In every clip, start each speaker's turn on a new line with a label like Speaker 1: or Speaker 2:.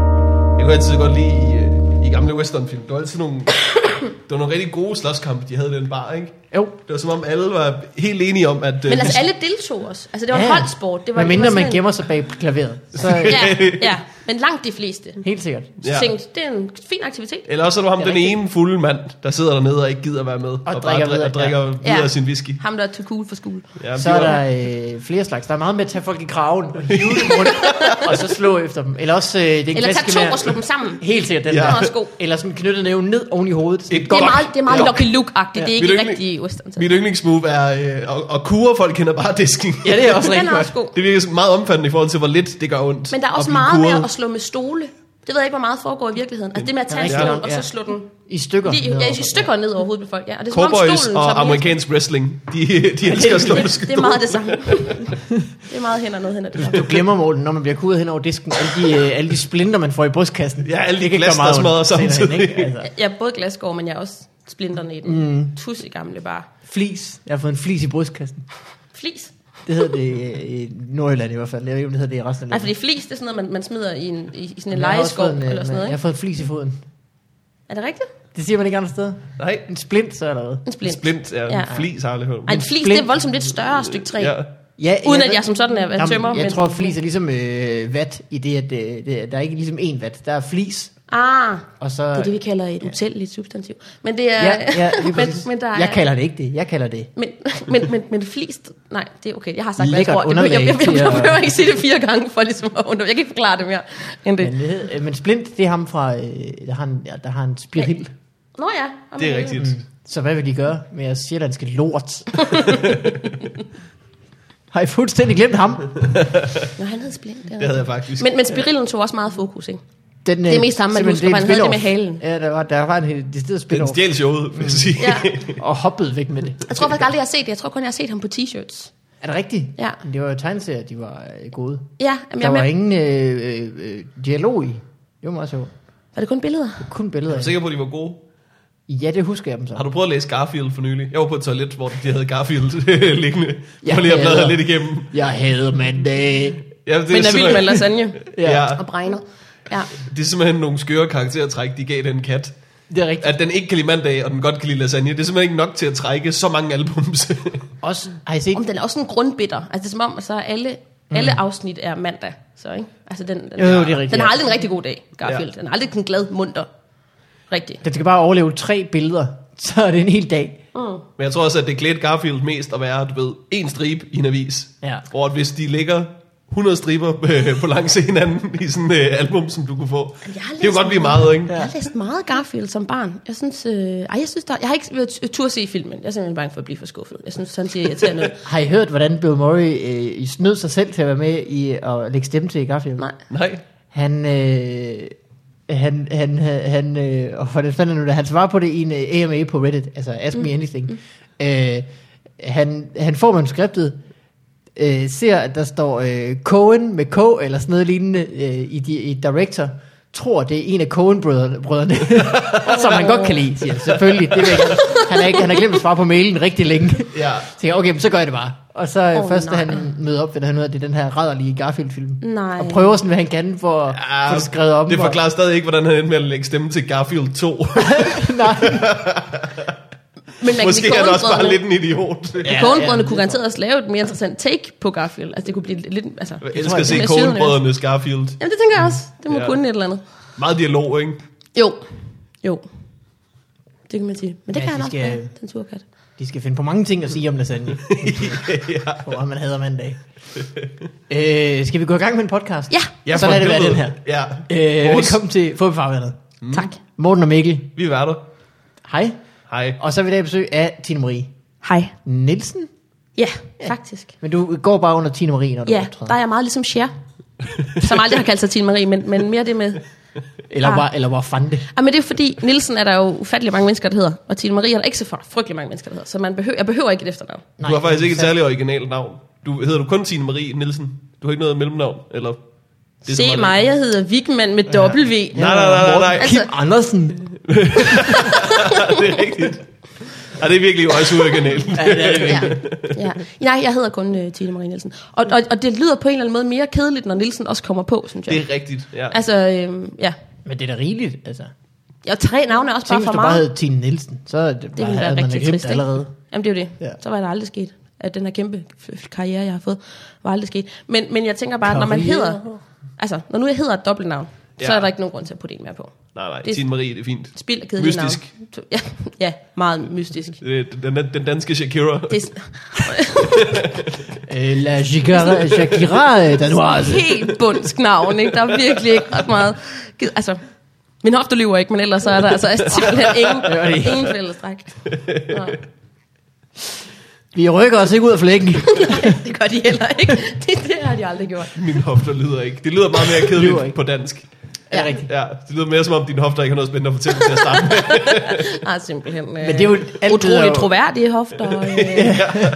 Speaker 1: kunne jeg altid godt lide i, øh, i gamle westernfilm. Der var altid nogle, der var nogle rigtig gode slåskampe, de havde i den bar, ikke?
Speaker 2: Jo.
Speaker 1: Det var som om alle var helt enige om, at... øh,
Speaker 3: Men altså, alle deltog også. Altså, det var en holdsport. Det var
Speaker 2: Men mindre
Speaker 3: det var
Speaker 2: man
Speaker 3: sådan en-
Speaker 2: gemmer sig bag klaveret. Så øh,
Speaker 3: Ja, ja. Men langt de fleste
Speaker 2: helt sikkert.
Speaker 3: ja. tænkte, det er en fin aktivitet.
Speaker 1: Eller også er du ham,
Speaker 2: Det er
Speaker 1: den
Speaker 2: rigtigt.
Speaker 1: ene fulde mand, der sidder dernede og ikke gider være med. Og,
Speaker 2: drikker
Speaker 1: dri-
Speaker 2: videre,
Speaker 1: og drikker
Speaker 2: ja.
Speaker 1: videre
Speaker 3: Ja.
Speaker 1: sin whisky.
Speaker 3: Ham, der er too cool for skole.
Speaker 1: Ja,
Speaker 2: Så
Speaker 1: de
Speaker 2: er
Speaker 1: var-
Speaker 2: der øh, flere slags. Der er meget med at tage folk i kraven og hive dem rundt, og så slå efter dem. Eller også, øh, det er en
Speaker 3: Eller
Speaker 2: klassiker
Speaker 3: tag
Speaker 2: med
Speaker 3: to
Speaker 2: at-
Speaker 3: og slå dem sammen.
Speaker 2: Helt sikkert den
Speaker 1: Ja.
Speaker 2: ja.
Speaker 1: Den
Speaker 3: er også god.
Speaker 2: der. Eller sådan knyttet næven ned oven i hovedet. Sådan,
Speaker 1: Et
Speaker 3: Det
Speaker 1: godt-
Speaker 3: er meget, det er meget
Speaker 1: Ja.
Speaker 3: Lucky Luke-agtigt. Det er
Speaker 1: Vil
Speaker 3: ikke
Speaker 1: du
Speaker 3: en
Speaker 1: ikke
Speaker 3: rigtig western. så.
Speaker 1: Mit yndlingsmove er øh, at, at kure folk hen ad bare disken.
Speaker 2: Ja, det er også
Speaker 3: Den
Speaker 2: rigtig
Speaker 3: er
Speaker 2: godt.
Speaker 3: Altså, også god.
Speaker 1: Det virker sådan meget omfattende i forhold til, hvor lidt det gør ondt.
Speaker 3: Men der er
Speaker 1: at
Speaker 3: også
Speaker 1: blive
Speaker 3: meget
Speaker 1: kuret.
Speaker 3: med at slå med stole. Det ved jeg ikke, hvor meget foregår i virkeligheden. Altså det med at tage en
Speaker 2: rigtig
Speaker 3: stol
Speaker 2: nok,
Speaker 3: og så
Speaker 2: ja.
Speaker 3: slå den
Speaker 2: I stykker.
Speaker 3: lige,
Speaker 2: ned
Speaker 3: ja,
Speaker 2: over
Speaker 3: i
Speaker 2: sig.
Speaker 3: stykker ned over hovedet på folk. Ja. Og det er som om
Speaker 1: Cowboys
Speaker 3: stolen tager
Speaker 1: og
Speaker 3: mere-
Speaker 1: amerikansk wrestling, de, de elsker at slå
Speaker 3: det,
Speaker 1: med
Speaker 3: det, er meget det samme. det er meget hænder noget hænder det samme.
Speaker 2: Du glemmer målen, når man bliver kudet hen over disken. Alle de, øh, alle de splinter, man får i brystkassen.
Speaker 1: Ja, alle de
Speaker 2: Det kan
Speaker 1: glas,
Speaker 2: gøre meget
Speaker 1: der smadrer
Speaker 2: ondt, sagde han,
Speaker 1: samtidig.
Speaker 2: ikke? Altså,
Speaker 3: Jeg er både glasgård, men jeg er også splinterne i den mm. tusse gamle bar.
Speaker 2: Altså, flis. Jeg har fået en flis i brystkassen.
Speaker 3: Flis.
Speaker 2: Det hedder det øh, i Nordjylland i hvert fald. Jeg ved ikke, om det hedder det i resten af
Speaker 3: Nej,
Speaker 2: landet.
Speaker 3: fordi flis, det er sådan noget, man, man smider i, en, i, i sådan
Speaker 2: Men
Speaker 3: en
Speaker 2: jeg har også
Speaker 3: legeskov
Speaker 2: fået en, øh,
Speaker 3: eller sådan noget.
Speaker 2: Jeg har
Speaker 3: Ikke?
Speaker 2: fået en flis i foden.
Speaker 3: Er det rigtigt?
Speaker 2: Det siger man ikke andre steder.
Speaker 1: Nej,
Speaker 2: En splint, så eller hvad?
Speaker 3: En
Speaker 1: en
Speaker 3: splint.
Speaker 1: splint er en
Speaker 3: Ja.
Speaker 1: flis, har jeg aldrig hørt om.
Speaker 3: Ej, en flis,
Speaker 2: splint.
Speaker 3: det er voldsomt lidt større stykke træ.
Speaker 1: Ja.
Speaker 3: Ja. Uden at jeg som sådan er- er
Speaker 2: Jamen,
Speaker 3: tømrer,
Speaker 2: Jeg
Speaker 3: men-
Speaker 2: tror, flis er ligesom øh, vat, i det, at øh, det, der er ikke ligesom én vat. Der er flis,
Speaker 3: Ah,
Speaker 2: og så...
Speaker 3: det er det, vi kalder et utælligt substantiv. Men det er...
Speaker 2: Ja, ja, lige
Speaker 3: men,
Speaker 2: præcis.
Speaker 3: men der er,
Speaker 2: Jeg kalder det ikke det. Jeg kalder det
Speaker 3: Men, men, men, men flest... Nej, det er okay. Jeg har sagt, hvad jeg
Speaker 2: Lækkert
Speaker 3: tror. Jeg, jeg, jeg, jeg,
Speaker 2: underlag til
Speaker 3: jeg
Speaker 2: at-
Speaker 3: behøver ikke sige det fire gange, for ligesom at undre. Jeg kan ikke forklare det mere end
Speaker 2: Men,
Speaker 3: det.
Speaker 2: det hed, øh, men Splint, det er ham fra, øh, der, har en, ja, der har en spiril.
Speaker 3: Nå ja. om
Speaker 1: Det er
Speaker 3: helvede.
Speaker 1: rigtigt.
Speaker 2: Så hvad vil de gøre med jeres sjællandske lort? har I fuldstændig glemt ham?
Speaker 3: Nå, han hed Splint. Det er
Speaker 1: Det havde
Speaker 3: rigtigt.
Speaker 1: jeg faktisk.
Speaker 3: Men, men spirillen tog også meget fokus, ikke?
Speaker 2: Den,
Speaker 3: Det er mest ham, man husker, for han havde det med halen.
Speaker 2: Ja, der var, der var en hel det sted spin
Speaker 1: den stjæl showet, vil jeg sige.
Speaker 3: Mm. Ja.
Speaker 2: og hoppede væk med det.
Speaker 3: Jeg tror faktisk aldrig, jeg har set det. Jeg tror kun, jeg har set ham på t-shirts.
Speaker 2: Er det rigtigt?
Speaker 3: Ja.
Speaker 2: Men det var jo tegneserier, de var øh, gode.
Speaker 3: Ja, men
Speaker 2: Der
Speaker 3: jeg
Speaker 2: var
Speaker 3: var,
Speaker 2: ingen øh, øh, øh, dialog i. Det var meget sjovt.
Speaker 3: var det kun billeder?
Speaker 2: Kun
Speaker 1: Jeg er
Speaker 2: billeder.
Speaker 1: sikker på, at de var gode.
Speaker 2: Ja, det husker jeg dem så.
Speaker 1: Har du prøvet at læse Garfield for nylig? Jeg var på et toilet, hvor de havde Garfield liggende.
Speaker 2: Ja,
Speaker 1: Jeg var lige at bladre
Speaker 2: ja.
Speaker 1: lidt igennem.
Speaker 2: Jeg hader mandag.
Speaker 1: Ja, det
Speaker 3: Men er vild med
Speaker 1: simpelthen-
Speaker 3: lasagne
Speaker 1: ja.
Speaker 2: Ja,
Speaker 3: og bregner. Ja.
Speaker 1: det er simpelthen nogle skøre karaktertræk, de gav den kat.
Speaker 2: det er rigtigt.
Speaker 1: At den ikke kan lide mandag, og den godt kan lide lasagne, det er simpelthen ikke nok til at trække så mange albums.
Speaker 2: Også, har I set
Speaker 3: Om den er også sådan grundbitter. Altså, det er som om, at så er alle,
Speaker 1: Mm.
Speaker 3: alle afsnit er mandag. Så, ikke? Altså, den, den,
Speaker 2: Jo, jo, det er rigtigt,
Speaker 3: den har
Speaker 2: ja.
Speaker 3: aldrig en rigtig god dag, Garfield.
Speaker 1: Ja.
Speaker 3: Den har aldrig en glad munter. Rigtigt.
Speaker 2: Den skal bare overleve tre billeder, så er det en hel dag.
Speaker 3: Mm.
Speaker 1: Men jeg tror også, at det glæder Garfield mest at være, du ved, en stribe i en avis.
Speaker 2: Ja.
Speaker 1: Hvor at hvis de ligger 100 striber øh, på langs af hinanden i sådan et øh, album, som du kunne få.
Speaker 3: jeg har
Speaker 1: Det kan
Speaker 3: læst
Speaker 1: godt blive
Speaker 3: meget.
Speaker 1: meget, ikke?
Speaker 3: Jeg har læst meget Garfield som barn. Jeg synes, øh, ej, jeg synes der, jeg har ikke været tur at se filmen. Jeg er simpelthen bange for at blive for skuffet. Jeg synes, sådan siger irriterende. ud.
Speaker 2: Har I hørt, hvordan Bill Murray øh, snød sig selv til at være med i at lægge stemme til Garfield?
Speaker 3: Nej.
Speaker 1: Nej.
Speaker 2: Han, øh, han, han, han, øh, og hvordan fanden er det nu, da han svarer på det i en øh, AMA på Reddit, altså Ask
Speaker 3: Mm.
Speaker 2: Me Anything, øh, han, han får manuskriptet, øh, ser, at der står øh, Cohen med K, eller sådan noget lignende, øh, i, di- i Director, tror, det er en af Cohen-brødrene, som han godt kan lide, siger han. Selvfølgelig, det ved jeg godt. han har, ikke, han har glemt at svare på mailen rigtig længe.
Speaker 1: Ja.
Speaker 2: Så tænker jeg, okay, men så gør jeg det bare. Og så
Speaker 3: Åh,
Speaker 2: oh, først, da
Speaker 3: nej.
Speaker 2: han møder op, finder han ud af, at det er den her rædderlige Garfield-film.
Speaker 3: Nej.
Speaker 2: Og prøver sådan, hvad han kan for at
Speaker 1: Ah,
Speaker 2: få det skrevet om.
Speaker 1: det
Speaker 2: og-
Speaker 1: forklarer stadig ikke, hvordan han endte med at lægge stemme til Garfield 2.
Speaker 2: Nej,
Speaker 3: Men man
Speaker 1: Måske
Speaker 3: kan
Speaker 1: er han også bare lidt en
Speaker 3: lidt...
Speaker 1: idiot.
Speaker 2: Ja,
Speaker 3: Kornbrødrene
Speaker 2: ja.
Speaker 3: kunne garanteret også lave et mere interessant take på Garfield. Altså, det kunne blive lidt... Altså,
Speaker 1: Jeg
Speaker 2: tror
Speaker 1: elsker
Speaker 2: jeg.
Speaker 1: at se
Speaker 3: Det er
Speaker 1: Coen-brødrenes Garfield.
Speaker 3: jamen, det tænker jeg også. Det må
Speaker 1: Ja.
Speaker 3: ja. kunne et eller andet.
Speaker 1: Meget dialog, ikke?
Speaker 3: Jo. Jo. Det kan man sige. Men det
Speaker 2: Ja,
Speaker 3: kan han
Speaker 2: de
Speaker 3: også,
Speaker 2: skal-
Speaker 3: ja, den turkat.
Speaker 2: de skal finde på mange ting at sige om lasagne. Hvor man hader mandag. Øh, skal vi gå i gang med en podcast?
Speaker 3: Ja.
Speaker 1: Ja,
Speaker 2: Så
Speaker 1: for
Speaker 2: lad det være den
Speaker 1: helvede.
Speaker 2: her.
Speaker 1: Ja.
Speaker 2: Øh,
Speaker 1: Vores,
Speaker 2: velkommen til Fodboldfarvandet.
Speaker 3: Mm. Tak.
Speaker 2: Morten og Mikkel,
Speaker 1: vi er værter.
Speaker 2: hej.
Speaker 1: Hej.
Speaker 2: Og så er vi i dag besøg af Tine Marie
Speaker 3: Hej.
Speaker 2: Nielsen.
Speaker 3: Ja, faktisk.
Speaker 2: Men du går bare under Tine Marie, når du
Speaker 3: Ja,
Speaker 2: optræder.
Speaker 3: der er jeg meget ligesom Cher, som aldrig har kaldt sig Tine Marie, men, men mere det med...
Speaker 2: Eller,
Speaker 3: Ah.
Speaker 2: bare, eller bare fandte.
Speaker 3: Ah, men det er fordi, Nielsen er der jo ufattelig mange mennesker, der hedder, og Tine Marie er der ikke så for- frygtelig mange mennesker, der hedder, så man behøver, jeg behøver ikke et efternavn.
Speaker 1: Du har faktisk ikke et særlig originalt navn. Du hedder du kun Tine Marie Nielsen. Du har ikke noget mellemnavn, eller? Det er så
Speaker 3: Se
Speaker 1: meget-
Speaker 3: mig, jeg hedder Vigman med W. Ja.
Speaker 1: Nej, nej, nej, nej, nej.
Speaker 2: Morten Kim Andersen.
Speaker 1: det er rigtigt. Ja, det er virkelig også uoriginalt.
Speaker 3: Ja. Ja. Nej, jeg hedder kun uh, Tine Marie Nielsen. Og, og, og det lyder på en eller anden måde mere kedeligt, når Nielsen også kommer på, synes jeg.
Speaker 1: Det er rigtigt, ja.
Speaker 3: Altså, øhm, ja.
Speaker 2: Men det er da rigeligt, altså.
Speaker 3: Jeg tre navne er også
Speaker 2: Tænk,
Speaker 3: bare
Speaker 2: hvis
Speaker 3: for
Speaker 2: du bare
Speaker 3: meget.
Speaker 2: hedder Tine Nielsen, så er det
Speaker 3: Det
Speaker 2: bare,
Speaker 3: ville
Speaker 2: havde
Speaker 3: være
Speaker 2: man
Speaker 3: rigtig
Speaker 2: ikke
Speaker 3: trist,
Speaker 2: trist,
Speaker 3: ikke?
Speaker 2: allerede.
Speaker 3: Jamen det er jo det.
Speaker 2: Ja.
Speaker 3: Ja. Så var det aldrig sket. At den her kæmpe f- f- karriere, jeg har fået, var aldrig sket. Men, men jeg tænker bare, at når man
Speaker 2: Karriere.
Speaker 3: hedder... Altså, når nu jeg hedder et dobbeltnavn, ja. så
Speaker 1: Ja.
Speaker 3: er der ikke nogen grund til at putte en mere på.
Speaker 1: Nej, nej,
Speaker 3: Det er-
Speaker 1: Tine Marie, det er fint.
Speaker 3: Spild af kedelige
Speaker 1: Mystisk.
Speaker 3: navn. Ja, ja, meget mystisk.
Speaker 1: Det er Den, den danske Shakira.
Speaker 3: Det er
Speaker 2: Øh, La Shakira, Shakira øh, Danoise.
Speaker 3: helt bundsk navn, ikke? Der er virkelig ikke ret meget... gid- Altså, min hofte lyver ikke, men ellers så er der altså simpelthen
Speaker 2: var det.
Speaker 3: ingen, ingen fællestræk. Nej,
Speaker 2: Vi rykker os ikke ud af flækken.
Speaker 3: det gør de heller ikke. Det, det har de aldrig gjort.
Speaker 1: Min hofter lyder ikke. Det lyder meget mere
Speaker 2: Lyver
Speaker 1: kedeligt
Speaker 2: ikke.
Speaker 1: på dansk.
Speaker 2: Er det rigtigt?
Speaker 1: Ja, det lyder mere som om, din hofter ikke har noget spændende at fortælle til at starte med.
Speaker 3: Nej, simpelthen. Men
Speaker 2: det er jo altid-
Speaker 3: utrolig troværdige hofter. Øh,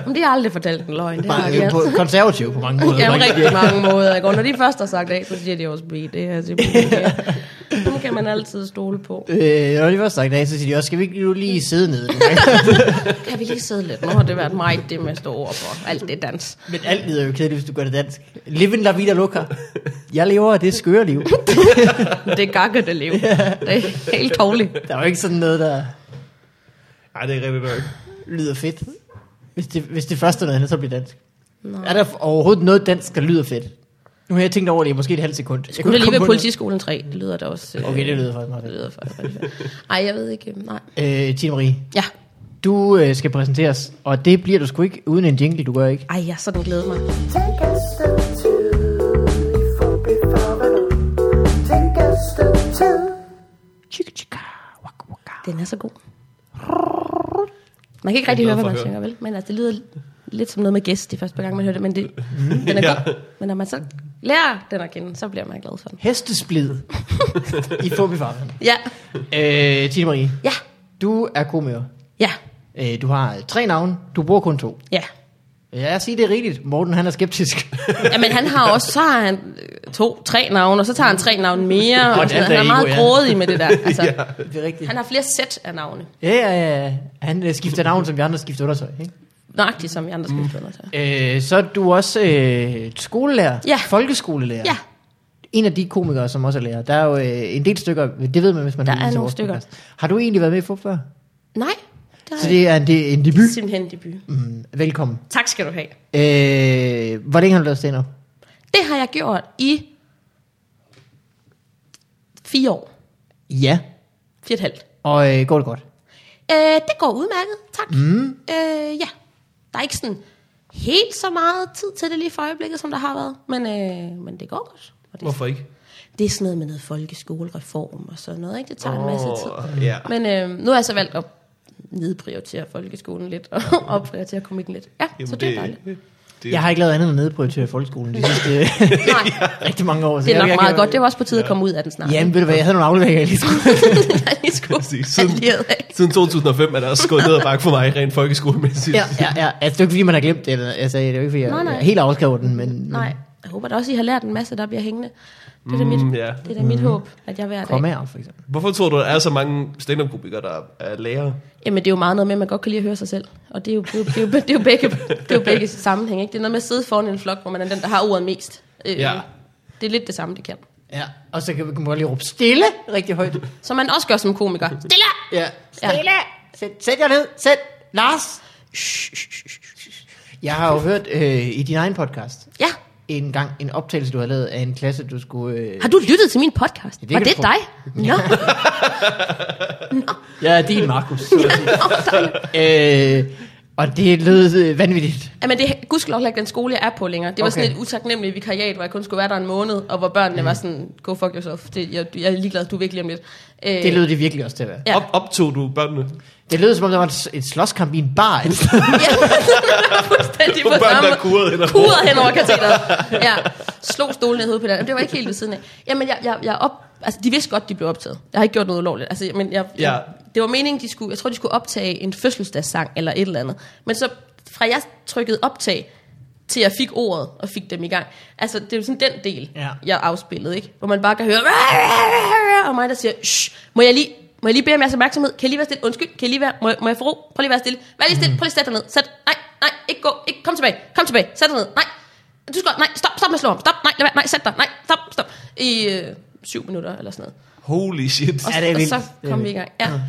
Speaker 3: men de har aldrig fortalt en løgn. Det har
Speaker 2: Bare,
Speaker 3: de
Speaker 2: øh,
Speaker 3: altså.
Speaker 2: på, konservativ på mange måder.
Speaker 3: Ja, på
Speaker 2: Mange-
Speaker 3: rigtig mange måder. Ikke? Og når de først har sagt A, så siger de også B. Det er simpelthen det. Dem kan man altid stole på.
Speaker 2: Øh, når de først sagt af, så siger de også, skal vi ikke nu lige sidde nede?
Speaker 3: Kan vi lige sidde lidt? Nu har det været mig, det med store ord for. Alt det dans.
Speaker 2: Men alt lyder jo kedeligt, hvis du gør det dansk. Living la vida loca. Jeg lever af det skøre liv.
Speaker 3: Det er gakket det liv. Det er helt dårligt.
Speaker 2: Der er jo ikke sådan noget, der
Speaker 1: Nej, det er rigtigt nok.
Speaker 2: lyder fedt. Hvis det, hvis det første er noget andet, så bliver dansk.
Speaker 3: Nå.
Speaker 2: Er der overhovedet noget dansk, der lyder fedt? Nu har jeg tænkt over det i måske et halvt sekund. Jeg
Speaker 3: Skulle det
Speaker 2: ikke
Speaker 3: lige ved
Speaker 2: komme på
Speaker 3: politiskolen 3? Det lyder da også... øh,
Speaker 2: noget. Okay, det lyder faktisk meget
Speaker 3: Det
Speaker 2: fedt.
Speaker 3: lyder faktisk rigtig fedt. Ej, jeg ved ikke. øh, Nej.
Speaker 2: Øh, Tine Marie,
Speaker 3: Ja.
Speaker 2: du øh, skal præsenteres, og det bliver du sgu ikke uden en jingle, du gør ikke.
Speaker 3: Ej, jeg har sådan glædet mig.
Speaker 4: Take us to Tiffany for before Take us to Tiffany.
Speaker 3: Den er så god. Man kan ikke rigtig
Speaker 1: Jeg er
Speaker 3: høre,
Speaker 1: glad
Speaker 3: hvad man
Speaker 1: for at
Speaker 3: synger, vel? Men altså, det lyder lidt som noget med gæst de første gang, man hører det, men det, den er
Speaker 1: Ja.
Speaker 3: god. Men når man så lærer den at kende, så bliver man glad for den.
Speaker 2: Hestesplid i Fobifarven.
Speaker 3: Ja,
Speaker 2: Øh, Tine Marie,
Speaker 3: ja,
Speaker 2: du er komiker.
Speaker 3: ja,
Speaker 2: Øh, du har tre navne, du bruger kun to.
Speaker 3: ja.
Speaker 2: Jeg siger det er rigtigt. Morten, han er skeptisk.
Speaker 3: Ja, men han har også, så har han øh, to, tre navne, og så tager han tre navne mere.
Speaker 2: Hvordan
Speaker 3: Og sådan,
Speaker 2: der
Speaker 3: noget. han er
Speaker 2: ego,
Speaker 3: meget
Speaker 2: ja.
Speaker 3: grådig med det der. Altså,
Speaker 2: det er rigtigt.
Speaker 3: Han har flere sæt af navne.
Speaker 2: Ja, ja, ja. Han øh, skifter navn, som vi andre skifter undertøj. Ikke?
Speaker 3: Nøjagtigt som i
Speaker 1: Mm.
Speaker 3: andre skriftbønder. så.
Speaker 2: Øh, så er du også øh, skolelærer.
Speaker 3: Ja.
Speaker 2: Folkeskolelærer.
Speaker 3: Ja,
Speaker 2: En af de komikere, som også er lærer. Der er jo øh, en del stykker, det ved man, hvis man
Speaker 3: Der
Speaker 2: har lyttet
Speaker 3: er
Speaker 2: til
Speaker 3: nogle
Speaker 2: vores
Speaker 3: stykker.
Speaker 2: podcast. Har du egentlig været med i Fup før?
Speaker 3: nej. Der
Speaker 2: Så det er en, det er en debut.
Speaker 3: er simpelthen debut.
Speaker 2: Mm, velkommen.
Speaker 3: Tak skal du have.
Speaker 2: Øh, hvor længe har du lavet stand-up?
Speaker 3: Det har jeg gjort i fire år.
Speaker 2: Ja.
Speaker 3: Fire og et halvt.
Speaker 2: Og øh, går det godt?
Speaker 3: Øh, det går udmærket, tak. Mm. Øh, ja, der er ikke sådan helt så meget tid til det lige for øjeblikket, som der har været. Men, øh, men det går godt. Og det,
Speaker 1: Hvorfor ikke?
Speaker 3: det er sådan noget med noget folkeskolereform og sådan noget. Ikke? Det tager oh. en masse tid.
Speaker 1: Åh, Ja.
Speaker 3: Men øh, nu har jeg så valgt at nedprioritere folkeskolen lidt, og opprioritere komikken lidt. Ja, Jamen så det, det er dejligt.
Speaker 1: Det-
Speaker 2: Jeg har ikke lavet andet end nedprioriteret i folkeskolen de sidste øh,
Speaker 3: Nej,
Speaker 2: rigtig mange år. så
Speaker 3: det
Speaker 2: jeg-
Speaker 3: er
Speaker 2: jeg-
Speaker 3: nok meget
Speaker 2: jeg-
Speaker 3: godt. Det var også på tide at komme ud af den snart.
Speaker 2: Jamen, ved du hvad, jeg havde nogle afleveringer, jeg lige skulle.
Speaker 3: jeg lige skulle
Speaker 1: Præcis.
Speaker 3: have allieret af.
Speaker 1: Siden 2005 er der også gået ned ad bakke for mig, rent folkeskolemæssigt.
Speaker 2: ja, ja, ja. Altså, det er jo ikke, fordi man har glemt det. Eller, altså, det er jo ikke, fordi jeg,
Speaker 3: Nej, nej.
Speaker 2: jeg helt afskrev den, men,
Speaker 1: Mm.
Speaker 3: Nej, jeg håber da også, I har lært en masse, der bliver hængende. Det er da mit,
Speaker 1: Mm, ja.
Speaker 3: det er da mit håb, at jeg hver dag...
Speaker 2: kom her, for eksempel.
Speaker 1: Hvorfor tror du, der er så mange stand-up-komikere, der er lærere?
Speaker 3: Jamen, det er jo meget noget med, at man godt kan lide at høre sig selv. Og det er jo, det er jo, det er jo, det er jo begge, det er jo begge sammenhæng, ikke? Det er noget med at sidde foran en flok, hvor man er den, der har ordet mest. Øh,
Speaker 1: Ja.
Speaker 3: Det er lidt det samme, det kan.
Speaker 2: Ja, og så kan man kan man lige råbe stille rigtig højt.
Speaker 3: Som man også gør som komiker. Stille!
Speaker 2: Ja.
Speaker 3: Ja.
Speaker 2: Stille! Sæt, sæt jer ned. Sæt. Lars. Jeg har jo hørt øh, i din egen podcast
Speaker 3: Ja.
Speaker 2: en gang en optagelse, du havde lavet af en klasse, du skulle... Øh,
Speaker 3: Har du lyttet til min podcast?
Speaker 2: det
Speaker 3: Var
Speaker 2: kan
Speaker 3: det
Speaker 2: du tro.
Speaker 3: dig? Nå,
Speaker 2: ja, din Markus. så at sige.
Speaker 3: nå, dejligt.
Speaker 2: øh, og det lød øh, vanvittigt.
Speaker 3: Jamen, det er gudskelov heller ikke den skole, jeg er på længere. Det var
Speaker 2: Okay.
Speaker 3: sådan et utaknemmeligt vikariat, hvor jeg kun skulle være der en måned, og hvor børnene var sådan, go fuck yourself, det, jeg, jeg er ligeglad, du er væk lige om lidt. Øh,
Speaker 2: Det lød det virkelig også til at være.
Speaker 3: Ja.
Speaker 1: Op, optog du børnene?
Speaker 2: Det lød som om, der var et, et slåskamp i en bar. et sted.
Speaker 3: fuldstændig på
Speaker 1: Nogle børn,
Speaker 3: samme
Speaker 1: der kurede hen over-
Speaker 3: Kurede hen over katheteret. Ja, slog stolen i hovedet på hinanden. Det var ikke helt ved siden af. Jamen, jeg, jeg, jeg op, altså, de vidste godt, de blev optaget. Jeg har ikke gjort noget ulovligt. Altså, men jeg,
Speaker 1: Ja.
Speaker 3: ja. jeg, det var meningen, de skulle, jeg tror, de skulle optage en fødselsdagssang eller et eller andet. Men så fra jeg trykkede optag, til jeg fik ordet og fik dem i gang. Altså, det er jo sådan den del,
Speaker 2: Ja.
Speaker 3: jeg afspillede, ikke? Hvor man bare kan høre, og mig, der siger, Shh, må jeg lige, må jeg lige bede om jeres opmærksomhed? Kan I lige være stille? Undskyld, kan I lige være, må jeg, må jeg få ro? Prøv lige at være stille. Vær lige
Speaker 2: Mhm.
Speaker 3: stille, prøv lige at sætte dig ned. Sæt, nej, nej, ikke gå, ikke, kom tilbage, kom tilbage, sæt dig ned, nej. Du skal, nej, stop, stop med at slå ham, stop, nej, lad være, nej, sæt dig, nej, stop, stop. I øh, syv minutter eller sådan noget.
Speaker 1: Holy shit.
Speaker 3: Og,
Speaker 2: Ja, det er
Speaker 3: og
Speaker 2: vildt.
Speaker 3: så
Speaker 2: Det er
Speaker 3: kom vi i
Speaker 2: vildt.
Speaker 3: gang. Ja.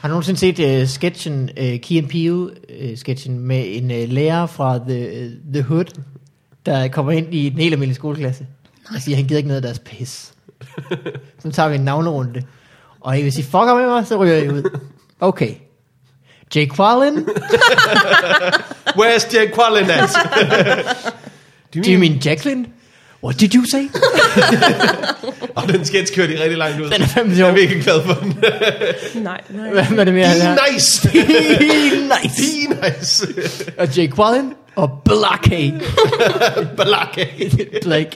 Speaker 2: Har du nogensinde set uh, sketchen, uh, Key and Peele-sketchen, med en uh, lærer fra the, øh, the Hood, der kommer ind i den helt almindelige skoleklasse, og siger, han gider ikke noget af deres pis. så tager vi en navnerunde. Og hvis I fucker med mig, så ryger jeg ud. Okay. Jake Quallen,
Speaker 1: Where's Jack Quallen at? Do
Speaker 2: do you mean Jacqueline? What did you say?
Speaker 1: Og den sketch kørte de rigtig langt ud.
Speaker 2: Den er fandme
Speaker 1: Jeg
Speaker 2: sjov.
Speaker 1: er virkelig glad for den.
Speaker 3: Nej, nej.
Speaker 2: Hvad er det mere, han
Speaker 1: De
Speaker 2: har?
Speaker 1: nice.
Speaker 2: nice.
Speaker 1: De nice.
Speaker 2: Og Jake Quallen og Blake.
Speaker 1: Balaka.
Speaker 2: Blake.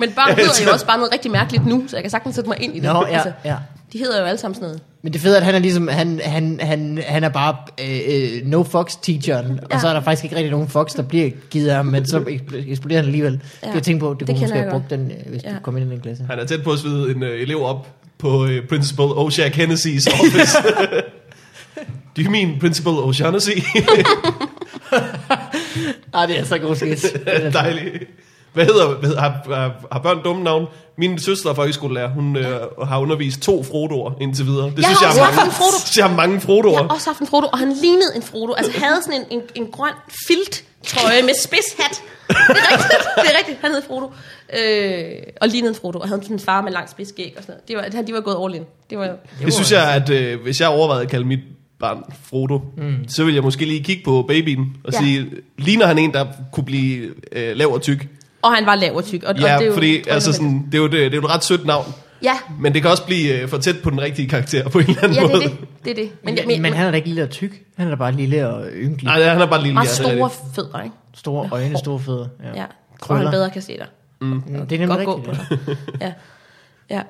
Speaker 3: Men børn hedder jo også bare noget rigtig mærkeligt nu, så jeg kan sagtens sætte mig ind i det. Altså,
Speaker 2: Nå, ja, ja.
Speaker 3: de hedder jo alle sammen sådan noget.
Speaker 2: Men det fede er, at han er ligesom, han, han, han, han er bare øh, øh, no fox teacheren, ja.
Speaker 3: Ja.
Speaker 2: og så er der faktisk ikke rigtig nogen fox, der bliver givet af ham, men så ekspl- eksploderer han alligevel. Ja. Det jeg tænkte på, det,
Speaker 3: Det
Speaker 2: kunne
Speaker 3: kender
Speaker 2: måske have
Speaker 3: jeg
Speaker 2: brugt den, øh, hvis ja.
Speaker 3: Ja.
Speaker 2: du kom ind i den klasse.
Speaker 1: Han er tæt på at svide en øh, elev op på øh, Principal O'Shaq Hennessy's office. Do you mean Principal O'Shaughnessy?
Speaker 2: Ej, det er så god skidt.
Speaker 1: Dejligt. Hvad hedder, hvad hedder har, har, har børn dumme navn? Min søster er folkeskolelærer. Hun øh, har undervist to Frodo'er indtil videre. Det
Speaker 3: Jeg har også
Speaker 1: jeg
Speaker 3: haft en Frodo.
Speaker 1: synes, jeg har mange Frodo'er.
Speaker 3: Jeg har også haft en Frodo, og han lignede en Frodo. Altså havde sådan en, en, en grøn filt trøje med spidshat. Det er rigtigt, det er rigtigt. Han hed Frodo. Øh, og lignede en Frodo, og havde sådan en far med lang spidsgæg og sådan noget. Det var, han, de var gået all in. Det var,
Speaker 1: Det synes jeg, at øh, hvis jeg overvejede at kalde mit barn Frodo, mm. så ville jeg måske lige kigge på babyen og ja.
Speaker 3: Ja.
Speaker 1: sige, ligner han en, der kunne blive øh, lav og tyk?
Speaker 3: og han var lav og tyk. Og,
Speaker 1: Ja,
Speaker 3: og det er jo,
Speaker 1: fordi
Speaker 3: tror jeg,
Speaker 1: altså, sådan, det, er jo, det, det er jo et ret sødt navn,
Speaker 3: Ja,
Speaker 1: men det kan også blive øh, for tæt på den rigtige karakter på en eller anden
Speaker 3: ja det er
Speaker 1: måde.
Speaker 3: det. det, er det. Men,
Speaker 2: Men,
Speaker 3: men,
Speaker 2: men,
Speaker 3: men,
Speaker 2: men han er da ikke lille og tyk. Han er da bare lille og ynkelig.
Speaker 1: Nej, han er bare lille.
Speaker 3: meget
Speaker 1: ja, det er
Speaker 3: store
Speaker 1: rigtigt.
Speaker 3: fødder, ikke?
Speaker 2: Store øjne, store fødder. Ja.
Speaker 3: Ja, og
Speaker 2: Krøller.
Speaker 3: han bedre kan se dig.
Speaker 2: Mm, Det er nemlig
Speaker 3: godt gå
Speaker 2: rigtigt.
Speaker 3: på
Speaker 2: ja.
Speaker 3: dig. Ja. ja.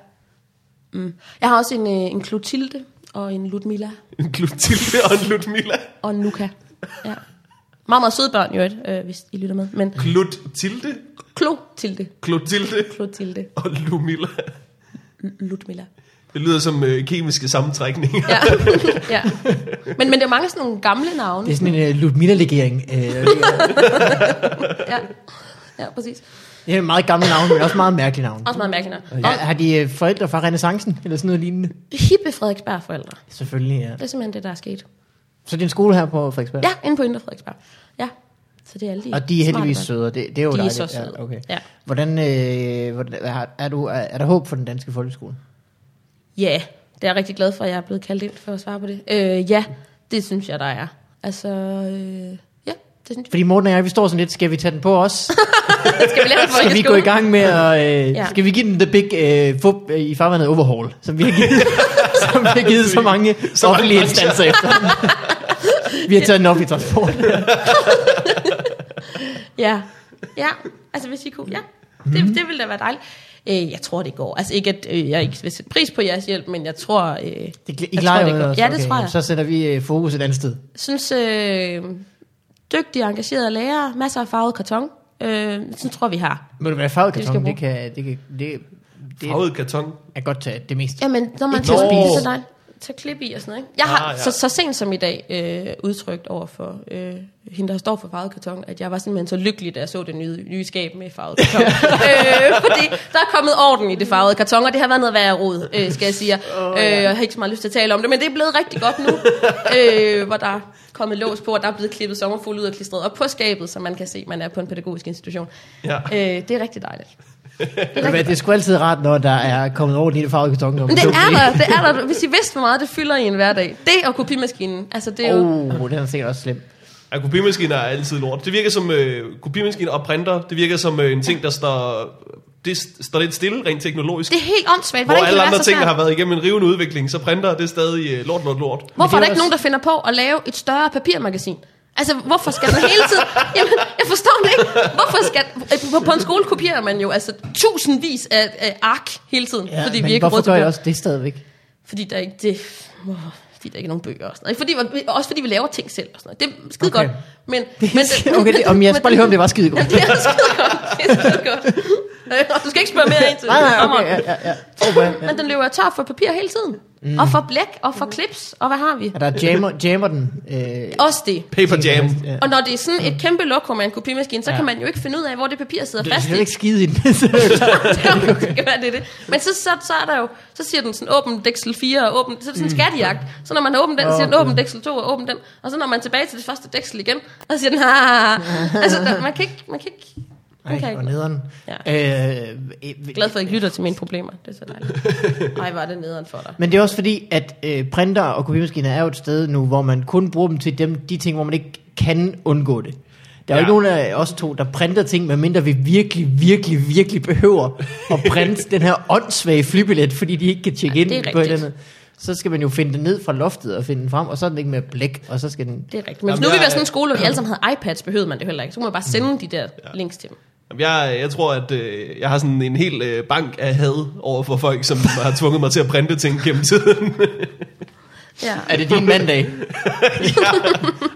Speaker 3: Mm. Jeg har også en, øh, en Clotilde og en Ludmilla
Speaker 1: En Clotilde og en Ludmilla.
Speaker 3: og en Luca. Ja. Meget, meget søde børn, jo ikke, øh, hvis I lytter med. Men
Speaker 1: Clotilde,
Speaker 3: Clotilde.
Speaker 1: Clotilde
Speaker 3: Clotilde.
Speaker 1: og Lumilla.
Speaker 3: Ludmilla.
Speaker 1: Det lyder som øh, kemiske sammentrækninger.
Speaker 3: Ja. ja. Men, men det er mange sådan nogle gamle navne.
Speaker 2: Det er sådan en uh, Ludmilla-legering. Uh,
Speaker 3: Ja. ja, præcis.
Speaker 2: det er en meget gammel navn, men også meget mærkelig navn.
Speaker 3: Også meget mærkeligt navn.
Speaker 2: Ja, har de uh, forældre fra renaissancen, eller sådan noget lignende?
Speaker 3: Hippe Frederiksberg forældre.
Speaker 2: Selvfølgelig, ja.
Speaker 3: Det er simpelthen det, der er sket.
Speaker 2: Så det er en skole her på Frederiksberg?
Speaker 3: Ja, inde på Indre Frederiksberg. Ja. Så det er alle de
Speaker 2: Og de er
Speaker 3: smarte
Speaker 2: heldigvis
Speaker 3: børn.
Speaker 2: søde, og det, det er jo
Speaker 3: De er
Speaker 2: dejligt.
Speaker 3: så søde.
Speaker 2: Ja, okay.
Speaker 3: Ja.
Speaker 2: Hvordan, øh, hvordan har- er, du, er, er der håb for den danske folkeskole?
Speaker 3: Ja, det er jeg rigtig glad for, at jeg er blevet kaldt ind for at svare på det. Øh, ja, det synes jeg, der er. Altså, øh, ja, det synes jeg.
Speaker 2: Fordi Morten og jeg, vi står sådan lidt, skal vi tage den på os? Skal
Speaker 3: Skal vi lave det for
Speaker 2: vi gå i gang med at... Øh, ja.
Speaker 3: Ja.
Speaker 2: Skal vi give den the big øh, fup øh, i farvandet overhaul, som vi har givet, som vi har givet så mange så
Speaker 1: mange
Speaker 2: offentlige
Speaker 1: brancher.
Speaker 2: instanser efter? vi har taget den offentlige transport.
Speaker 3: Ja, ja, altså hvis I kunne, ja.
Speaker 2: Mhm.
Speaker 3: Det, det ville da være dejligt. Øh, jeg tror, det går. Altså ikke, at øh, jeg ikke vil sætte pris på jeres hjælp, men jeg tror... Øh,
Speaker 2: Det, I
Speaker 3: Jeg
Speaker 2: klarer
Speaker 3: tror,
Speaker 2: jo
Speaker 3: det går.
Speaker 2: ellers.
Speaker 3: Ja, det tror jeg.
Speaker 2: Så sætter vi øh, fokus et andet sted.
Speaker 3: synes, øh, dygtige, engagerede lærere, masser af farvet karton. Øh, sådan tror jeg, vi har.
Speaker 2: Må det være farvet
Speaker 3: skal
Speaker 2: karton?
Speaker 3: bruge.
Speaker 2: Det, kan, det, kan, det, det
Speaker 1: Farvet karton.
Speaker 2: er godt til det meste.
Speaker 3: Jamen, når man
Speaker 2: Ikke
Speaker 3: tager
Speaker 2: til at
Speaker 3: spise,
Speaker 2: spise.
Speaker 3: så nej, tager klip i og sådan noget. Ikke? Jeg
Speaker 1: Ah,
Speaker 3: har ah,
Speaker 1: ja.
Speaker 3: ja. så, så sent som i dag øh, udtrykt over for øh, hende, der står for farvet karton, at jeg var simpelthen så lykkelig, da jeg så det nye, nye skab med farvet karton. øh, fordi der er kommet orden i det farvede karton, og det har været noget værre rod, øh, skal jeg sige. Oh, ja. øh, jeg har ikke så meget lyst til at tale om det, men det er blevet rigtig godt nu, øh, hvor der er kommet lås på, og der er blevet klippet sommerfugl ud og klistret op på skabet, så man kan se, at man er på en pædagogisk institution.
Speaker 1: Ja.
Speaker 3: Øh, det er rigtig dejligt.
Speaker 2: Ved du hvad, Det er sgu altid rart, når der er kommet over den i det farvede karton.
Speaker 3: Men det er der, det er der. Hvis I vidste, hvor meget det fylder i en hverdag. Det og kopimaskinen. Altså, det er jo...
Speaker 2: Oh, den er sikkert også slem.
Speaker 1: Ja, kopimaskiner er altid lort. Det virker som øh, kopimaskiner og printer. Det virker som øh, en ting, der står, det st- står lidt stille rent teknologisk.
Speaker 3: Det er helt åndssvagt.
Speaker 1: hvor
Speaker 3: Hvordan kan
Speaker 1: alle
Speaker 3: det
Speaker 1: andre
Speaker 3: være så
Speaker 1: ting har
Speaker 3: svært?
Speaker 1: været igennem en rivende udvikling, så printer det er stadig øh, lort, lort, lort.
Speaker 2: Men
Speaker 3: Hvorfor
Speaker 2: det er
Speaker 3: er der
Speaker 2: jo
Speaker 3: ikke nogen, der finder på at lave et større papirmagasin? Altså, hvorfor skal man hele tiden... Jamen, jeg forstår det ikke. Hvorfor skal... På, på en skole kopierer man jo altså tusindvis af, af ark hele tiden, ja, fordi vi ikke har råd
Speaker 2: hvorfor
Speaker 3: til
Speaker 2: gør jeg
Speaker 3: bøger.
Speaker 2: også det stadigvæk?
Speaker 3: Fordi der ikke det... Åh, Fordi der ikke er nogen bøger og sådan noget. Fordi, også fordi vi laver ting selv og sådan noget. Det er skide
Speaker 2: Okay.
Speaker 3: godt. Men, men,
Speaker 2: okay, det, om jeg skal bare lige høre, om det var skide godt.
Speaker 3: Det er skide godt. Det er skide godt. du skal ikke spørge mere ind til
Speaker 2: Nej, nej,
Speaker 3: Come on.
Speaker 2: okay, ja, ja, ja. Oh, ja, ja.
Speaker 3: Men den løber tør for papir hele tiden. Mm. Og for blæk, og for clips, og hvad har vi?
Speaker 2: Og der jammer, jammer den. Øh,
Speaker 3: Også det.
Speaker 1: Paper jam.
Speaker 2: Ja.
Speaker 3: Og når det er sådan et kæmpe lokum af en kopimaskine, så
Speaker 2: Ja.
Speaker 3: kan man jo ikke finde ud af, hvor det papir sidder
Speaker 2: Du
Speaker 3: fast
Speaker 2: skal
Speaker 3: i.
Speaker 2: ikke skide i den. Så-
Speaker 3: det kan være, det er det. Men så, så, så er der jo, så siger den sådan, åbn dæksel 4, og åbn, så er det sådan en
Speaker 2: Mm.
Speaker 3: skattejagt. Så når man har åbnet den, så siger den, åbn dæksel 2, og åbn den. Og så når man er tilbage til det første dæksel igen, og så siger den, ah, altså, der, man kan ikke, man kan ikke, man kan
Speaker 2: Ej, og
Speaker 3: ikke.
Speaker 2: nederen.
Speaker 3: Ja.
Speaker 2: Øh, øh,
Speaker 3: Glad for, at I ikke lytter til mine problemer. Det er så dejligt. Ej, var det nederen for dig.
Speaker 2: Men det er også fordi, at øh, printer og kopimaskiner er jo et sted nu, hvor man kun bruger dem til dem, de ting, hvor man ikke kan undgå det. Der er
Speaker 1: Ja.
Speaker 2: jo ikke nogen af os to, der printer ting, medmindre vi virkelig, virkelig, virkelig behøver at printe den her åndssvage flybillet, fordi de ikke kan tjekke
Speaker 3: Ja,
Speaker 2: ind
Speaker 3: det er
Speaker 2: på et eller
Speaker 3: rigtigt.
Speaker 2: andet. Så skal man jo finde den ned fra loftet og finde den frem, og så er den ikke mere blæk, og så skal den...
Speaker 3: Det er rigtigt. Men hvis
Speaker 1: Jamen,
Speaker 3: nu vi
Speaker 1: jeg-
Speaker 3: var sådan en skole, hvor vi alle sammen havde iPads, behøvede man det heller ikke. Så kunne man bare sende de der links til dem.
Speaker 1: Jamen, Jeg, jeg tror, at øh, jeg har sådan en hel øh, bank af had over for folk, som har tvunget mig til at printe ting gennem tiden.
Speaker 3: Ja.
Speaker 2: Er det din mandag?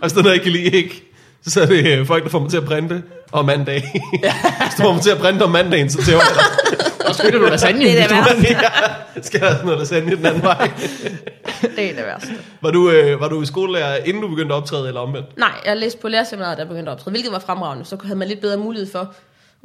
Speaker 1: altså, den er ikke lige ikke. Så er det øh, folk, der får mig til at printe om mandag. Hvis du får mig til at printe om mandagen, så tæver jeg dig.
Speaker 2: Og skylder du lasagne?
Speaker 3: Det er det
Speaker 2: hvis du-
Speaker 3: værste.
Speaker 1: Ja, Skal jeg have sådan noget, der sender den anden vej.
Speaker 3: Det er det værste.
Speaker 1: Var du, øh, var du skolelærer, inden du begyndte at optræde, eller omvendt?
Speaker 3: Nej, jeg læste på lærerseminaret, der begyndte at optræde, hvilket var fremragende. Så havde man lidt bedre mulighed for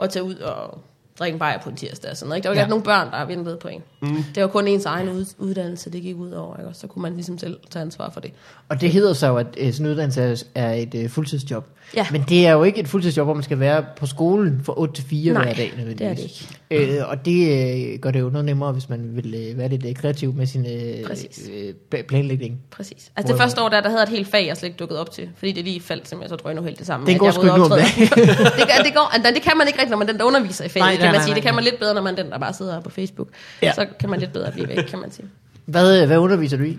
Speaker 3: at tage ud og drikke en bajer på en tirsdag. og Sådan noget, ikke? Der var ikke
Speaker 2: Ja.
Speaker 3: ja. nogen børn, der ventede på en. Mm. Det var kun ens egen ud- uddannelse, det gik ud over. Ikke? Og så kunne man ligesom selv tage ansvar for det.
Speaker 2: Og det hedder så jo, at øh, sådan en uddannelse er, er et øh, fuldtidsjob.
Speaker 3: Ja.
Speaker 2: Men det er jo ikke et fuldtidsjob, hvor man skal være på skolen fra 8 til 4
Speaker 3: Nej,
Speaker 2: hver dag.
Speaker 3: det er det ikke.
Speaker 2: ikke. Øh, og det øh, gør det jo noget nemmere, hvis man vil øh, være lidt øh, kreativ med sin øh,
Speaker 3: Præcis.
Speaker 2: øh, pla- planlægning.
Speaker 3: Præcis. Altså det
Speaker 2: Wow.
Speaker 3: første år, der, der havde jeg et helt fag, jeg slet ikke dukket op til. Fordi det lige faldt, som jeg så drøn helt det samme.
Speaker 2: Den
Speaker 3: at
Speaker 2: går
Speaker 3: jeg
Speaker 2: sgu
Speaker 3: rydder
Speaker 2: ikke nu om
Speaker 3: optræder. det, gør, det, går, altså, det kan man ikke rigtigt, når man er den, der underviser i faget,
Speaker 2: Nej,
Speaker 3: nej, kan
Speaker 2: nej,
Speaker 3: man
Speaker 2: nej,
Speaker 3: sige.
Speaker 2: nej,
Speaker 3: Det kan
Speaker 2: nej.
Speaker 3: man lidt bedre, når man er den, der bare sidder på Facebook.
Speaker 2: Ja.
Speaker 3: Ja. Så kan man lidt bedre blive væk, kan man sige.
Speaker 2: Hvad, øh, hvad underviser du i?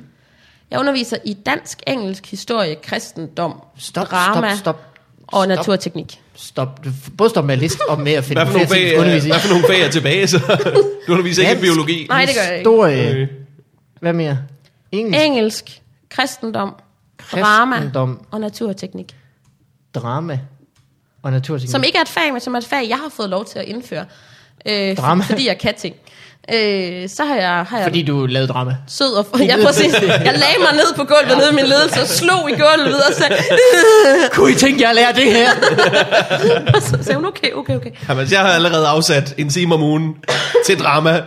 Speaker 3: Jeg underviser i dansk, engelsk, historie, kristendom,
Speaker 2: Stop,
Speaker 3: drama
Speaker 2: stop, stop.
Speaker 3: og
Speaker 2: Stop. Mm.
Speaker 3: naturteknik.
Speaker 2: Stop. Du f- Både stop med at liste og med at finde
Speaker 1: Hvad for nogle
Speaker 2: flere ting,
Speaker 1: fag, øh,
Speaker 2: du skal undervise i.
Speaker 1: hvad for nogle fag er tilbage, så? Du underviser ikke i
Speaker 2: Dansk.
Speaker 1: biologi.
Speaker 3: Nej, det gør jeg ikke.
Speaker 2: Historie.
Speaker 1: Øh,
Speaker 2: Hvad mere? Engelsk,
Speaker 3: Engelsk, kristendom, drama
Speaker 2: Kristendom.
Speaker 3: og naturteknik.
Speaker 2: drama og naturteknik.
Speaker 3: Som ikke er et fag, men som er et fag, jeg har fået lov til at indføre. Øh,
Speaker 2: Drama.
Speaker 3: Fordi jeg kan ting. Øh, så har jeg, har jeg
Speaker 2: Fordi du lavede drama.
Speaker 3: sød og... Ja, præcis. Jeg lagde mig ned på gulvet nede i min ledelse og slog i gulvet og sagde,
Speaker 2: Kunne I tænke, jeg lærer det her?
Speaker 3: og så sagde hun, okay, okay, okay.
Speaker 1: Jamen, altså, jeg har allerede afsat en time om ugen til drama. Ja.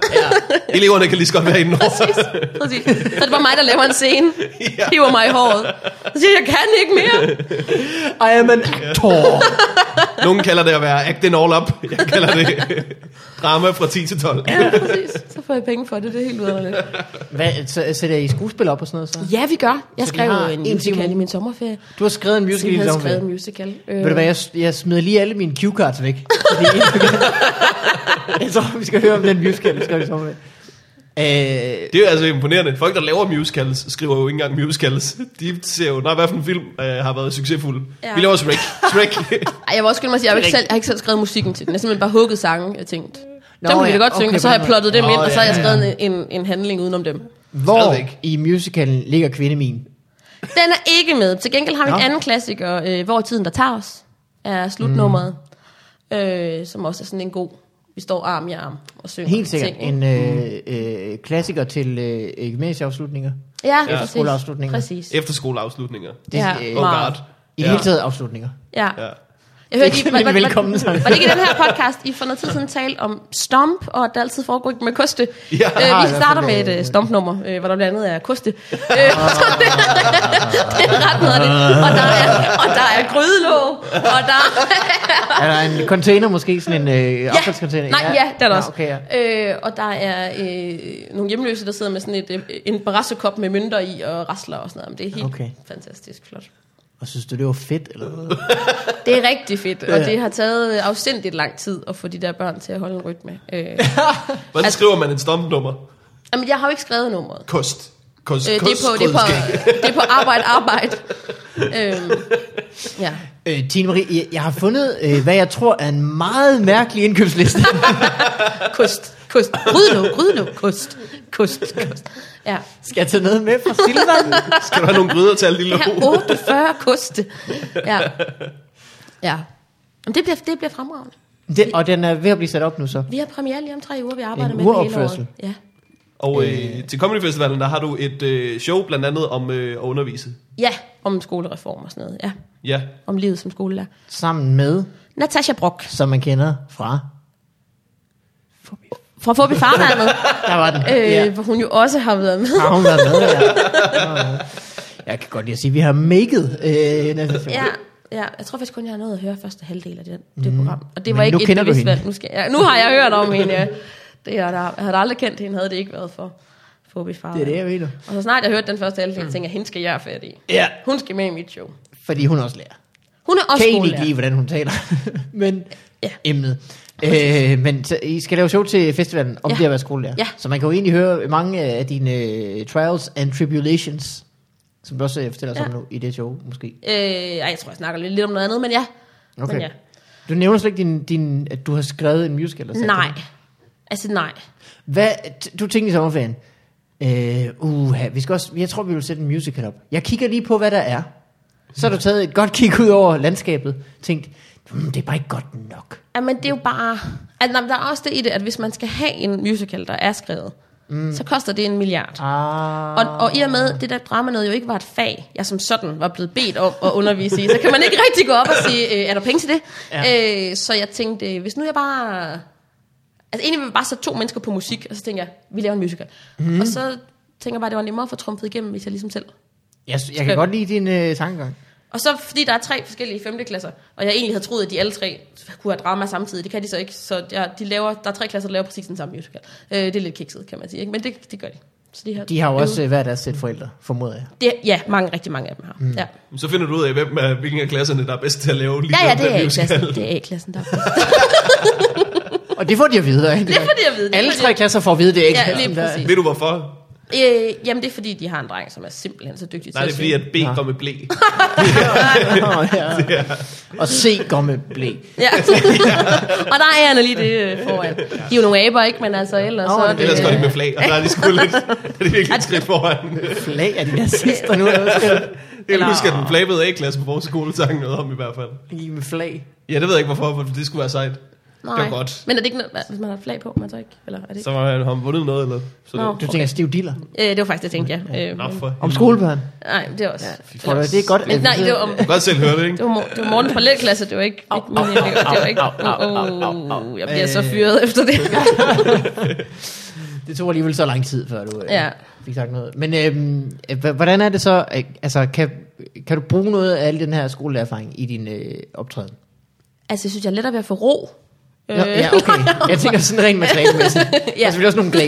Speaker 1: Eleverne kan lige så godt være inde over.
Speaker 3: Præcis, præcis. Så det var mig, der laver en scene.
Speaker 1: Ja.
Speaker 3: Hiver mig i håret. Så siger jeg, jeg kan ikke mere.
Speaker 2: I am an actor.
Speaker 1: Nogen kalder det at være acting all up. Jeg kalder det drama fra 10 til 12.
Speaker 3: Ja, præcis. Så får jeg penge for det, det er helt udadvendt.
Speaker 2: Hvad, så sætter I skuespil op og sådan noget så?
Speaker 3: Ja, vi gør. Jeg
Speaker 2: Så vi
Speaker 3: skrev øh,
Speaker 2: har
Speaker 3: en
Speaker 2: en time
Speaker 3: musical
Speaker 2: om-
Speaker 3: i min sommerferie.
Speaker 2: Du har skrevet en
Speaker 3: Så jeg
Speaker 2: musical i
Speaker 3: havde skrevet en øh,
Speaker 2: Longvej.
Speaker 3: musical.
Speaker 2: Ved du hvad, jeg, jeg smider lige alle mine cue cards væk. Fordi jeg tror, vi skal høre om den musical, vi skal i sommerferien. Øh,
Speaker 1: Det er jo altså imponerende. Folk, der laver musicals, skriver jo ikke engang musicals. De ser jo, nej, hvad for en film øh, har været succesfuld. Ja.
Speaker 3: Ja.
Speaker 1: Vi laver Shrek. Shrek.
Speaker 3: Øh, Ej, jeg var også skylde mig at sige, jeg har, ikke selv, jeg har ikke selv skrevet musikken til den. Jeg har simpelthen bare hugget sange, jeg tænkte. Nå, dem kunne
Speaker 2: ja,
Speaker 3: de da godt
Speaker 2: okay,
Speaker 3: synge, og så
Speaker 2: på
Speaker 3: har
Speaker 2: den
Speaker 3: jeg
Speaker 2: måde.
Speaker 3: plottet dem ind,
Speaker 1: Nå,
Speaker 3: og så har
Speaker 1: ja,
Speaker 3: jeg skrevet en, en, en handling udenom dem.
Speaker 2: hvor
Speaker 1: Stadigvæk.
Speaker 2: i musicalen ligger kvindemien?
Speaker 3: Den er ikke med. Til gengæld har vi
Speaker 2: Nå.
Speaker 3: en anden klassiker, øh, Hvor tiden der tager os, er slutnummeret, øh, som også er sådan en god, vi står arm i arm og synger.
Speaker 2: Helt sikkert
Speaker 3: ting, ikke?
Speaker 2: en øh,
Speaker 3: Mm.
Speaker 2: øh, klassiker til øh, gymnasieafslutninger.
Speaker 3: Ja,
Speaker 1: Ja.
Speaker 3: ja. præcis.
Speaker 2: Skoleafslutninger.
Speaker 3: præcis.
Speaker 1: Efterskoleafslutninger.
Speaker 2: Det,
Speaker 3: Ja,
Speaker 2: øh,
Speaker 1: Oh
Speaker 3: meget.
Speaker 1: god.
Speaker 2: I det hele taget afslutninger.
Speaker 3: Ja.
Speaker 1: Ja. ja.
Speaker 3: Jeg
Speaker 2: Det er
Speaker 3: hørte, I, var,
Speaker 2: simpelthen
Speaker 3: var,
Speaker 2: velkommen,
Speaker 3: var,
Speaker 2: Sanne.
Speaker 3: var det ikke i den her podcast, I for noget tid siden talte om stomp, og at det altid foregår med koste?
Speaker 1: Ja.
Speaker 3: øh,
Speaker 2: Ah, i hvert
Speaker 3: vi
Speaker 2: fald,
Speaker 3: starter med
Speaker 2: øh,
Speaker 3: et øh, stompnummer, øh, hvor der blandt andet er koste. Øh, så det, det er ret noget af det. Og der er, og der er grydelåg, og der
Speaker 2: Er der en container måske, sådan en øh,
Speaker 3: ja.
Speaker 2: affaldscontainer?
Speaker 3: Nej, ja, det er der
Speaker 2: Nå,
Speaker 3: også.
Speaker 2: Okay, ja.
Speaker 3: øh, og der er øh, nogle hjemløse, der sidder med sådan et, øh, en barassekop med mønter i og rasler og sådan noget. Men det er helt
Speaker 2: Okay.
Speaker 3: okay. fantastisk flot.
Speaker 2: Og synes du, det var fedt? Eller? hvad?
Speaker 3: Det er rigtig fedt, og
Speaker 2: Ja.
Speaker 3: det har taget øh, afsindigt lang tid at få de der børn til at holde en rytme. Øh,
Speaker 1: Hvordan
Speaker 3: Altså-
Speaker 1: skriver man et stumpnummer?
Speaker 3: Jamen, jeg har jo ikke skrevet nummeret.
Speaker 1: Kost. Kost,
Speaker 3: Øh, det, er på, det, er på, det er på arbejde, arbejde. Øhm, ja.
Speaker 2: Øh, Tine Marie, jeg, jeg har fundet, øh, hvad jeg tror er en meget mærkelig indkøbsliste.
Speaker 3: Kost, kost, grydelåg, grydelåg, kost, kost, kost. Ja.
Speaker 2: Skal jeg tage noget med fra Silvan?
Speaker 1: Skal du have nogle gryder til alle lille
Speaker 3: Jeg har
Speaker 2: Uh.
Speaker 3: 48 koste. Ja. Ja. Jamen, det bliver, det bliver fremragende.
Speaker 2: Det, og den er ved at blive sat op nu så.
Speaker 3: Vi har premiere lige om tre uger, vi arbejder
Speaker 2: En
Speaker 3: med det hele
Speaker 2: uropførsel.
Speaker 3: året. Ja.
Speaker 1: Og øh, til Comedy Festivalen, der har du et øh, show blandt andet om øh, at undervise.
Speaker 3: ja, om skolereform og sådan noget. Ja,
Speaker 1: Ja.
Speaker 3: om livet som skolelærer.
Speaker 2: Sammen med,
Speaker 3: Natasha Brock
Speaker 2: som man kender fra...
Speaker 3: fra Forbi Farvandet,
Speaker 2: Der var den.
Speaker 3: øh,
Speaker 2: ja.
Speaker 3: hvor hun jo også har været med.
Speaker 2: Har hun været med? Ja. Nå, ja. Jeg kan godt lide at sige, at vi har maket øh, Natasha
Speaker 3: Ja, ja, jeg tror faktisk kun, jeg har nået at høre første halvdel af det, det program. Og det
Speaker 2: Mm. Men
Speaker 3: var ikke
Speaker 2: nu
Speaker 3: et
Speaker 2: kender du
Speaker 3: bevidst
Speaker 2: hende.
Speaker 3: valg. Nu, skal, ja, nu har jeg hørt om hende. Ja. Det er der. Jeg havde aldrig kendt hende, havde det ikke været for Forbi
Speaker 2: Det er
Speaker 3: Farvandet.
Speaker 2: det, jeg mener.
Speaker 3: Og så snart jeg hørte den første halvdel, mm. tænkte jeg, hende skal jeg have fat i.
Speaker 2: Ja.
Speaker 3: Hun skal med i mit show.
Speaker 2: Fordi hun er også lærer.
Speaker 3: Hun er også
Speaker 2: Kan egentlig ikke
Speaker 3: skolelærer.
Speaker 2: lide, hvordan hun taler. men
Speaker 3: Ja.
Speaker 2: ja. emnet. Øh, men så, I skal lave show til festivalen om
Speaker 3: Ja.
Speaker 2: ja. det at være skolelærer.
Speaker 3: Ja.
Speaker 2: Så man kan jo egentlig høre mange af dine øh, trials and tribulations, som du også øh, fortæller os
Speaker 3: Ja.
Speaker 2: om nu i det show, måske.
Speaker 3: Øh, ej, jeg tror, jeg snakker lidt, lidt om noget andet, men ja.
Speaker 2: Okay.
Speaker 3: Men ja.
Speaker 2: Du nævner slet ikke, din, din, at du har skrevet en musical. Eller sådan
Speaker 3: Nej.
Speaker 2: noget.
Speaker 3: Altså nej.
Speaker 2: Hvad, t- du tænkte i sommerferien, øh, uha, vi skal også, jeg tror, vi vil sætte en musical op. Jeg kigger lige på, hvad der er. Så har du taget et godt kig ud over landskabet, tænkt, hmm, det er bare ikke godt nok.
Speaker 3: Jamen, det er jo bare... Altså, nej, men der er også det i det, at hvis man skal have en musical, der er skrevet, mm. så koster det en milliard.
Speaker 2: Ah.
Speaker 3: Og, og i og med, det der drama noget jo ikke var et fag, jeg som sådan var blevet bedt om at undervise i, så kan man ikke rigtig gå op og sige, øh, er der penge til det? Ja. Øh, så jeg tænkte, øh, hvis nu jeg bare... Altså egentlig ville vi bare sætte to mennesker på musik, og så tænkte jeg, vi laver en musical. Mm. Og så tænker jeg bare, det var nemmere at få trumpet igennem, hvis jeg ligesom selv.
Speaker 2: Jeg, jeg kan godt lide din øh, tankegang.
Speaker 3: Og så fordi der er tre forskellige femteklasser, og jeg egentlig havde troet, at de alle tre kunne have drama samtidig, det kan de så ikke. Så jeg, de laver, der er tre klasser, der laver præcis den samme musical. Øh, det er lidt kikset, kan man sige, ikke? men det, det gør de. Så de har,
Speaker 2: De har jo også øh, hver deres sæt forældre, formoder jeg.
Speaker 3: Det, ja, mange, rigtig mange af dem har. Mm. Ja.
Speaker 1: Så finder du ud af, hvem af, hvilken af klasserne, der er bedst til at lave lige
Speaker 3: Ja, ja,
Speaker 1: den
Speaker 3: det
Speaker 1: der
Speaker 3: er
Speaker 1: musical.
Speaker 3: A-klassen. Det er A-klassen, der er bedst.
Speaker 2: Og det får de at vide, ikke?
Speaker 3: Det får de at vide, det
Speaker 2: Alle
Speaker 3: får de
Speaker 2: tre
Speaker 3: at-
Speaker 2: klasser får at vide, det er ikke.
Speaker 3: Ja, lige
Speaker 2: Der-
Speaker 3: præcis.
Speaker 1: Ved du hvorfor?
Speaker 3: Øh, jamen, det er fordi, de har en dreng, som er simpelthen så dygtig
Speaker 1: Nej,
Speaker 3: til
Speaker 1: det er fordi, at B
Speaker 2: Nå.
Speaker 1: går med blæ.
Speaker 2: Nå, ja. Og se går med blæ.
Speaker 3: Ja. og der er han lige det øh, foran. De er jo nogle aber, ikke? Men altså, ellers
Speaker 2: Nå,
Speaker 3: så er
Speaker 2: det-
Speaker 3: det...
Speaker 1: Ellers går de
Speaker 3: øh,
Speaker 1: med flag, og der er de sgu lidt, er de virkelig et skridt foran.
Speaker 2: Flag er de nazister nu, eller hvad skal der?
Speaker 1: Jeg kan
Speaker 3: Eller-
Speaker 1: huske, at den flabede A-klasse på vores skole sang noget om i hvert fald.
Speaker 2: Lige med flag.
Speaker 1: Ja, det ved jeg ikke hvorfor, for det skulle være sejt.
Speaker 3: nej.
Speaker 1: Det var godt.
Speaker 3: Men er det ikke noget, hvad, hvis man har et flag på, man så ikke? Eller er det ikke?
Speaker 1: Så har han vundet noget, eller? Så
Speaker 3: Nå.
Speaker 1: det,
Speaker 2: Du tænker stiv diller.
Speaker 3: Øh, det var faktisk det, jeg tænkte, ja. Øh,
Speaker 1: Nå, for
Speaker 2: Om skolebørn.
Speaker 3: nej, det var også... Ja,
Speaker 2: Tror du, det er godt?
Speaker 3: Men, nej, det var, om,
Speaker 1: Du kan godt selv høre det,
Speaker 3: det
Speaker 1: ikke?
Speaker 3: var, mor- det var morgen fra lægeklasse, det var ikke... ikke min elev, det var ikke... Åh, jeg bliver så fyret efter det.
Speaker 2: Det tog alligevel så lang tid, før du øh,
Speaker 3: Ja.
Speaker 2: ja. fik sagt noget. Men øhm, h- hvordan er det så, øh, altså kan, kan du bruge noget af al den her skolelærerfaring i din øh, optræden?
Speaker 3: Altså, jeg synes, jeg er lettere ved at få ro.
Speaker 2: Øh. Ja, okay. Jeg tænker sådan rent materialemæssigt. ja. Der er selvfølgelig også nogle glæde.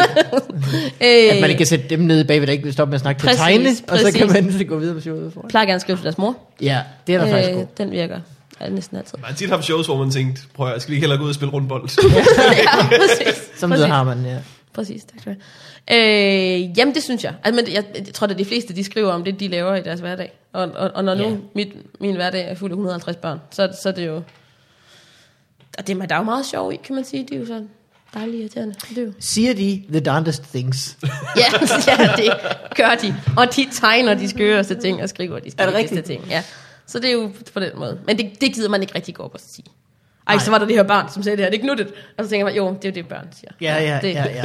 Speaker 3: øh,
Speaker 2: At man ikke kan sætte dem nede bagved, der ikke vil stoppe med at snakke
Speaker 3: Præcis,
Speaker 2: til tegne, og så
Speaker 3: præcis.
Speaker 2: kan man så gå videre med showet foran.
Speaker 3: Jeg plejer gerne at skrive til deres mor.
Speaker 2: Ja, det er der øh, faktisk god.
Speaker 3: den virker ja, næsten altid.
Speaker 1: Man har tit haft shows, hvor man tænkte, prøv at høre, skal vi ikke hellere gå ud og spille rundbold?
Speaker 3: ja, præcis.
Speaker 2: Samtidig har man, ja.
Speaker 3: Præcis, tak skal du have. Øh, jamen, det synes jeg. Altså, men jeg, jeg tror, at de fleste, de skriver om det, de laver i deres hverdag. Og, og, og når nu
Speaker 2: Ja.
Speaker 3: mit, min hverdag er fuld af 150 børn, så, så er det jo... Og det er der er jo meget sjov i, kan man sige. Det er jo så dejligt irriterende. Det er jo.
Speaker 2: Siger de the darndest things?
Speaker 3: Ja, ja, det gør de. Og de tegner de skøreste ting og skriver de
Speaker 2: Er det
Speaker 3: skøreste
Speaker 2: rigtigt?
Speaker 3: ting. Ja. Så det er jo på den måde. Men det, det gider man ikke rigtig gå op og sige. Ej, så var der det her barn, som sagde det her, det er ikke nuttet. Og så tænker man, jo, det er jo det, børn siger.
Speaker 2: Ja, ja,
Speaker 3: det,
Speaker 2: ja, ja.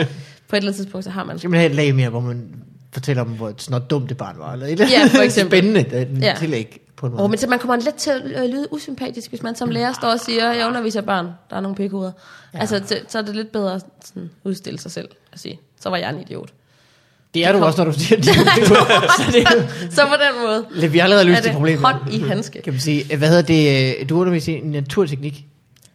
Speaker 3: På et eller andet tidspunkt, så har man...
Speaker 2: Skal man have et lag mere, hvor man fortæller dem, hvor snot dumt det barn var? Eller et eller
Speaker 3: Ja, for
Speaker 2: andet
Speaker 3: eksempel.
Speaker 2: spændende det
Speaker 3: Ja.
Speaker 2: ja. tillæg på en måde.
Speaker 3: Oh, men så man kommer let til at øh, lyde usympatisk, hvis man
Speaker 2: Mm.
Speaker 3: som lærer står og siger, jeg underviser børn, der er nogle pikhoveder. Ja. Altså, så- så er det lidt bedre at sådan, udstille sig selv og sige, så var jeg en idiot.
Speaker 2: det er du
Speaker 3: kom-
Speaker 2: også, når du siger det.
Speaker 3: så på den måde
Speaker 2: Vi har allerede
Speaker 3: er
Speaker 2: løst det
Speaker 3: det
Speaker 2: problem.
Speaker 3: hånd i handske.
Speaker 2: Kan man sige, hvad hedder det, øh, du underviser i naturteknik?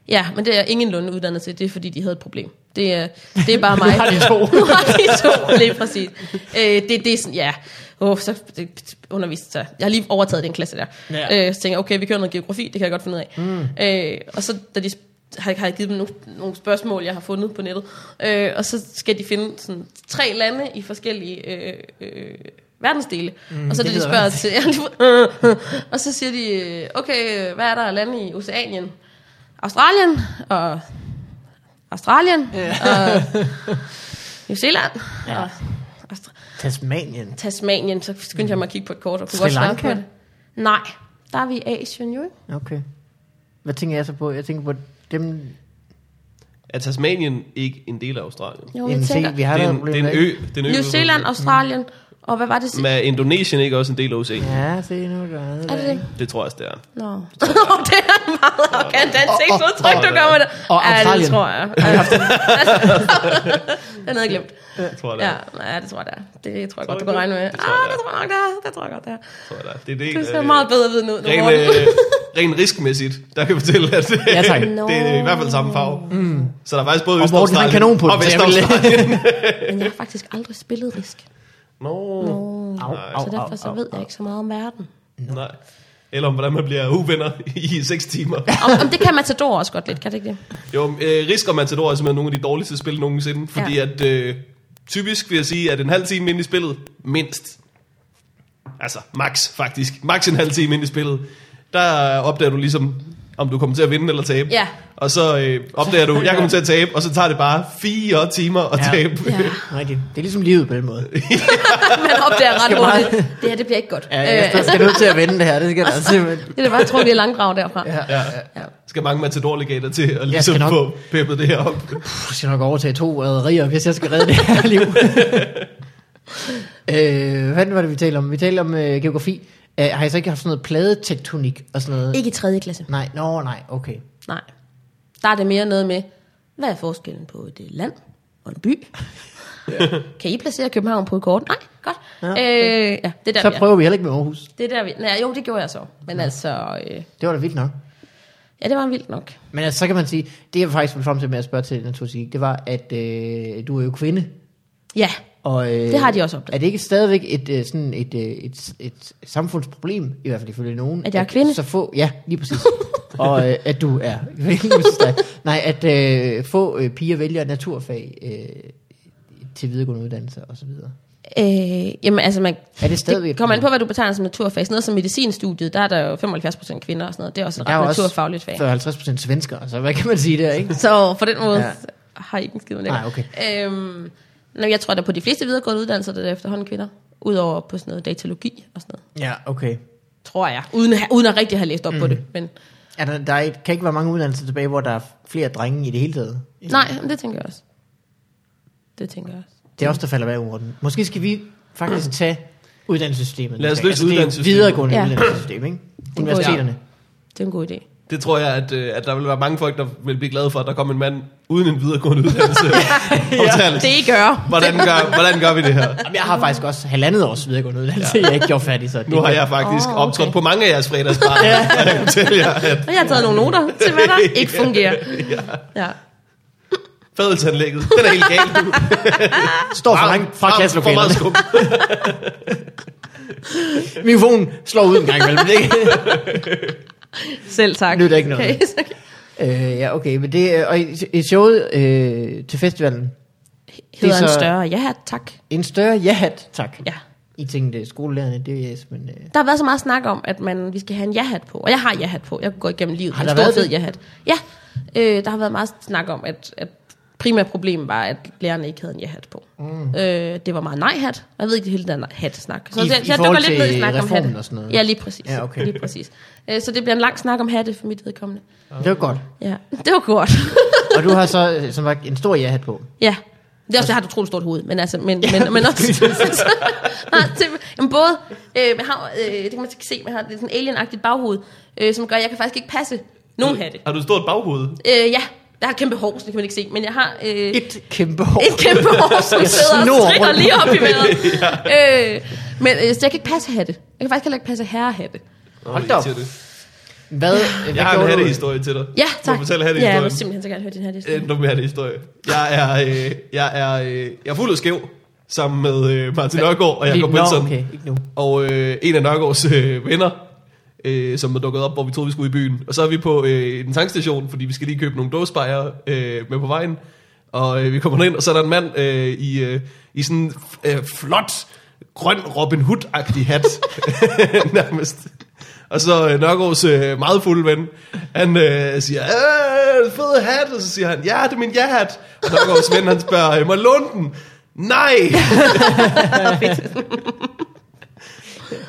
Speaker 3: Ja, men det er ingen lunde uddannet til. Det er, fordi de havde et problem. Det er, det er bare mig.
Speaker 2: Nu har de to.
Speaker 3: nu har de to, lige præcis. Øh, det, det er sådan, ja. Oh, så det, underviste sig. Jeg har lige overtaget den klasse der.
Speaker 2: Ja.
Speaker 3: Ja. Øh, så tænker jeg, okay, vi kører noget geografi. Det kan jeg godt finde ud af. Mm. Øh, og så da de sp- har, har jeg givet dem nogle, nogle spørgsmål, jeg har fundet på nettet. Øh, og så skal de finde sådan, tre lande i forskellige øh, øh, verdensdele. Mm, og så da
Speaker 2: det
Speaker 3: de
Speaker 2: lyder
Speaker 3: spørger til... Ja, de- øh, øh. og så siger de, øh, okay, hvad er der af lande i Oceanien? Australien og Australien og New Zealand ja. og Austra-
Speaker 2: Tasmanien.
Speaker 3: Tasmanien, så skyndte jeg mig at kigge på et kort og kunne
Speaker 2: Sri
Speaker 3: godt svare på
Speaker 2: Lanka?
Speaker 3: det. Nej, der er vi i Asien jo ikke?
Speaker 2: Okay. Hvad tænker jeg så på? Jeg tænker på dem...
Speaker 1: Er Tasmanien ikke en del af Australien?
Speaker 3: Jo,
Speaker 2: Jamen,
Speaker 3: jeg
Speaker 2: se, vi
Speaker 3: tænker.
Speaker 2: har
Speaker 1: det, er
Speaker 2: da et
Speaker 1: en, det er
Speaker 2: problem.
Speaker 1: en
Speaker 2: ikke?
Speaker 1: ø. Det er en ø
Speaker 3: New Zealand,
Speaker 1: Mm.
Speaker 3: Australien, og hvad var det?
Speaker 1: Men er Indonesien ikke også en del af Oceanien? Ja.
Speaker 2: Ja, se nu, du er
Speaker 3: Er det det?
Speaker 1: Det tror jeg også, det er.
Speaker 3: Nå. Nå, det er en meget arrogant ansigtsudtryk, du kommer der.
Speaker 2: og
Speaker 3: ja, det
Speaker 2: Australien.
Speaker 3: tror jeg. Ja. Den havde jeg glemt.
Speaker 1: Det tror jeg, det er.
Speaker 3: Ja, nej, det tror jeg, det er. Det tror jeg godt,
Speaker 1: du
Speaker 3: du kan
Speaker 1: det?
Speaker 3: regne med.
Speaker 1: Det tror jeg,
Speaker 3: Ah,
Speaker 1: det er.
Speaker 3: det tror jeg nok, det er. Det
Speaker 1: Tror
Speaker 3: tror jeg godt, det er.
Speaker 1: jeg, det er. Det er det,
Speaker 3: Det ser meget bedre ud nu.
Speaker 1: Ren,
Speaker 3: Morten.
Speaker 1: øh, ren riskmæssigt, der kan jeg fortælle, at
Speaker 2: Ja, tak.
Speaker 1: det er i hvert fald samme farve. Mm. Så der er faktisk både
Speaker 2: Og Morten har en
Speaker 1: Østaustralien
Speaker 2: kanon på
Speaker 1: og
Speaker 2: den, så jeg vil...
Speaker 1: Vestaustralien.
Speaker 3: Men jeg har faktisk aldrig spillet Risk.
Speaker 1: Nå,
Speaker 2: Au, au,
Speaker 3: Så
Speaker 2: au,
Speaker 3: derfor så
Speaker 2: au.
Speaker 3: ved jeg ikke så meget om verden.
Speaker 1: nej. Eller om, hvordan man bliver uvenner i 6 timer.
Speaker 3: Om, om det kan Matador også godt lidt, kan det ikke det?
Speaker 1: Jo, øh, Risk og Matador er simpelthen nogle af de dårligste spil nogensinde, fordi
Speaker 3: Ja.
Speaker 1: ja. at øh, typisk vil jeg sige, at en halv time ind i spillet, mindst, altså max faktisk, max en halv time ind i spillet, der opdager du ligesom, om du kommer til at vinde eller tabe.
Speaker 3: Ja.
Speaker 1: Og så øh, opdager du, jeg kommer til at tabe, og så tager det bare fire timer at
Speaker 2: Ja.
Speaker 1: ja. tabe.
Speaker 3: Ja.
Speaker 2: Rigtigt. Det er ligesom livet på den måde.
Speaker 3: Man opdager ret
Speaker 2: Skal meget-
Speaker 3: hurtigt. Det her, det bliver ikke godt.
Speaker 2: Ja,
Speaker 3: Øh, Altså,
Speaker 2: jeg skal, skal nødt til at vende det her. Det skal der simpelthen.
Speaker 3: Det er da bare trukket i langdrag derfra. Ja.
Speaker 1: Ja.
Speaker 3: Ja.
Speaker 1: Skal mange matadorlegater til at ligesom
Speaker 2: skal nok-
Speaker 1: få peppet det her op.
Speaker 2: Puh, jeg skal nok overtage to rædderier, hvis jeg skal redde det her liv. øh, hvad fanden var det, vi talte om? Vi talte om øh, geografi. Øh, har I så ikke haft sådan noget pladetektonik og sådan noget?
Speaker 3: Ikke i tredje klasse.
Speaker 2: Nej, nå, nej, okay.
Speaker 3: Nej. Der er det mere noget med, hvad er forskellen på et øh, land og en by? Ja. Kan I placere København på et kort? Nej, godt. Ja, øh, ja det er der,
Speaker 2: Så
Speaker 3: vi er.
Speaker 2: prøver vi heller ikke med Aarhus.
Speaker 3: Det er der, vi... Nej, jo, det gjorde jeg så. Men ja. altså, øh,
Speaker 2: Det var da vildt nok.
Speaker 3: ja, det var vildt nok.
Speaker 2: Men altså, så kan man sige, det jeg faktisk ville frem til med at spørge til naturfysik, det var, at øh, du er jo kvinde.
Speaker 3: Ja,
Speaker 2: Og, øh,
Speaker 3: Det har de også opdaget.
Speaker 2: Er det ikke stadigvæk et, øh, sådan et, øh, et, et samfundsproblem, i hvert fald ifølge nogen?
Speaker 3: At jeg er kvinde?
Speaker 2: Så få, ja, lige præcis. og øh, at du er kvinde. hvis der- Nej, at øh, få øh, piger vælger naturfag øh, til videregående uddannelser osv.
Speaker 3: øh, jamen altså, man,
Speaker 2: Er det stadigvæg
Speaker 3: det
Speaker 2: et
Speaker 3: kommer an på,
Speaker 2: problem?
Speaker 3: hvad du betegner som naturfag. Sådan noget som medicinstudiet, der er der jo 75% kvinder og sådan noget. Det er også et
Speaker 2: Der er jo
Speaker 3: ret
Speaker 2: også
Speaker 3: naturfagligt fag.
Speaker 2: 50% svensker, så hvad kan man sige der, ikke?
Speaker 3: Så på den måde
Speaker 2: Ja.
Speaker 3: ja. har I ikke en skid med det.
Speaker 2: Nej, okay.
Speaker 3: Øhm, nå, jeg tror, at på de fleste videregående uddannelser, der er det efterhånden kvinder. Udover på sådan noget datalogi og sådan noget.
Speaker 2: Ja, okay.
Speaker 3: Tror jeg. Uden, at- uden at rigtig have læst op mm.
Speaker 2: Mhm.
Speaker 3: på det. Men,
Speaker 2: Er der, der er et, kan ikke være mange uddannelser tilbage, hvor der er flere drenge i det hele taget.
Speaker 3: nej, men det tænker jeg også. Det tænker jeg også.
Speaker 2: Det er også der falder bag orden. Måske skal vi faktisk tage uddannelsessystemet. Altså,
Speaker 1: Lad os løse
Speaker 2: det er
Speaker 1: uddannelsessystemet.
Speaker 2: Videregående
Speaker 3: Ja.
Speaker 2: ja. uddannelsessystem, ikke? Universiteterne.
Speaker 3: Det er en god idé.
Speaker 1: Det tror jeg, at, øh, at der vil være mange folk, der vil blive glade for, at der kom en mand uden en videregående uddannelse. ja.
Speaker 3: Det I gør.
Speaker 1: Hvordan gør, hvordan gør vi det her?
Speaker 2: Jamen, jeg har faktisk også halvandet års videregående uddannelse, ja. jeg ikke gjorde færdig, så det
Speaker 1: Nu har jeg faktisk
Speaker 3: Åh,
Speaker 1: oh,
Speaker 3: okay.
Speaker 1: okay. optrådt på mange af jeres fredagsbarer. ja. Jeg kan fortælle jer, at
Speaker 3: Og jeg har taget nogle noter til, hvad der ikke fungerer. Ja.
Speaker 1: fadelsanlægget, den er helt galt. nu.
Speaker 2: står for langt fra
Speaker 1: Frem- for meget
Speaker 2: klasselokalerne.
Speaker 1: skum.
Speaker 2: Mikrofonen slår ud en gang imellem. Det
Speaker 3: Selv tak.
Speaker 2: Nytter ikke noget.
Speaker 3: Okay, så-
Speaker 2: øh, ja, okay, men det, øh, og i, i showet øh, til festivalen,
Speaker 3: Hedder
Speaker 2: så-
Speaker 3: en større. Ja, tak.
Speaker 2: en større ja-hat, tak.
Speaker 3: Ja.
Speaker 2: I tænkte, skolelærerne, det er men øh,
Speaker 3: Der har været så meget snak om, at man, vi skal have en ja-hat på. Og jeg har ja-hat på. Jeg kunne gå igennem livet
Speaker 2: Har
Speaker 3: med en
Speaker 2: der
Speaker 3: stor
Speaker 2: været
Speaker 3: fed
Speaker 2: det?
Speaker 3: ja-hat. Ja, øh, der har været meget snak om, at, at primært problem var, at lærerne ikke havde en ja-hat på. Mm. Øh, det var meget nej-hat. Og Jeg ved ikke det hele den hat-snak. Så,
Speaker 2: I-
Speaker 3: så jeg,
Speaker 2: i
Speaker 3: så jeg
Speaker 2: forhold
Speaker 3: dukker lidt ned i
Speaker 2: til
Speaker 3: snak om
Speaker 2: reformen
Speaker 3: hatte.
Speaker 2: og sådan noget?
Speaker 3: Ja, lige præcis.
Speaker 2: Ja, okay.
Speaker 3: lige præcis. Øh, så det bliver en lang snak om hatte for mit vedkommende.
Speaker 2: det var godt.
Speaker 3: Ja, det var godt.
Speaker 2: Og du har så, øh, som sagt, en stor ja-hat på.
Speaker 3: ja. Det er også, jeg har et utroligt stort hoved, men altså, men, ja, men, men også, nej, til, jamen både, øh, jeg har, øh, det kan man ikke se, men jeg har det er sådan alien-agtigt baghoved, øh, som gør, at jeg kan faktisk ikke passe nogen hatte.
Speaker 1: Har du et stort baghoved?
Speaker 3: Øh, ja, jeg har et kæmpe hår, så det kan man ikke se, men jeg har øh, et,
Speaker 2: Et kæmpe hår.
Speaker 3: et kæmpe hår, som
Speaker 2: Jeg
Speaker 3: sidder
Speaker 2: snor
Speaker 3: og strider
Speaker 2: rundt.
Speaker 3: lige op i vejret. øh, men øh, så jeg kan ikke passe hatte. Jeg kan faktisk heller ikke passe herrehatte.
Speaker 2: Hold da op.
Speaker 1: Jeg,
Speaker 2: Hvad, øh, hvad
Speaker 1: jeg har
Speaker 2: gjorde
Speaker 1: en
Speaker 2: du?
Speaker 1: hattehistorie til dig.
Speaker 3: Ja, tak.
Speaker 1: Du fortælle
Speaker 3: ja, jeg
Speaker 1: hattehistorien. Øh,
Speaker 3: vil simpelthen så gerne høre din hattehistorie.
Speaker 1: Endnu mere historie. Jeg er, øh, jeg er, øh, jeg er fuld af skæv sammen med øh, Martin Nørgaard og Jacob
Speaker 2: Nå,
Speaker 1: Wilson.
Speaker 2: okay, ikke nu.
Speaker 1: Og øh, en af Nørgaards øh, venner, øh, som er dukket op, hvor vi troede, vi skulle i byen. Og så er vi på øh, en tankstation, fordi vi skal lige købe nogle dåsebajer øh, med på vejen. Og øh, vi kommer ind, og så er der en mand øh, i, øh, i sådan en øh, flot, grøn Robin Hood-agtig hat. Nærmest. Og så øh, Nørgaards øh, meget fulde ven, han øh, siger, øh, fed hat, og så siger han, ja, det er min ja-hat. Og Nørgaards ven, han spørger, øh, må jeg låne den? Nej!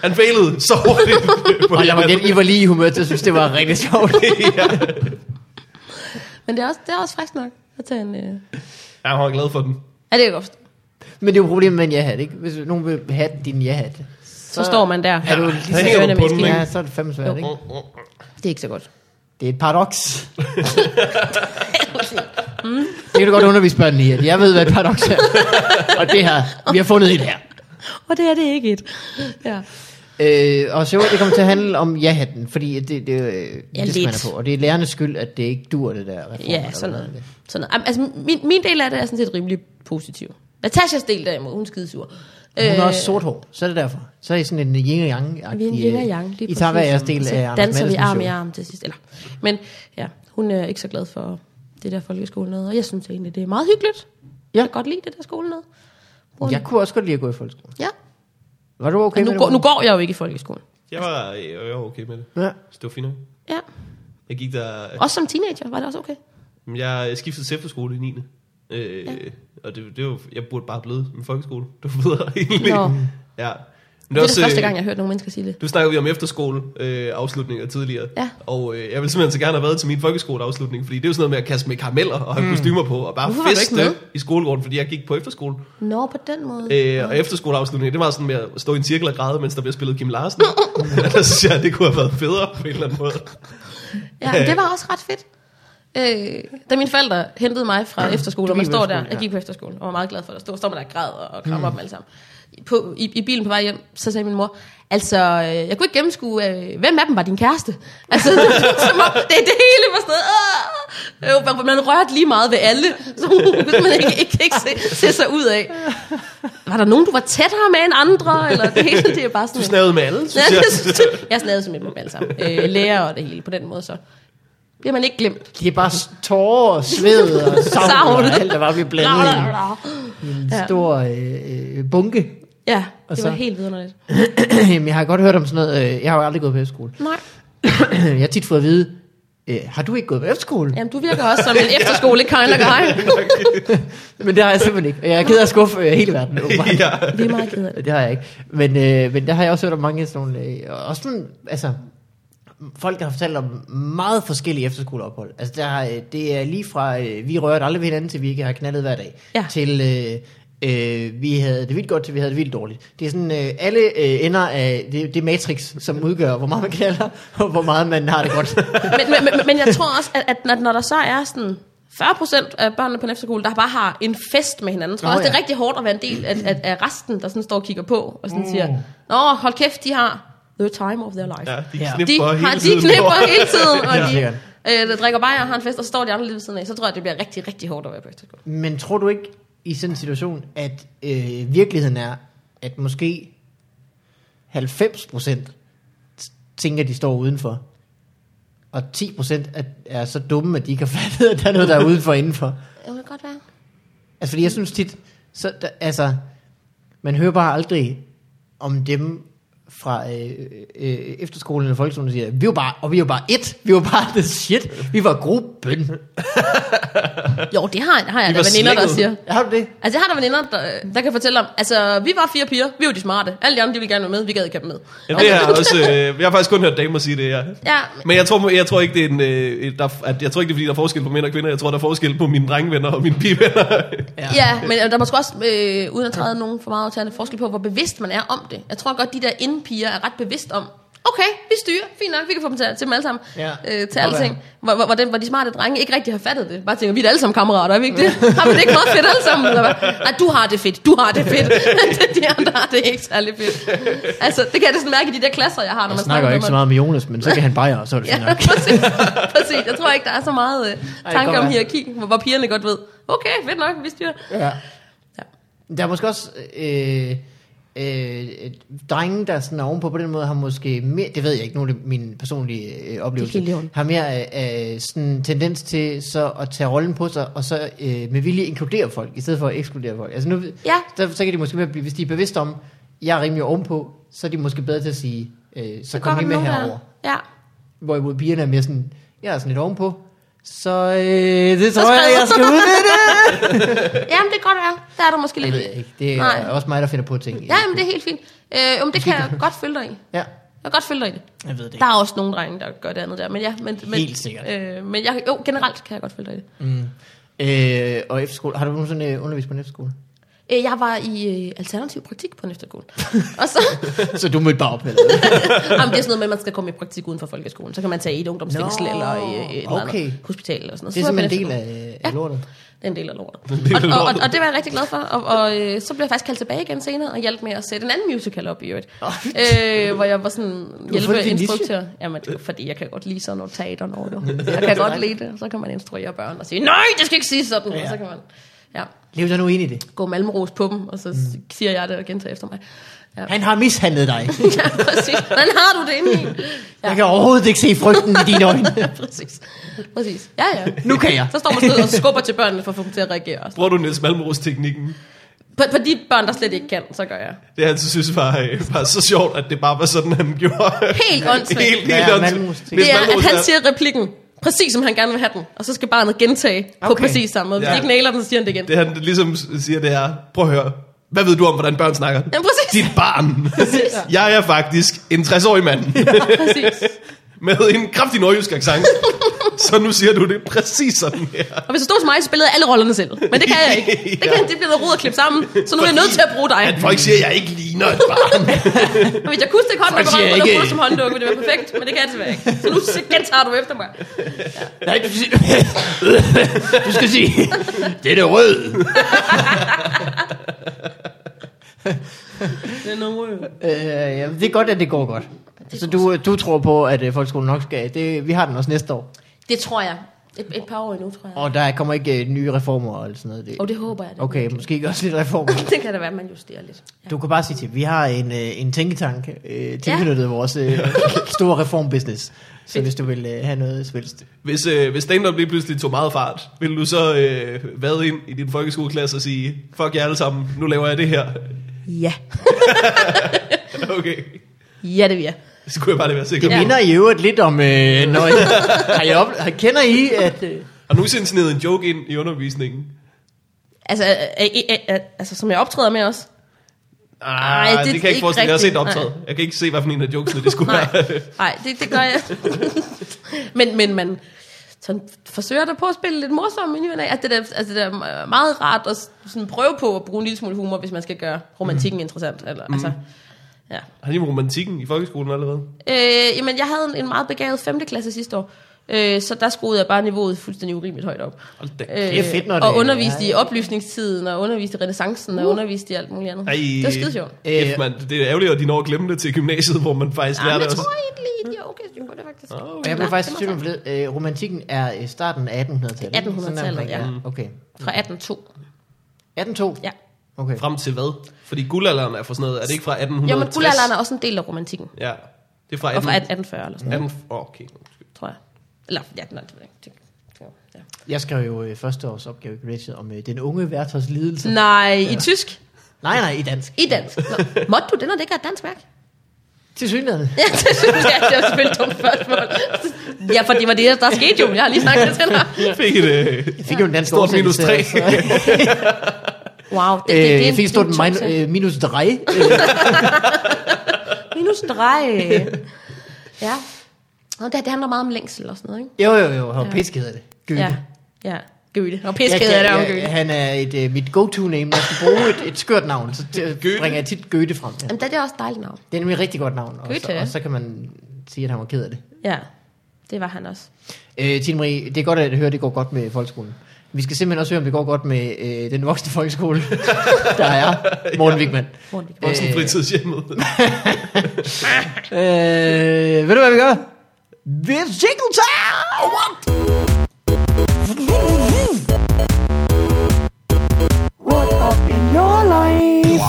Speaker 1: Han failede så hurtigt. på
Speaker 2: Og
Speaker 1: det
Speaker 2: jeg var
Speaker 1: hat.
Speaker 2: igen, I var lige i humør til at synes, det var rigtig sjovt.
Speaker 1: ja.
Speaker 3: Men det er også, det er også frisk nok. at tage en... Øh...
Speaker 1: Ja, han var glad for den.
Speaker 3: Ja, det er jo godt. forstå.
Speaker 2: Men det er jo problemet med en ja-hat, ikke? Hvis nogen vil have din ja-hat,
Speaker 3: Så står man der.
Speaker 2: er du
Speaker 1: Der
Speaker 2: lige
Speaker 3: hænger
Speaker 1: hænger
Speaker 3: du
Speaker 1: du på
Speaker 3: på
Speaker 1: den,
Speaker 3: den,
Speaker 1: ikke?
Speaker 2: Ja, så er det fandme svært, ikke?
Speaker 3: Det er ikke så godt.
Speaker 2: Det er et paradoks. det kan du godt undervise børnene i, at jeg ved, hvad et paradoks er. Og det her, vi har fundet et her.
Speaker 3: Og det er det ikke et. Ja.
Speaker 2: Øh, og så det kommer til at handle om ja-hatten, fordi det, det, øh,
Speaker 3: Ja,
Speaker 2: det skal man
Speaker 3: lidt.
Speaker 2: have på. Og det er lærernes skyld, at det ikke dur det der reform.
Speaker 3: Ja, sådan noget. Sådan noget. Am- Altså, min, min del af det er sådan set rimelig positiv. Natashas del derimod, hun er skidesur. Øh,
Speaker 2: Hun har også sort hår, så er det derfor. Så er I sådan en yin og yang
Speaker 3: Vi er en yin og yang. lige
Speaker 2: I tager hver
Speaker 3: præcis.
Speaker 2: jeres del af
Speaker 3: Så
Speaker 2: Anders
Speaker 3: danser vi
Speaker 2: Mattesens
Speaker 3: arm i
Speaker 2: show.
Speaker 3: arm til sidst. Eller, men ja, hun er ikke så glad for det der folkeskole noget. Og jeg synes egentlig, det er meget hyggeligt.
Speaker 2: Ja.
Speaker 3: Jeg kan godt lide det der skole noget.
Speaker 2: Jeg kunne også godt lide at gå i folkeskole.
Speaker 3: Ja.
Speaker 2: Var du okay
Speaker 3: Men
Speaker 2: med
Speaker 3: nu, går,
Speaker 2: det?
Speaker 3: nu går jeg jo ikke i folkeskolen.
Speaker 1: Jeg var, øh, jeg var okay med det.
Speaker 2: Ja.
Speaker 1: Så det var fint. nok.
Speaker 3: Ja.
Speaker 1: Jeg gik der...
Speaker 3: Også som teenager var det også okay.
Speaker 1: Jamen, Jeg skiftede til efterskole i 9. Øh, ja. Og det, det var, jeg burde bare blive min folkeskole. Det var bedre egentlig.
Speaker 3: Nå.
Speaker 1: Ja. Men
Speaker 3: Det er
Speaker 1: også,
Speaker 3: den første
Speaker 1: øh,
Speaker 3: gang, jeg har hørt nogle mennesker sige det.
Speaker 1: Nu snakker vi om efterskole øh, afslutninger tidligere.
Speaker 3: Ja.
Speaker 1: Og øh, jeg vil simpelthen så gerne have været til min folkeskoleafslutning, fordi det er jo sådan noget med at kaste med karameller og have mm. kostymer på, og bare
Speaker 3: Hvorfor var du ikke
Speaker 1: feste
Speaker 3: med?
Speaker 1: i skolegården, fordi jeg gik på efterskole.
Speaker 3: Nå, på den måde.
Speaker 1: Øh, og efterskoleafslutningen, det var sådan med at stå i en cirkel og græde, mens der bliver spillet Kim Larsen. der synes jeg, det kunne have været federe på en eller anden måde.
Speaker 3: Ja, men det var også ret fedt. Øh, da mine forældre hentede mig fra efterskole, og man
Speaker 2: på
Speaker 3: står der,
Speaker 2: efterskole,
Speaker 3: jeg gik på efterskole, og var meget glad for det, stod, står man der og græd og krammer mm. dem alle sammen. På, i, I bilen på vej hjem, så sagde min mor, altså, øh, jeg kunne ikke gennemskue, øh, hvem af dem var din kæreste? Altså, det, var som om, det, det hele var sådan, noget, "Åh!" Øh, man- man rørte lige meget ved alle, så hun kunne simpelthen ikke, ikke, ikke se, se sig ud af. Var der nogen, du var tættere med end andre? Eller det hele, det er bare sådan...
Speaker 1: Du snavede med alle, synes
Speaker 3: Ja,
Speaker 1: jeg.
Speaker 3: det synes jeg. jeg snadede simpelthen med dem alle sammen. Øh, lærer og det hele på den måde, så bliver man ikke glemt.
Speaker 2: Det er bare tårer, og sved og savn,
Speaker 3: Savn.
Speaker 2: og alt, der bare bliver
Speaker 3: Bla,
Speaker 2: blandet i
Speaker 3: bla,
Speaker 2: en-
Speaker 3: bla.
Speaker 2: en
Speaker 3: Ja.
Speaker 2: stor øh, øh, bunke.
Speaker 3: Ja,
Speaker 2: Og
Speaker 3: det
Speaker 2: så-
Speaker 3: var helt vidunderligt.
Speaker 2: Jamen, jeg har godt hørt om sådan noget. Øh, jeg har jo aldrig gået på efterskole.
Speaker 3: Nej,
Speaker 2: jeg har tit fået at vide, øh, har du ikke gået på efterskole?
Speaker 3: jamen du virker også som en efterskole kind of guy.
Speaker 2: Men det har jeg simpelthen ikke. Og Jeg er ked af at skuffe øh, hele verden, åbenbart.
Speaker 1: ja.
Speaker 3: Vi er meget ked af det.
Speaker 2: Det har jeg ikke. Men, øh, men der har jeg også hørt om mange sådan nogle... Øh, og også sådan, altså, folk, der har fortalt om meget forskellige efterskoleophold. Altså, der, har, øh, det er lige fra, øh, vi rørte aldrig ved hinanden, til vi ikke har knaldet hver dag,
Speaker 3: Ja.
Speaker 2: til øh, øh, vi havde det vildt godt, til vi havde det vildt dårligt. Det er sådan, øh, alle øh, ender af det, det matrix, som udgør, hvor meget man knaller, og hvor meget man har det godt.
Speaker 3: Men, men, men, men jeg tror også, at, at når, når der så er sådan 40% af børnene på en efterskole, der bare har en fest med hinanden, tror jeg
Speaker 2: Nå,
Speaker 3: også, det
Speaker 2: ja.
Speaker 3: er rigtig hårdt at være en del af, af, af resten, der sådan står og kigger på, og sådan siger, Nå, hold kæft, de har the time of their life.
Speaker 1: ja, de
Speaker 2: Ja.
Speaker 3: de,
Speaker 1: knipper hele
Speaker 3: har, de
Speaker 1: tiden.
Speaker 3: knipper hele tiden, og
Speaker 2: Ja, sikkert.
Speaker 3: de øh, der drikker bajer og har en fest, og så står de andre lige ved siden af. Så tror jeg, det bliver rigtig, rigtig hårdt at være på efterskole.
Speaker 2: Men tror du ikke i sådan en situation, at øh, virkeligheden er, at måske 90 procent tænker, de står udenfor, og 10 procent er, er så dumme, at de ikke har fattet, at der er noget, der er udenfor og indenfor?
Speaker 3: Det kan godt være.
Speaker 2: Altså, fordi jeg synes tit, så, der, altså, man hører bare aldrig om dem fra øh, øh, efterskolen eller folkeskolen, der siger, vi var bare, og vi var bare ét, vi var bare det shit, vi var gruppen.
Speaker 3: Jo, det har, har jeg
Speaker 1: De
Speaker 3: da
Speaker 1: var
Speaker 3: veninder, der
Speaker 1: slægtet.
Speaker 3: siger.
Speaker 2: Har du det?
Speaker 3: Altså, jeg har da veninder, der, der kan fortælle om, altså, vi var fire piger, vi var de smarte. Alle de andre, de ville gerne være med, vi gad ikke have dem med. Altså,
Speaker 1: Jamen, det har jeg også, øh, jeg har faktisk kun hørt damer sige det, ja.
Speaker 3: Ja,
Speaker 1: Men jeg tror, jeg tror ikke, det er en, øh, der, at jeg tror ikke, det er, fordi der er forskel på mænd og kvinder. Jeg tror, der er forskel på mine drengevenner og mine pigevenner.
Speaker 3: ja. ja men der er måske også, øh, uden at træde nogen for meget aftagende, forskel på, hvor bevidst man er om det. Jeg tror godt, de der indpiger er ret bevidst om, okay, vi styrer, fint nok, vi kan få dem til, til dem alle sammen,
Speaker 2: Ja.
Speaker 3: øh, til
Speaker 2: Godt
Speaker 3: alting.
Speaker 2: være.
Speaker 3: Hvor, hvor, hvor, den, hvor de smarte drenge ikke rigtig har fattet det. Bare tænker, vi er da alle sammen kammerater, er vi ikke det? Har vi det ikke meget fedt alle sammen? Eller hvad? Ej, du har det fedt, du har det fedt. de andre har det ikke særlig fedt. Altså, det kan jeg da sådan mærke i de der klasser, jeg har, når man
Speaker 2: Jeg snakker jo
Speaker 3: med
Speaker 2: ikke så
Speaker 3: dem.
Speaker 2: meget med Jonas, men så kan han bare, og så er det fint
Speaker 3: Ja,
Speaker 2: nok.
Speaker 3: præcis, præcis. Jeg tror ikke, der er så meget øh, tanke
Speaker 2: kommer
Speaker 3: om
Speaker 2: jeg.
Speaker 3: hierarki, hvor, hvor pigerne godt ved, okay, fedt nok, vi styrer.
Speaker 2: Ja.
Speaker 3: Ja.
Speaker 2: Der er måske også øh, øh, drenge, der sådan er ovenpå på den måde, har måske mere, det ved jeg ikke, nu er det min personlige øh, oplevelse,
Speaker 3: helt i orden.
Speaker 2: har mere øh, øh, sådan tendens til så at tage rollen på sig, og så øh, med vilje inkludere folk, i stedet for at ekskludere folk. Altså nu,
Speaker 3: Ja.
Speaker 2: der, så kan de måske mere blive, hvis de er bevidste om, jeg er rimelig ovenpå, så er de måske bedre til at sige, øh, så, kom lige med
Speaker 3: nogen, der-
Speaker 2: herover.
Speaker 3: Ja.
Speaker 2: Hvorimod pigerne er mere sådan, jeg er sådan lidt ovenpå, så øh, det tror
Speaker 3: skal
Speaker 2: jeg,
Speaker 3: du-
Speaker 2: jeg skal udnytte.
Speaker 3: Jamen, det kan godt være. Der er der måske
Speaker 2: Jeg
Speaker 3: lidt...
Speaker 2: ved ikke. Det er
Speaker 3: Nej.
Speaker 2: også mig, der finder på ting.
Speaker 3: Ja, jamen, det er helt fint. Øh, om det kan jeg godt følge dig i.
Speaker 2: Ja,
Speaker 3: Jeg kan godt følge dig i det.
Speaker 2: jeg ved det
Speaker 3: Der
Speaker 2: ikke.
Speaker 3: er også nogle drenge, der gør det andet der, men ja. Men, men,
Speaker 2: Helt sikkert.
Speaker 3: Øh, men jeg, jo, generelt kan jeg godt følge dig i det.
Speaker 2: Mm. Øh, og efterskole. Har du nogensinde øh, undervist på en efterskole?
Speaker 3: Øh, Jeg var i øh, alternativ praktik på en efterskole. og så,
Speaker 2: Så du mødte bare op, eller? hvad?
Speaker 3: jamen, det er sådan noget med, at man skal komme i praktik uden for folkeskolen. Så kan man tage i et ungdomsfængsel
Speaker 2: Nå,
Speaker 3: eller i øh, et okay.
Speaker 2: okay.
Speaker 3: andet hospital. Eller sådan noget.
Speaker 2: Det er
Speaker 3: Så var jeg
Speaker 2: simpelthen
Speaker 3: på
Speaker 2: en del
Speaker 3: efterskole.
Speaker 2: af, af lortet.
Speaker 3: Det er en del af lortet.
Speaker 1: del af
Speaker 3: Og, og, og,
Speaker 1: lortet.
Speaker 3: og det var jeg rigtig glad for. Og, og øh, så blev jeg faktisk kaldt tilbage igen senere og hjalp med at sætte en anden musical op i øvrigt. øh, hvor jeg var sådan
Speaker 2: fundet
Speaker 3: hjælpe
Speaker 2: din niche.
Speaker 3: instruktør. Jamen, det var, fordi jeg kan godt lide sådan noget teater når du. Jeg kan godt lide det. Og Så kan man instruere børn og sige, nej, det skal ikke sige sådan. Ja. Og så kan man ja,
Speaker 2: Lev dig nu ind i det.
Speaker 3: gå malmros på dem, og så mm. siger jeg det og gentager efter mig. Ja,
Speaker 2: Han har mishandlet dig.
Speaker 3: ja præcis. Hvordan har du det inde i?
Speaker 2: Jeg
Speaker 3: Ja,
Speaker 2: kan overhovedet ikke se frygten i dine øjne.
Speaker 3: præcis. præcis. Ja, ja.
Speaker 2: Nu kan jeg.
Speaker 3: Så står man sådan og skubber til børnene for at få dem til at reagere. også.
Speaker 1: Bruger du Niels Malmros-teknikken?
Speaker 3: På, på de børn, der slet ikke kan, så gør jeg.
Speaker 1: Det jeg altid synes var, øh, var så sjovt, at det bare var sådan, han gjorde.
Speaker 3: Helt åndssvagt.
Speaker 1: helt, helt
Speaker 2: Ja,
Speaker 1: ja,
Speaker 2: Malmros-teknik.
Speaker 3: Det er, at han siger replikken, præcis som han gerne vil have den, og så skal barnet gentage okay. på
Speaker 2: Okay.
Speaker 3: præcis samme måde. Hvis
Speaker 1: Ja.
Speaker 3: de ikke nailer den, så siger han det igen.
Speaker 1: Det han ligesom siger, det er, prøv at høre, hvad ved du om, hvordan børn snakker?
Speaker 3: Ja, præcis.
Speaker 1: Dit barn.
Speaker 3: Præcis.
Speaker 1: Jeg er faktisk en 60-årig mand
Speaker 3: præcis.
Speaker 1: med en kraftig nordjysk accent. så nu siger du det præcis sådan her.
Speaker 3: Og hvis du stod som mig, så spillede jeg alle rollerne selv. Men det kan jeg ikke. Det, kan, det bliver noget rod at klippe sammen, så nu er jeg nødt til at bruge dig.
Speaker 1: At folk siger, at jeg ikke ligner et barn.
Speaker 3: Og hvis jeg kunne stikke hånden
Speaker 2: Folk
Speaker 3: på
Speaker 2: siger
Speaker 3: røven, og
Speaker 2: ikke-
Speaker 3: bruge som hånddukke, ville det være perfekt. Men det kan jeg desværre ikke. Så nu gentager du efter mig.
Speaker 2: Nej, du, siger, du skal sige, det er det rød.
Speaker 3: Det er noget
Speaker 2: Øh, ja, det er godt, at det går godt. Så du, du tror på, at øh, folkeskolen nok skal... Det, vi har den også næste år.
Speaker 3: Det tror jeg. Et, et par år endnu, tror jeg.
Speaker 2: Og der kommer ikke øh, nye reformer eller sådan noget. Det,
Speaker 3: Og det håber jeg. Det.
Speaker 2: okay, måske ikke også lidt reformer.
Speaker 3: Det kan da være, at man justerer lidt.
Speaker 2: Du kan bare sige til, vi har en, øh, en tænketank øh, tilknyttet ja. vores øh, store reformbusiness. Så hvis du vil øh, have noget som helst.
Speaker 1: Hvis, øh, hvis stand-up lige pludselig tog meget fart, ville du så øh, vade ind i din folkeskoleklasse og sige, fuck jer alle sammen, nu laver jeg det her.
Speaker 3: Ja.
Speaker 1: Okay,
Speaker 3: Ja, det vil jeg.
Speaker 1: så kunne jeg bare lige være sikker
Speaker 2: Det
Speaker 1: på.
Speaker 2: ja.
Speaker 3: Ja.
Speaker 2: minder i øvrigt lidt om... Øh, når I, har I op, har, kender I, at... Øh,
Speaker 1: Har du nogensinde snedet en joke ind i undervisningen?
Speaker 3: Altså, øh, øh, øh, øh, altså, som jeg optræder med også.
Speaker 1: Nej, Ah, det,
Speaker 3: det
Speaker 1: det
Speaker 3: er
Speaker 1: kan jeg ikke
Speaker 3: ikke
Speaker 1: forestille. Jeg har set
Speaker 3: rigtigt.
Speaker 1: optaget. Jeg kan ikke se, hvad for en af jokesene det skulle
Speaker 3: Nej,
Speaker 1: være.
Speaker 3: nej det, det gør jeg. men, men man sådan, forsøger der på at spille lidt morsomt i ny og næ. altså, det, er, altså, det er meget rart at sådan, prøve på at bruge en lille smule humor, hvis man skal gøre romantikken mm. interessant. Eller, mm. altså, ja.
Speaker 1: Har de romantikken i folkeskolen allerede?
Speaker 3: øh, jamen, jeg havde en, en meget begavet 5. klasse sidste år. Øh, så der skruede jeg bare niveauet fuldstændig urimeligt højt op.
Speaker 1: Hold da.
Speaker 3: Øh,
Speaker 2: Det er fedt, når
Speaker 3: og
Speaker 2: det-
Speaker 3: underviste
Speaker 2: ja, Uh.
Speaker 3: i oplysningstiden, og underviste i renaissancen, og underviste i alt muligt andet.
Speaker 1: Ej.
Speaker 3: Det var skide sjovt.
Speaker 1: Kæft, mand. Det er ærgerligt, at de når at glemme det til gymnasiet, hvor man faktisk
Speaker 3: Ja,
Speaker 1: lærer
Speaker 3: men
Speaker 1: det
Speaker 3: jeg
Speaker 1: også.
Speaker 3: tror egentlig, de er okay, de gjorde det faktisk.
Speaker 1: Åh,
Speaker 2: og jeg blev faktisk i tvivl om det. Øh, romantikken er øh, starten af 1800-tallet. ikke?
Speaker 3: 1800-tallet,
Speaker 2: Sådan omkring,
Speaker 3: ja.
Speaker 2: Okay.
Speaker 3: Fra 1802.
Speaker 2: 1802?
Speaker 3: Ja.
Speaker 2: Okay.
Speaker 1: Frem til hvad? Fordi guldalderen er fra sådan noget. Er det ikke fra 1860?
Speaker 3: Jo, men guldalderen er også en del af romantikken.
Speaker 1: Ja, det er fra
Speaker 3: Og fra
Speaker 1: 18...
Speaker 3: 1840 eller sådan
Speaker 1: 18... Åh, okay.
Speaker 3: noget, tror jeg. Eller, ja, nej, det ved jeg ikke. Det- Ja.
Speaker 2: Jeg skrev jo øh, første års opgave i gymnasiet om øh, den unge værters lidelse.
Speaker 3: Nej, i tysk.
Speaker 2: Nej, nej, i dansk.
Speaker 3: I dansk. Nå. Måtte du det, når det ikke er et dansk værk?
Speaker 2: Til synligheden.
Speaker 3: Ja, det synes jeg, det var selvfølgelig et dumt spørgsmål. Ja, for det var det, der skete jo. Jeg har lige snakket det til dig.
Speaker 1: Fik et... Øh,
Speaker 2: Jeg fik jo en dansk
Speaker 1: Stort minus
Speaker 2: oversættelse,
Speaker 1: 3.
Speaker 2: altså.
Speaker 3: Wow, det, det, det,
Speaker 2: Øh,
Speaker 3: det
Speaker 2: jeg fik stort min,
Speaker 3: minus,
Speaker 2: øh, minus 3. Øh.
Speaker 3: minus drej. Ja. Nå, det, det handler meget om længsel og sådan noget, ikke?
Speaker 2: Jo, jo, jo. Og pisk hedder det. Goethe.
Speaker 3: Ja.
Speaker 2: Ja.
Speaker 3: Ja. Gøde. Og piskede er det om Goethe.
Speaker 2: han er et, øh, mit go-to-name. Når jeg skal bruge et, et skørt navn, så t-
Speaker 1: Goethe.
Speaker 2: bringer jeg tit Goethe frem. Ja.
Speaker 3: Jamen, det er også et dejligt navn.
Speaker 2: Det er nemlig et rigtig godt navn. Og så,
Speaker 3: Goethe.
Speaker 2: og så kan man sige, at han var ked af det.
Speaker 3: Ja, det var han også.
Speaker 2: Øh, Tine Marie, det er godt at høre, at det går godt med folkeskolen. Vi skal simpelthen også høre, om det går godt med øh, den voksne folkeskole, der er Morten Wigman.
Speaker 3: Rundt i
Speaker 1: voksen
Speaker 2: Øh.
Speaker 1: fritidshjemmet.
Speaker 2: Øh, ved du, hvad vi gør? Vi er Jingle Time!
Speaker 4: What up in your life?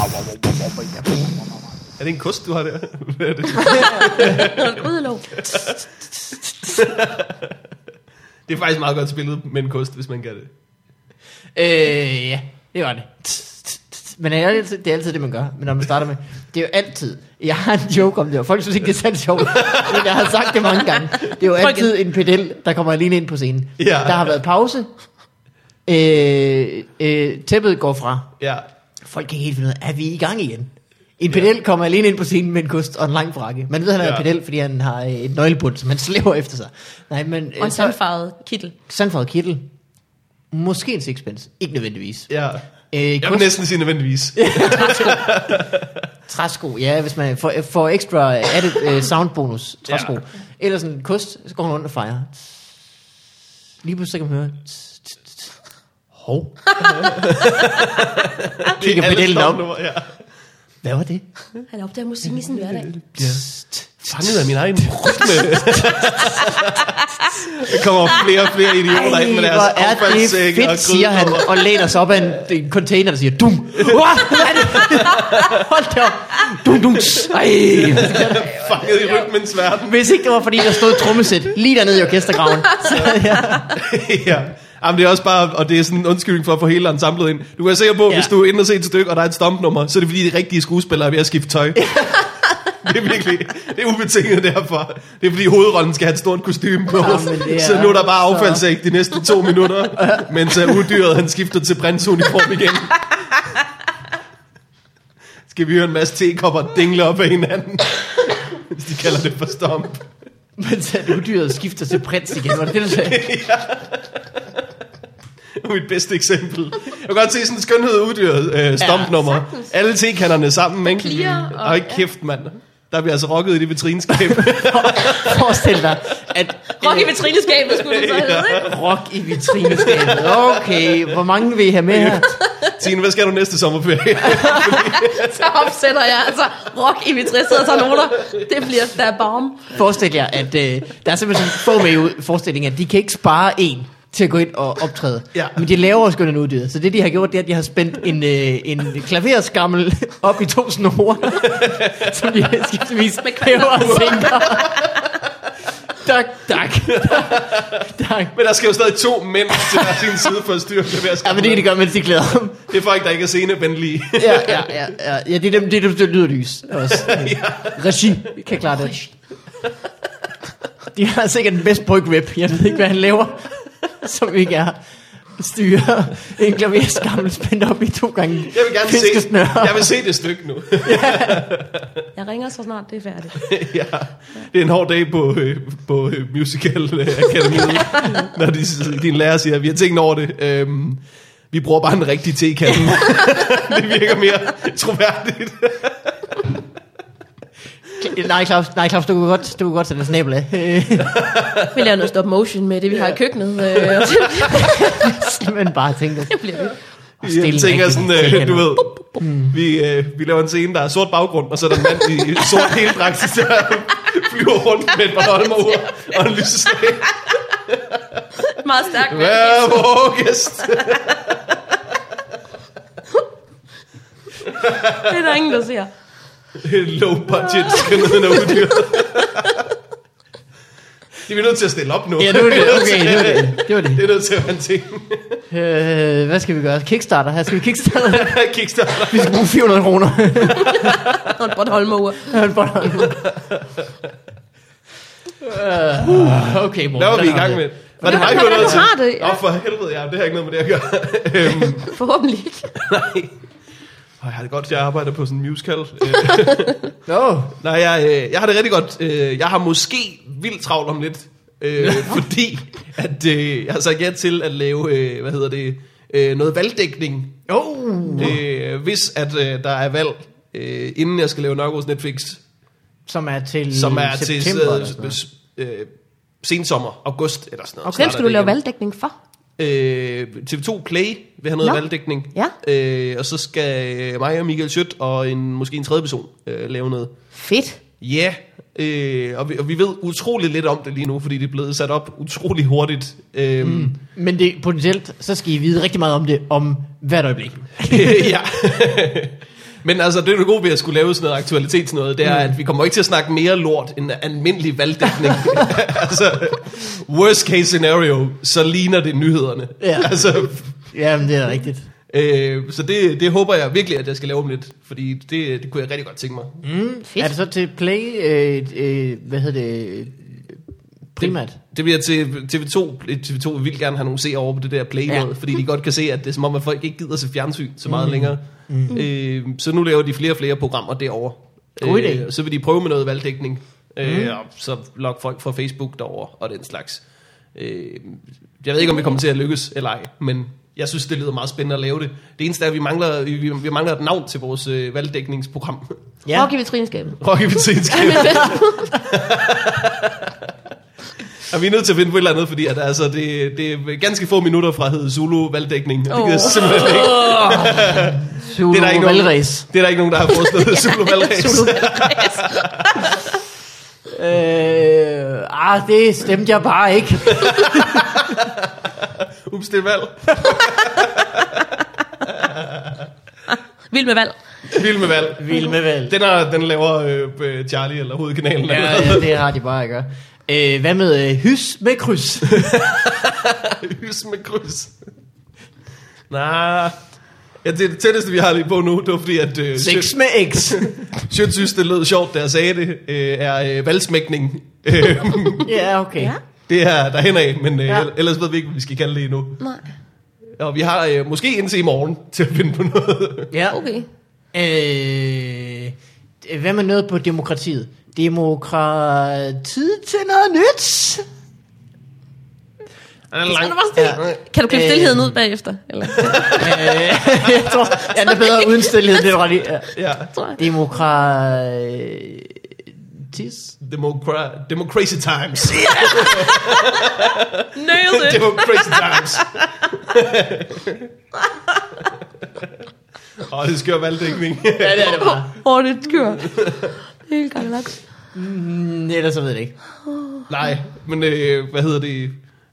Speaker 1: er det en kost, du har der? Hvad er det?
Speaker 3: Rydelov.
Speaker 1: det er faktisk meget godt spillet med en kost, hvis man kan det.
Speaker 2: Øh, ja, det var det. Men det er, altid, det er altid det, man gør, men når man starter med. Det er jo altid. Jeg har en joke om det, og folk synes ikke, det er særlig sjovt. Men jeg har sagt det mange gange. Det er jo
Speaker 3: Folk-
Speaker 2: altid en pedel, der kommer alene ind på scenen.
Speaker 1: Ja.
Speaker 2: Der har været pause. Øh, øh, tæppet går fra.
Speaker 1: Ja.
Speaker 2: Folk kan ikke helt finde ud af, er vi i gang igen? En pedel kommer alene ind på scenen med en kost og en lang frakke. Man ved, han er
Speaker 1: Ja.
Speaker 2: ja. pedel, fordi han har øh, et nøglebund, som han slæver efter sig. Nej, men, øh,
Speaker 3: Og en
Speaker 2: så,
Speaker 3: sandfarvet kittel.
Speaker 2: sandfarvet kittel. Måske en sixpence. Ikke nødvendigvis.
Speaker 1: Ja.
Speaker 2: Øh,
Speaker 1: Jeg vil
Speaker 2: kost,
Speaker 1: næsten sige nødvendigvis.
Speaker 2: træsko, ja, hvis man får, får ekstra added uh, sound bonus. Træsko. Ja. Eller sådan kost, så går hun rundt og fejrer. Lige pludselig kan man høre... tss, tss, tss. Hov. Kigger
Speaker 1: Alle
Speaker 2: pedellen op.
Speaker 1: stoppnummer, Ja.
Speaker 2: Hvad var det?
Speaker 3: Han opdager musikken i sin hverdag.
Speaker 1: Fanget af min egen rytme. Der kommer flere og flere idioter ind med deres
Speaker 2: hvor er det
Speaker 1: affaldssække og
Speaker 2: fedt, siger han,
Speaker 1: grydepommer.
Speaker 2: og læner sig op af en, en container, der siger, dum, Uah, hvad er det? Hold da op, dum, dum, tss. ej.
Speaker 1: Fanget i rytmens verden.
Speaker 2: Hvis ikke det var, fordi der stod et trommesæt lige dernede i orkestergraven.
Speaker 1: ja. Jamen, det er også bare, og det er sådan en undskyldning for at få hele ensemblet ind. Du kan sikker på, ja.
Speaker 2: Ja.
Speaker 1: hvis du er inde og se et stykke, og der er et stompnummer, så er det fordi, de rigtige skuespillere er ved at skifte tøj. det er virkelig, det er ubetinget derfor. Det er fordi hovedrollen skal have et stort kostume på.
Speaker 2: Jamen, det er-
Speaker 1: så nu er der bare affaldsæg de næste to minutter, mens uh, uddyret han skifter til prinsuniform igen. Skal vi høre en masse tekopper dingle op af hinanden, hvis de kalder det for stomp.
Speaker 2: Men så er udyret skifter til prins igen, var det det, du sagde?
Speaker 1: Det er mit bedste eksempel. Jeg kan godt se sådan en skønhed uddyret øh, stompnummer. Ja,
Speaker 3: sagtens.
Speaker 1: Alle tekanderne sammen, ikke?
Speaker 3: clear,
Speaker 1: og,
Speaker 3: og-
Speaker 1: og ikke kæft, mand. Der bliver altså rocket i det vitrineskab.
Speaker 2: Forestil dig, at øh,
Speaker 3: Rock i vitrineskabet, skulle det så hedde, ikke?
Speaker 2: rock i vitrineskabet. Okay, hvor mange vil I have med her?
Speaker 1: Tine, hvad skal du næste sommerferie?
Speaker 3: Så opsætter jeg altså rock i vitrineskabet, sidder og tager noter. Det bliver der er bomb.
Speaker 2: Forestil jer, at øh, der er simpelthen sådan få med i ud- forestillingen, at de kan ikke spare en til at gå ind og optræde.
Speaker 1: Ja.
Speaker 2: Men de laver skøn en uddyr. Så det, de har gjort, det er, at de har spændt en, øh, en klaverskammel op i to snore, som de skiftevis
Speaker 3: Med kvaller.
Speaker 2: hæver og sænker. tak, tak. tak.
Speaker 1: Men der skal jo stadig to mænd til hver sin side for at styre det ved at
Speaker 2: Ja,
Speaker 1: skaffe
Speaker 2: men det kan de gøre, mens de glæder dem.
Speaker 1: mad. Det er folk, der ikke er scenevenlige.
Speaker 2: ja, ja, ja, ja, ja, det er dem, det er dem, der lyder lys også. Regi kan klare det. De har sikkert den bedste bryg rip. Jeg ved ikke, hvad han laver, som ikke er styrer en klaverskammel spændt op i to gange
Speaker 1: Jeg vil gerne se,
Speaker 2: fiskesnøre.
Speaker 1: jeg vil se det stykke nu.
Speaker 3: Jeg ringer så snart, det er færdigt.
Speaker 1: ja. Det er en hård dag på, øh, på øh, Musical øh, Academy, når de, din lærer siger, vi har tænkt over det. Øhm, vi bruger bare en rigtig tekande. det virker mere troværdigt.
Speaker 2: Nej, Claus, nej, Claus, du kunne godt, du kunne godt sætte en snabel af. Øh,
Speaker 3: Vi laver noget stop motion med det, vi har i køkkenet. øh, og
Speaker 2: Men bare tænke,
Speaker 3: Det bliver vildt.
Speaker 2: og stille
Speaker 1: Jeg
Speaker 2: en
Speaker 1: tænker
Speaker 2: rigtig
Speaker 1: sådan,
Speaker 2: tekant.
Speaker 1: øh, du ved, vi, øh, vi laver en scene, der er sort baggrund, og så er der en mand i i sort heldragt, der flyver rundt med et Bornholmerur og en lyseslæg.
Speaker 3: Meget stærkt.
Speaker 1: Hver vågest.
Speaker 3: Det er der ingen, der ser.
Speaker 1: Low budget skønnheden og uddyret. Det er vi nødt til at stille op nu.
Speaker 2: Ja, nu er det, okay, nu er det, det var det.
Speaker 1: Det er nødt til at være en ting.
Speaker 2: Øh, hvad skal vi gøre? Kickstarter? Her skal vi kickstarter?
Speaker 1: Kickstarter.
Speaker 2: Vi skal bruge 400 kroner.
Speaker 3: Og et Bornholmer.
Speaker 2: Han boller den. Øh, Okay, Morten.
Speaker 1: Der var vi
Speaker 2: der
Speaker 1: i gang
Speaker 2: det.
Speaker 1: med. Var det
Speaker 3: Hvordan-
Speaker 1: mig, du var
Speaker 3: hvordan
Speaker 1: nødt
Speaker 3: du
Speaker 1: til?
Speaker 3: har det?
Speaker 1: Åh, for helvede, ja, det har ikke noget med det at gøre. Øhm,
Speaker 3: Forhåbentlig ikke.
Speaker 1: Åh, jeg har det godt, jeg arbejder på sådan en musical. Øh,
Speaker 2: Nå,
Speaker 1: Nej, jeg, øh, jeg har det rigtig godt. Øh, jeg har måske vildt travlt om lidt, øh, fordi at, øh, jeg har sagt ja til at lave, øh, hvad hedder det, øh, noget valgdækning. Oh. Øh, hvis at øh, der er valg, øh, inden jeg skal lave Nørgaards Netflix,
Speaker 2: som er til
Speaker 1: som er
Speaker 2: september. eller sådan
Speaker 1: til
Speaker 2: noget.
Speaker 1: øh, øh, sensommer, august eller sådan noget.
Speaker 3: Hvem
Speaker 1: starter
Speaker 3: skal
Speaker 1: det
Speaker 3: du lave
Speaker 1: igen.
Speaker 3: valgdækning for?
Speaker 1: Øh, TV2 Play vil have noget
Speaker 3: Nå.
Speaker 1: valgdækning.
Speaker 3: Ja.
Speaker 1: Øh, og så skal mig og Michael Schødt og en, måske en tredje person øh, lave noget.
Speaker 3: Fedt.
Speaker 1: Ja, øh, og, vi, og vi ved utrolig lidt om det lige nu, fordi det er blevet sat op utrolig hurtigt. Øhm, mm.
Speaker 2: Men det, potentielt, så skal I vide rigtig meget om det om hvert øjeblik.
Speaker 1: ja. Men altså, det er det gode ved at skulle lave sådan noget aktualitet sådan noget, det er, mm. at vi kommer ikke til at snakke mere lort end almindelig valgdækning. altså, worst case scenario, så ligner det nyhederne.
Speaker 2: Ja.
Speaker 1: Altså,
Speaker 2: Jamen, det er rigtigt.
Speaker 1: øh, så det, det håber jeg virkelig, at jeg skal lave om lidt, fordi det, det kunne jeg rigtig godt tænke mig.
Speaker 2: Fedt. Er det så til Play, øh, øh, hvad hedder det, øh, primært?
Speaker 1: Det bliver til TV2. TV2 vil vildt gerne have nogle seere over på det der play ja.
Speaker 2: Ja.
Speaker 1: fordi de godt kan se, at det er som om, at folk ikke gider se fjernsyn så meget mm. længere. Mm. Øh, så nu laver de flere og flere programmer derovre.
Speaker 2: God idé.
Speaker 1: så øh, vil de prøve med noget valgdækning. Mm. Øh, og så log folk fra Facebook derover og den slags. Øh, jeg ved ikke, om det kommer til at lykkes eller ej, men jeg synes, det lyder meget spændende at lave det. Det eneste er, at vi mangler, vi, vi- vi mangler et navn til vores øh, valgdækningsprogram.
Speaker 3: Ja.
Speaker 2: Ja.
Speaker 3: Og give vitrinskabet.
Speaker 1: Rocky Petinskab. Og vi er nødt til at finde på et eller andet, fordi at, altså, det, det er ganske få minutter fra hed Zulu valgdækning. Det, gider jeg
Speaker 3: Åh.
Speaker 1: simpelthen ikke.
Speaker 2: Zulu
Speaker 1: Det er der ikke nogen-
Speaker 2: valgræs.
Speaker 1: det er der ikke nogen, der har foreslået Zulu valgræs.
Speaker 2: Øh, ah, det stemte jeg bare ikke.
Speaker 1: Ups, det er valg.
Speaker 3: Vild med valg.
Speaker 1: Vild med valg.
Speaker 2: Vild med valg.
Speaker 1: Den, er, den laver øh, øh, Charlie eller hovedkanalen.
Speaker 2: Ja,
Speaker 1: Ja.
Speaker 2: ja, det har de bare at gøre. Øh, hvad med øh, hys med kryds?
Speaker 1: Hys med kryds. Nej. Ja, det er det tætteste, vi har lige på nu, det var fordi, at øh, Schøt-
Speaker 2: Sex med X.
Speaker 1: Schøt synes, det lød sjovt, da jeg sagde det, øh, er øh, valgsmækning. Øh,
Speaker 2: Ja, okay.
Speaker 3: Ja.
Speaker 2: Ja.
Speaker 1: det er derhen af, men øh,
Speaker 2: Ja.
Speaker 1: ja. ellers ved vi ikke, hvad vi skal kalde det endnu.
Speaker 3: Nej.
Speaker 1: Og vi har øh, måske indtil i morgen til at finde på noget.
Speaker 2: ja.
Speaker 3: Okay.
Speaker 2: Øh, hvad med noget på demokratiet? Demokratiet til noget nyt?
Speaker 3: Skal du bare
Speaker 2: Ja.
Speaker 3: stille? Kan du klippe
Speaker 2: Øh.
Speaker 3: stillheden ud bagefter? Eller?
Speaker 2: øh, jeg tror, ja, det er bedre uden stillhed, det var lige. Ja.
Speaker 1: Ja.
Speaker 3: Tror jeg.
Speaker 2: Demokratis.
Speaker 1: Democra- democracy times.
Speaker 3: Nailed it.
Speaker 1: democracy times. Åh, oh, det skør valgdækning.
Speaker 2: Ja, det er det bare.
Speaker 3: Åh, det kører. Helt gang laks.
Speaker 2: Mm, ellers så ved jeg det ikke.
Speaker 1: Nej, men øh, hvad hedder det?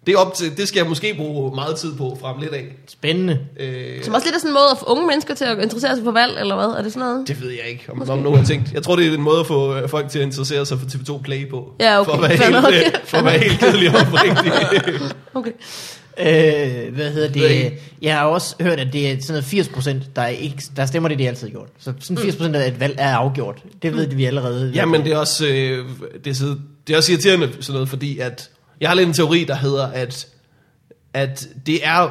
Speaker 1: Det, er op til, det skal jeg måske bruge meget tid på frem lidt af.
Speaker 2: Spændende.
Speaker 1: Øh,
Speaker 3: Som også lidt er sådan en måde at få unge mennesker til at interessere sig for valg, eller hvad? Er det sådan noget?
Speaker 1: det ved jeg ikke, om, om nogen har tænkt. Jeg tror, det er en måde at få øh, folk til at interessere sig for TV2 Play på.
Speaker 3: Ja, okay.
Speaker 1: For at være
Speaker 3: Fair
Speaker 1: helt,
Speaker 3: nok.
Speaker 1: øh, for at være helt kedelig og oprigtig.
Speaker 3: Okay.
Speaker 2: Øh, hvad hedder
Speaker 1: Ved jeg
Speaker 2: det? Jeg har også hørt, at det er sådan noget 80%, der, er ikke, der stemmer det, det er altid gjort. Så sådan 80% af et valg er afgjort. Det ved vi allerede.
Speaker 1: Mm. Ja, men det er også, øh, det er, så- det er også irriterende sådan noget, fordi at, jeg har lidt en teori, der hedder, at, at det er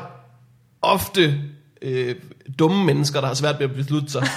Speaker 1: ofte øh, dumme mennesker, der har svært ved at beslutte sig.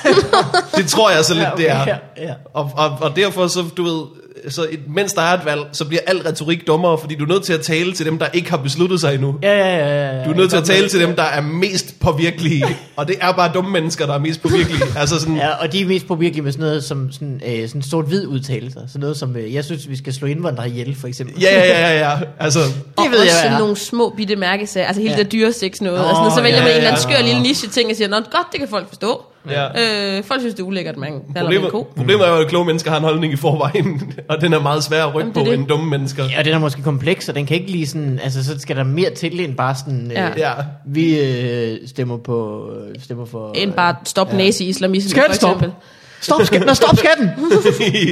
Speaker 1: det tror jeg så lidt,
Speaker 2: ja,
Speaker 1: ja, okay, det er.
Speaker 2: Ja, ja.
Speaker 1: Og, og, og derfor så, du ved, så et, mens der er et valg, så bliver al retorik dummere, fordi du er nødt til at tale til dem, der ikke har besluttet sig endnu.
Speaker 2: Ja, ja, ja, ja, ja.
Speaker 1: Du er nødt til at
Speaker 2: Jeg
Speaker 1: tale
Speaker 2: kommer-
Speaker 1: til dem, der er mest påvirkelige. Og det er bare dumme mennesker, der er mest påvirkelige. Altså sådan,
Speaker 2: Ja, og de er mest påvirkelige med sådan noget som sådan, øh, sådan sort-hvid udtalelser. Sådan noget som, øh, jeg synes, vi skal slå indvandrere ihjel, for eksempel.
Speaker 1: ja, ja, ja, ja, ja. Altså,
Speaker 2: Det
Speaker 3: og
Speaker 2: ved jeg,
Speaker 3: også
Speaker 2: hvad er.
Speaker 3: nogle små bitte mærkesager. Altså hele
Speaker 2: Ja.
Speaker 3: ja. det dyreseks noget.
Speaker 2: Nå,
Speaker 3: Oh, og sådan, noget. så vælger
Speaker 2: ja,
Speaker 3: ja, man en
Speaker 1: ja,
Speaker 3: eller anden
Speaker 1: ja.
Speaker 3: skør lille niche ting og siger, Nå, godt, det kan folk forstå.
Speaker 1: Ja.
Speaker 3: Øh, folk synes, det er ulækkert, man kalder dem en
Speaker 1: Problemet,
Speaker 3: ko.
Speaker 1: problemet er jo, at kloge mennesker har en holdning i forvejen, og den er meget svær at rykke
Speaker 3: Jamen, det er
Speaker 1: på
Speaker 3: det.
Speaker 1: end dumme mennesker.
Speaker 2: Ja, og den er måske kompleks, og den kan ikke lige sådan, altså så skal der mere til end bare sådan, øh,
Speaker 3: Ja.
Speaker 2: ja.
Speaker 1: Ja.
Speaker 2: vi øh, stemmer på, øh, stemmer for...
Speaker 3: End bare stop ja. nazi-islamisme,
Speaker 2: Skal
Speaker 3: for
Speaker 2: den stoppe?
Speaker 3: eksempel.
Speaker 2: Stop skatten, Nå, stop skatten!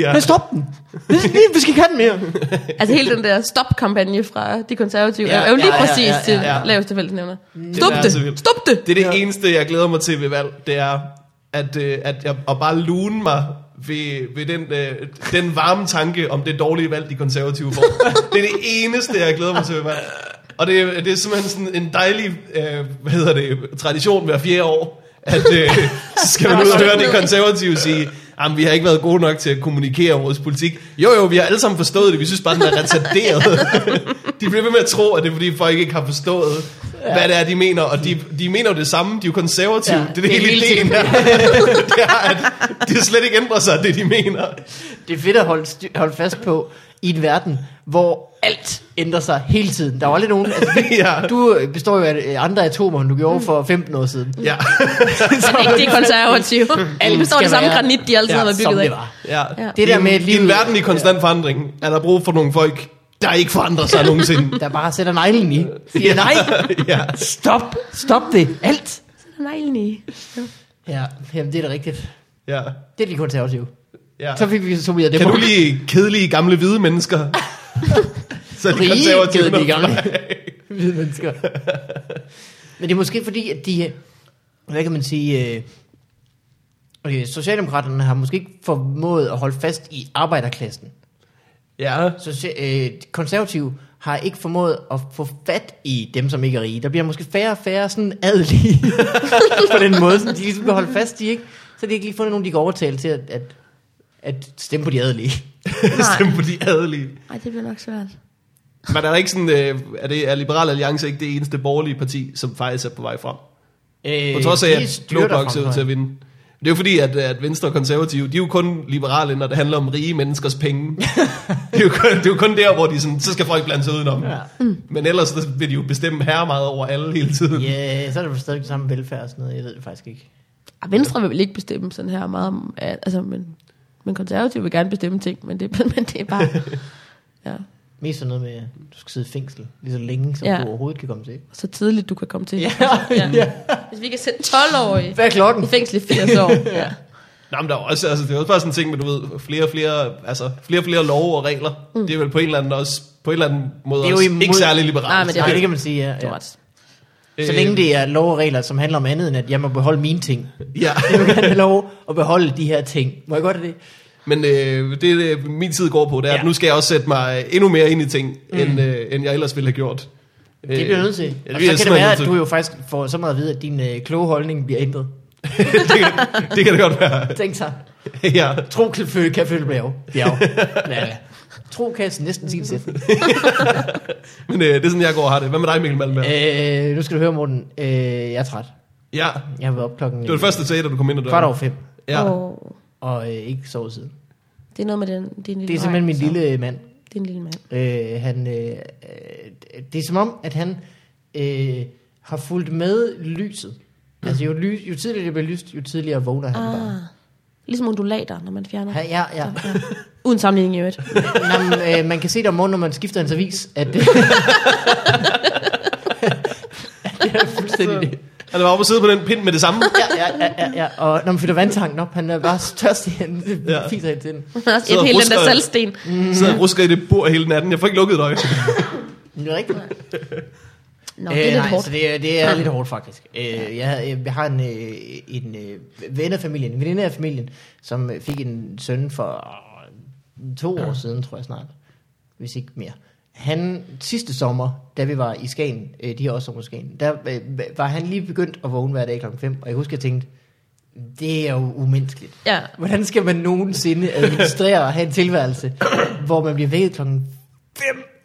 Speaker 1: ja.
Speaker 2: Men stop den! Vi skal, vi skal ikke have den mere!
Speaker 3: Altså hele den der stop-kampagne fra de konservative,
Speaker 2: Ja,
Speaker 3: ja, er jo lige
Speaker 2: ja, ja,
Speaker 3: præcis
Speaker 2: ja, altså- ja,
Speaker 3: til
Speaker 1: ja.
Speaker 3: laveste fællesnævner. Stop
Speaker 1: er
Speaker 3: det!
Speaker 1: så vildt.
Speaker 3: Stop det!
Speaker 1: Det er det eneste, jeg glæder mig til ved valg, det er at, øh, at, jeg, at bare lune mig ved, ved den, øh, den varme tanke om det dårlige valg, de konservative får. det er det eneste, jeg glæder mig til ved valg. Og det, er- det er simpelthen sådan en dejlig øh, hvad hedder det, tradition hver fjerde år, at øh, så skal man ud og høre det konservative sige, jamen vi har ikke været gode nok til at kommunikere vores politik. Jo jo, vi har alle sammen forstået det, vi synes bare, den er retarderet. de bliver ved med at tro, at det er fordi folk ikke har forstået, ja. hvad det er, de mener. Og de, de mener jo det samme, de er jo konservative.
Speaker 2: Ja,
Speaker 1: Ja, det er det hele ideen her. det er, at det slet ikke ændrer sig, det de mener.
Speaker 2: Det er fedt at holde, styr, holde fast på i en verden, hvor alt ændrer sig hele tiden. Der var lidt nogen... Altså, vi-
Speaker 1: Ja.
Speaker 2: Du øh, består jo af øh, andre atomer, end du gjorde for 15 år siden.
Speaker 1: Ja,
Speaker 3: Men ikke de konservative. Alle består af
Speaker 2: skal
Speaker 3: det samme
Speaker 2: være-
Speaker 3: granit, de altid
Speaker 1: Ja,
Speaker 3: har været
Speaker 2: Som
Speaker 3: bygget af.
Speaker 2: det var.
Speaker 1: ja.
Speaker 3: Ja.
Speaker 2: Det der med, at
Speaker 1: at livet... en
Speaker 2: livet-
Speaker 1: verden i konstant forandring er der brug for nogle folk, der ikke forandrer sig nogensinde.
Speaker 2: Der bare sætter neglen i. Siger nej,
Speaker 1: ja.
Speaker 2: stop, stop det, alt.
Speaker 3: Nej, nej.
Speaker 2: Ja, jamen det er da rigtigt.
Speaker 1: Ja.
Speaker 2: Det er de konservative.
Speaker 1: Ja.
Speaker 2: Så fik vi summeret det
Speaker 1: Kan
Speaker 2: på.
Speaker 1: du lige kedelige gamle hvide mennesker? Så er de
Speaker 2: Rige,
Speaker 1: konservative
Speaker 2: kedelige
Speaker 1: nok.
Speaker 2: gamle. hvide mennesker. Men det er måske fordi, at de, øh, hvad kan man sige, øh, okay, Socialdemokraterne har måske ikke formået at holde fast i arbejderklassen.
Speaker 1: Ja.
Speaker 2: Socia- øh, de konservative har ikke formået at få fat i dem, som ikke er rige. Der bliver måske færre og færre sådan adelige på den måde, som de ligesom kan holde fast i, ikke? Så de har ikke lige fundet nogen, de kan overtale til at, at, at stemme på de adelige.
Speaker 1: Stem på de adelige.
Speaker 3: Ej, det bliver nok svært.
Speaker 1: Men er der ikke sådan, øh, er, det, er Liberal Alliance ikke det eneste borgerlige parti, som faktisk er på vej frem?
Speaker 2: Øh,
Speaker 1: På trods af,
Speaker 2: de
Speaker 1: at Blå
Speaker 2: styrter
Speaker 1: Blok ser ud
Speaker 2: fremfor.
Speaker 1: til at vinde. Det er jo fordi, at, at Venstre og Konservative, de er jo kun liberale, når det handler om rige menneskers penge. det, er jo kun, det er jo kun der, hvor de sådan, så skal folk blande sig udenom.
Speaker 2: Ja.
Speaker 1: Men ellers så vil de jo bestemme herre meget over alle hele tiden. Yeah.
Speaker 2: Ja, så er det vel stadig samme velfærd og sådan noget. Jeg ved det faktisk ikke.
Speaker 3: Ah, Venstre vil vel ikke bestemme sådan her meget, om- ja, altså, men, men konservative vil gerne bestemme ting, men det, men det er bare... Ja,
Speaker 2: Mest sådan noget med, at du skal sidde i fængsel lige så længe, som
Speaker 3: Ja.
Speaker 2: du overhovedet kan komme til.
Speaker 3: så tidligt du kan komme til.
Speaker 2: ja.
Speaker 3: Hvis vi kan sende 12-årige
Speaker 2: Hvad er klokken?
Speaker 3: i fængsel i 80 år. Ja.
Speaker 1: Nå, men der er jo også, altså, det er også bare sådan en ting, med du ved, flere og flere, altså, flere, og flere love og regler. Mm. Det er vel på en eller anden, også, på en eller anden måde
Speaker 2: Det er jo
Speaker 1: også
Speaker 2: imod-
Speaker 1: ikke særlig liberalt.
Speaker 3: Nej, men
Speaker 2: Det,
Speaker 3: det er
Speaker 2: Nej, det
Speaker 3: rigtigt.
Speaker 2: kan man sige, ja.
Speaker 3: Du har
Speaker 2: ja.
Speaker 3: ret.
Speaker 2: Så
Speaker 1: Øh,
Speaker 2: længe det er lov og regler, som handler om andet, end at jeg må beholde mine ting.
Speaker 1: Ja.
Speaker 2: Jeg vil gerne have lov at beholde de her ting. Må jeg godt have det?
Speaker 1: Men øh, det, øh, min tid går på, det er, ja.
Speaker 2: Ja.
Speaker 1: at nu skal jeg også sætte mig endnu mere ind i ting, mm. end, øh, end jeg ellers ville have gjort.
Speaker 2: Det bliver jeg nødt til.
Speaker 1: Øh, Ja, det
Speaker 2: Og
Speaker 1: bliver jeg
Speaker 2: så kan det
Speaker 1: simpelthen
Speaker 2: være,
Speaker 1: nødt
Speaker 2: at
Speaker 1: til.
Speaker 2: du jo faktisk får så meget at vide, at din øh, kloge holdning bliver ændret.
Speaker 1: det, kan, det kan det godt være.
Speaker 2: Tænk sig.
Speaker 1: ja.
Speaker 2: Tro kan følge, kan følge bjerg. bjerg. Ja, ja. Tro kan næsten sige en sætning.
Speaker 1: Men øh, det er sådan, jeg går og har det. Hvad med dig, Mikkel Malmberg? Øh.
Speaker 2: Øh, nu skal du høre, Morten. Øh, jeg er træt.
Speaker 1: Ja,
Speaker 2: Jeg har været op klokken øh,
Speaker 1: det var det første, du sagde, da du kom ind ad døren.
Speaker 2: kvart over fem,
Speaker 1: Ja.
Speaker 3: Og
Speaker 2: og øh, ikke sovet siden.
Speaker 3: det er noget med den, din lille
Speaker 2: Det er simpelthen min
Speaker 3: dreng, så.
Speaker 2: lille mand.
Speaker 3: Det er en lille mand.
Speaker 2: Øh, han, øh, øh, det er som om, at han øh, har fulgt med lyset. Altså jo, ly, jo tidligere det bliver lyst, jo tidligere vågner han ah. bare.
Speaker 3: Ah. Ligesom undulater, når man fjerner.
Speaker 2: Ja, ja, ja.
Speaker 3: Uden sammenligning i øvrigt.
Speaker 2: Nå, men, øh, man kan se det om morgenen, når man skifter hans avis, at øh, det er fuldstændig det.
Speaker 1: Han var oppe og sidde på den pind med det samme.
Speaker 2: Ja, ja, ja, ja, ja. Og når man fylder vandtanken op, han er bare størst i hende. Det
Speaker 1: Ja.
Speaker 2: fiser hele tiden.
Speaker 3: Også
Speaker 1: Sidder
Speaker 3: et
Speaker 1: og
Speaker 3: helt den der
Speaker 1: rusker.
Speaker 3: salgsten.
Speaker 1: Så rusker i det bord hele natten. Jeg får ikke lukket et øje.
Speaker 2: Men Det er rigtigt.
Speaker 3: Nå, det er lidt
Speaker 2: Øh, nej,
Speaker 3: hårdt.
Speaker 2: Så det, er- det er lidt hårdt faktisk. Øh, jeg, jeg har en, øh, en øh, ven af familien, en veninde af familien, som øh, fik en søn for øh, to år siden, tror jeg snart, hvis ikke mere. Han sidste sommer, da vi var i Skagen, øh, de her også sommer i Skagen, der øh, var han lige begyndt at vågne hver dag klokken 5, og jeg husker, jeg tænkte, det er jo umenneskeligt.
Speaker 3: Ja.
Speaker 2: Hvordan skal man nogensinde administrere og have en tilværelse, hvor man bliver vækket klokken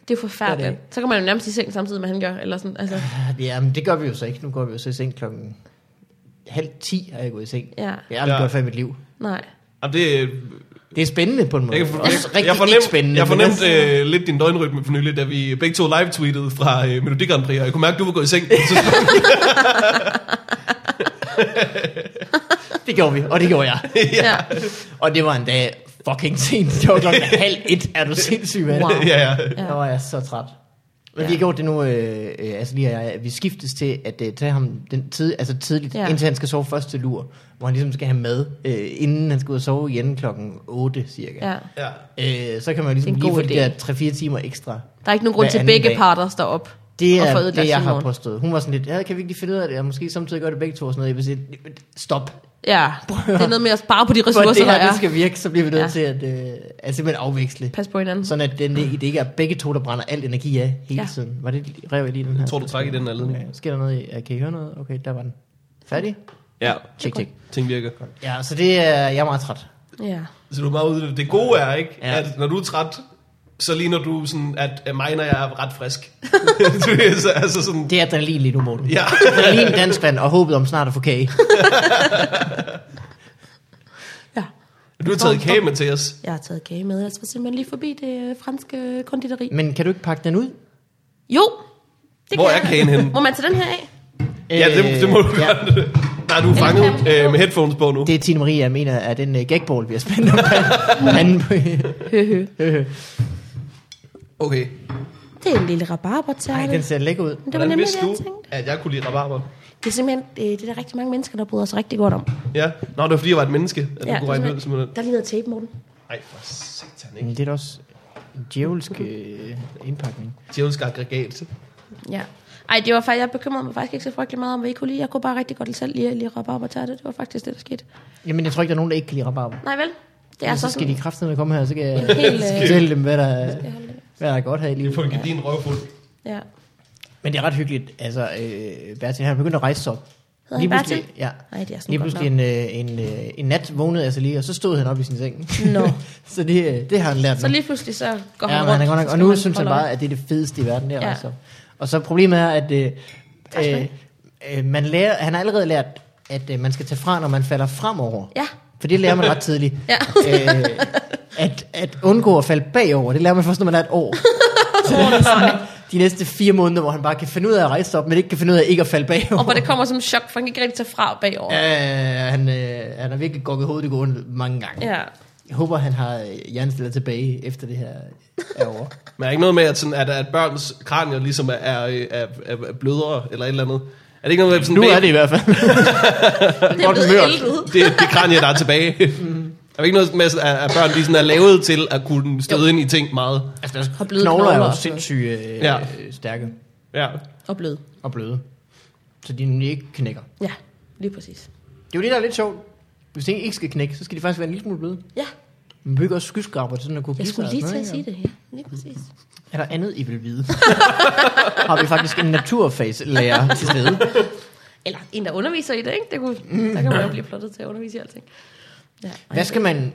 Speaker 3: Det er forfærdeligt.
Speaker 2: Det er
Speaker 3: Så kan man jo nærmest i seng samtidig med, han gør. Eller sådan, altså,
Speaker 2: Ja, men Ah, det gør vi jo så ikke. Nu går vi jo så i seng klokken halv ti, er jeg gået i seng.
Speaker 3: ja,
Speaker 2: Jeg har aldrig
Speaker 1: Ja.
Speaker 2: gjort før i mit liv.
Speaker 3: nej.
Speaker 1: Jamen, det, øh,
Speaker 2: Det er spændende på en måde.
Speaker 1: jeg,
Speaker 2: Også
Speaker 1: jeg, jeg,
Speaker 2: rigtig
Speaker 1: jeg
Speaker 2: ikke
Speaker 1: fornemte,
Speaker 2: spændende.
Speaker 1: jeg
Speaker 2: men
Speaker 1: fornemte
Speaker 2: også-
Speaker 1: øh, lidt din døgnrytme for nylig, da vi begge to live-tweetede fra øh, Melodi Grand Prix, og jeg kunne mærke, at du var gået i seng. Så,
Speaker 2: Det gjorde vi, og det gjorde jeg.
Speaker 3: Ja. ja.
Speaker 2: Og det var en dag fucking sent. Det var klokken halv et. Er du sindssyg, mand?
Speaker 3: Wow.
Speaker 1: ja, ja.
Speaker 2: Ja.
Speaker 3: Ja.
Speaker 2: Jeg var jeg så træt. Men ja. vi
Speaker 3: Ja.
Speaker 2: har gjort det nu, øh, øh, altså lige og jeg, vi skiftes til at øh, tage ham den tid, altså tidligt, ja.
Speaker 3: Ja.
Speaker 2: indtil han skal sove første lur, hvor han ligesom skal have mad, øh, inden han skal ud og sove igen klokken 8 cirka.
Speaker 3: ja.
Speaker 1: ja.
Speaker 2: Øh, så kan man ligesom
Speaker 3: Det er
Speaker 2: lige
Speaker 3: en god
Speaker 2: få de
Speaker 3: idé.
Speaker 2: der 3-4 timer ekstra.
Speaker 3: Der er ikke nogen grund
Speaker 2: Hver
Speaker 3: til, at
Speaker 2: anden
Speaker 3: begge
Speaker 2: dag.
Speaker 3: parter står op.
Speaker 2: Det
Speaker 3: Og få
Speaker 2: er
Speaker 3: ødelagt
Speaker 2: det, jeg
Speaker 3: sin
Speaker 2: har
Speaker 3: morgen.
Speaker 2: påstået. Hun var sådan lidt, ja, kan vi ikke lige finde ud af det? Og måske samtidig gør det begge to og sådan noget. Jeg vil sige, stop.
Speaker 3: Ja, det er noget med at spare på de
Speaker 2: For at
Speaker 3: ressourcer,
Speaker 2: det
Speaker 3: der
Speaker 2: her
Speaker 3: er.
Speaker 2: det skal virke, så bliver vi nødt ja.
Speaker 3: Ja.
Speaker 2: til at, øh, at simpelthen afveksle.
Speaker 3: Pas på hinanden.
Speaker 2: Sådan at den, det ikke er begge to, der brænder al energi af hele ja.
Speaker 3: Ja.
Speaker 2: tiden. Var det rev jeg lige den her?
Speaker 1: Jeg tror, du træk i den her ledning.
Speaker 2: Okay. Sker der noget? i- Ja, kan I høre noget? Okay, der var den. Færdig?
Speaker 1: Ja,
Speaker 2: Tjek, tjek.
Speaker 1: ting virker.
Speaker 2: Ja, så det er, jeg er meget træt.
Speaker 3: Ja.
Speaker 1: Så du er meget ude i det. Det gode er, ikke,
Speaker 2: Ja.
Speaker 1: ja. at når du er træt, så ligner du sådan, at, at mig, når jeg er ret frisk. du er så, altså sådan,
Speaker 2: Det er adrenalin lige nu, Morten.
Speaker 1: ja.
Speaker 2: Adrenalin, dansk vand og håbet om snart at få kage.
Speaker 3: ja.
Speaker 1: Du har taget kage med til os.
Speaker 3: Jeg har taget kage med. Jeg var simpelthen lige forbi det øh, franske konditori.
Speaker 2: Men kan du ikke pakke den ud?
Speaker 3: Jo, det
Speaker 1: Hvor
Speaker 3: kan
Speaker 1: er
Speaker 3: jeg.
Speaker 1: kagen henne?
Speaker 3: Må man tage den her af?
Speaker 1: Ja, det, det må du
Speaker 2: Øh,
Speaker 1: ja. gøre. Nej, du er fanget øh, med headphones på nu.
Speaker 2: Det er Tine Marie, jeg mener, er den uh, gagball, vi har spændt om panden- panden på.
Speaker 3: Høhø.
Speaker 1: Okay.
Speaker 3: Det er en lille
Speaker 2: Ej,
Speaker 3: rabarbertærte.
Speaker 2: den ser lækker ud.
Speaker 3: Det var
Speaker 1: Hvordan
Speaker 3: nemlig det,
Speaker 1: vidste
Speaker 3: jeg
Speaker 1: du,
Speaker 3: tænkte.
Speaker 1: at jeg kunne lide rabarber?
Speaker 3: Det er simpelthen, øh, det er der rigtig mange mennesker, der bryder sig rigtig godt om.
Speaker 1: Ja. Nå, det var fordi, jeg var et menneske, at du
Speaker 3: det er
Speaker 1: kunne regne ud
Speaker 3: simpelthen-
Speaker 1: som den.
Speaker 3: Der er lige noget tape, Morten.
Speaker 1: Ej, for satan, ikke?
Speaker 2: Men det er da også en djævelsk øh, indpakning.
Speaker 1: Djævelsk aggregat.
Speaker 3: Ja. Ej, det var faktisk, jeg bekymrede mig faktisk ikke så frygtelig meget om, hvad I kunne lide. Jeg kunne bare rigtig godt selv lide, lide rabarbertærte. Det var faktisk det, der skete.
Speaker 2: Jamen, jeg tror ikke, der er nogen, der ikke kan lide rabarber.
Speaker 3: Nej vel? Det er
Speaker 2: Ja, så
Speaker 3: så
Speaker 2: skal de
Speaker 3: sådan.
Speaker 2: kraftedeme komme her, så kan jeg
Speaker 3: Helt, øh,
Speaker 2: fortælle dem, hvad der, er-
Speaker 3: Jeg holder det.
Speaker 2: hvad der er godt her i
Speaker 1: Du
Speaker 2: livet.
Speaker 1: får en gardin røvfuld.
Speaker 3: Ja.
Speaker 2: Men det er ret hyggeligt. Altså, øh, Bertil, han er begyndt at rejse sig op.
Speaker 3: Hedder
Speaker 2: Lige
Speaker 3: han
Speaker 2: pludselig,
Speaker 3: Bertil?
Speaker 2: ja.
Speaker 3: Nej, det er sådan
Speaker 2: Lige
Speaker 3: et godt
Speaker 2: pludselig en, øh, en, øh, en nat vågnede jeg så lige, og så stod han op i sin seng.
Speaker 3: Nå.
Speaker 2: så det, øh, det har han lært nu.
Speaker 3: Så lige pludselig så går
Speaker 2: ja,
Speaker 3: han
Speaker 2: men
Speaker 3: rundt.
Speaker 2: han er godt nok,
Speaker 3: så
Speaker 2: og
Speaker 3: skal
Speaker 2: nu
Speaker 3: man
Speaker 2: synes han
Speaker 3: holde
Speaker 2: bare,
Speaker 3: øje.
Speaker 2: at det er det fedeste i verden der.
Speaker 3: Ja.
Speaker 2: Ja. Altså. Og så problemet er, at øh,
Speaker 3: Tak skal du
Speaker 2: øh, øh, man lærer, han har allerede lært, at øh, man skal tage fra, når man falder fremover.
Speaker 3: Ja.
Speaker 2: For det lærer man ret tidligt.
Speaker 3: Ja.
Speaker 2: øh, at, at undgå at falde bagover, det lærer man først, når man er et år. Så det er sådan, de næste fire måneder, hvor han bare kan finde ud af at rejse sig op, men ikke kan finde ud af ikke at falde bagover.
Speaker 3: Og hvor det kommer som chok, for han kan ikke rigtig tage fra bagover. Ja.
Speaker 2: Ja, han, øh, han har virkelig gået hovedet i gården mange gange.
Speaker 3: ja.
Speaker 2: Jeg håber, han har øh, hjernestiller tilbage, efter det her er over.
Speaker 1: Men er ikke noget med, at, sådan, at, at børns kranier ligesom er, er, er, er, er blødere eller et eller andet? Er det ikke noget med, at sådan,
Speaker 2: Nu er det i hvert fald.
Speaker 3: Det er
Speaker 2: Godt
Speaker 3: blevet
Speaker 2: humørt.
Speaker 3: ældet.
Speaker 1: det, det kranier, der er tilbage? Mm. Er det ikke noget med, at, at børn de sådan er lavet til at kunne støde ind i ting meget?
Speaker 2: Altså, deres
Speaker 3: Og bløde
Speaker 2: knogler er
Speaker 3: knogler
Speaker 2: jo
Speaker 3: også.
Speaker 2: sindssygt øh,
Speaker 1: Ja.
Speaker 2: ja. stærke
Speaker 1: Ja.
Speaker 3: Og blød.
Speaker 2: og bløde. Så de nemlig ikke knækker.
Speaker 3: Ja, lige præcis.
Speaker 2: Det er jo det, der er lidt sjovt. Hvis ting ikke skal knække, så skal de faktisk være en lille smule bløde.
Speaker 3: Ja,
Speaker 2: Man bygger også skyskraber til sådan at kunne give
Speaker 3: jeg
Speaker 2: sig.
Speaker 3: skulle
Speaker 2: og
Speaker 3: lige
Speaker 2: sådan
Speaker 3: til at
Speaker 2: noget,
Speaker 3: sige
Speaker 2: ikke?
Speaker 3: det. Ja, lige præcis.
Speaker 2: Er der andet, I vil vide? Har vi faktisk en naturfagslærer til stede?
Speaker 3: Eller en, der underviser i det, ikke? Det kunne, der kan man jo blive plottet til at undervise i alting. Ja, ej,
Speaker 2: Hvad skal man...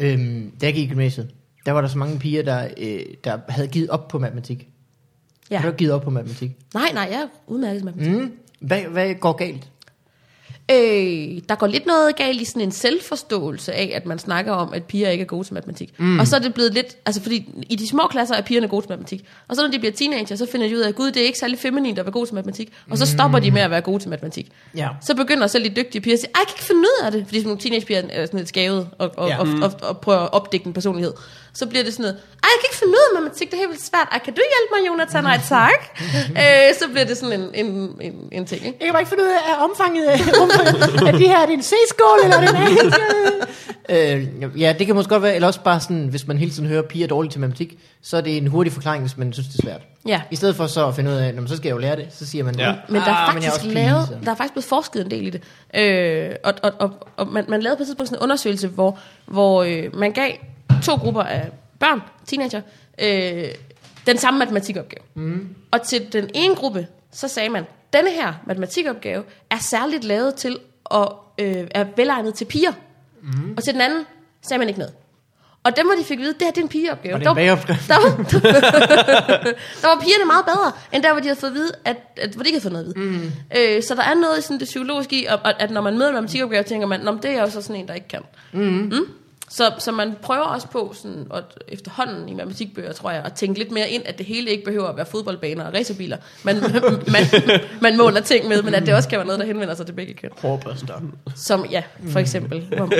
Speaker 2: Øhm, da jeg gik i gymnasiet, der var der så mange piger, der, øh, der havde givet op på matematik. Ja.
Speaker 3: Ja.
Speaker 2: Har du givet op på matematik?
Speaker 3: Nej, nej, jeg er udmærket med dem.
Speaker 2: Mm. Hvad, hvad går galt?
Speaker 3: Øh, der går lidt noget galt i sådan en selvforståelse af, at man snakker om, at piger ikke er gode til matematik. Mm. Og så er det blevet lidt, altså fordi i de små klasser er pigerne gode til matematik. Og så når de bliver teenager, så finder de ud af, at gud, det er ikke særlig feminint at være god til matematik. Og så stopper de med at være gode til matematik.
Speaker 2: Ja.
Speaker 3: Så begynder selv de dygtige piger at sige, "Ej, jeg kan ikke finde ud af det. Fordi sådan nogle teenagepiger er sådan lidt skavet og, og,
Speaker 2: Ja.
Speaker 3: ja. og, og, og, prøver at opdække en personlighed. Så bliver det sådan noget, ej, jeg kan ikke finde ud af matematik, det er helt vildt svært. Ej, kan du hjælpe mig, Jonathan? Nej, tak. øh, så bliver det sådan en, en, en, en ting, ikke?
Speaker 2: Jeg kan bare ikke finde ud af omfanget af, at det her er det en C-skål, eller er det en øh, Ja, det kan måske godt være, eller også bare sådan, hvis man hele tiden hører, piger er dårlige til matematik, så er det en hurtig forklaring, hvis man synes, det er svært.
Speaker 3: Ja.
Speaker 2: I stedet for så at finde ud af, "Nå, men så skal jeg jo lære det, så siger man,
Speaker 1: Ja.
Speaker 3: Men der er
Speaker 2: "Ah, men jeg
Speaker 3: faktisk
Speaker 2: også pige,
Speaker 3: lavet,
Speaker 2: så."
Speaker 3: der er faktisk blevet forsket en del i det. Øh, og og, og, og man, man lavede på et tidspunkt sådan en undersøgelse, hvor, hvor øh, man gav to grupper af børn, teenager, øh, den samme matematikopgave. Mm. Og til den ene gruppe, så sagde man, denne her matematikopgave er særligt lavet til at øh, er velegnet til piger.
Speaker 2: Mhm.
Speaker 3: Mm. Og til den anden sagde man ikke noget. Og dem, hvor de fik at vide, det her det er en pigeopgave.
Speaker 2: Var det en
Speaker 3: Der-
Speaker 2: bageopgave?
Speaker 3: der var, der var pigerne meget bedre, end der, hvor de havde fået at vide, at, at hvor de ikke havde fået noget at
Speaker 2: Mhm.
Speaker 3: vide. Mm. Øh, så der er noget i sådan det psykologiske i, at, at når man møder en matematikopgave, tænker man, "Nå, men det er jo så sådan en, der ikke kan. Mm. Mm. Så, så man prøver også på, sådan, at efterhånden i matematikbøger, tror jeg, at tænke lidt mere ind, at det hele ikke behøver at være fodboldbaner og racerbiler. Man, man, man måler ting med, men at det også kan være noget, der henvender sig til begge køn.
Speaker 2: hårbørster,
Speaker 3: Som, ja, for eksempel. Hvor,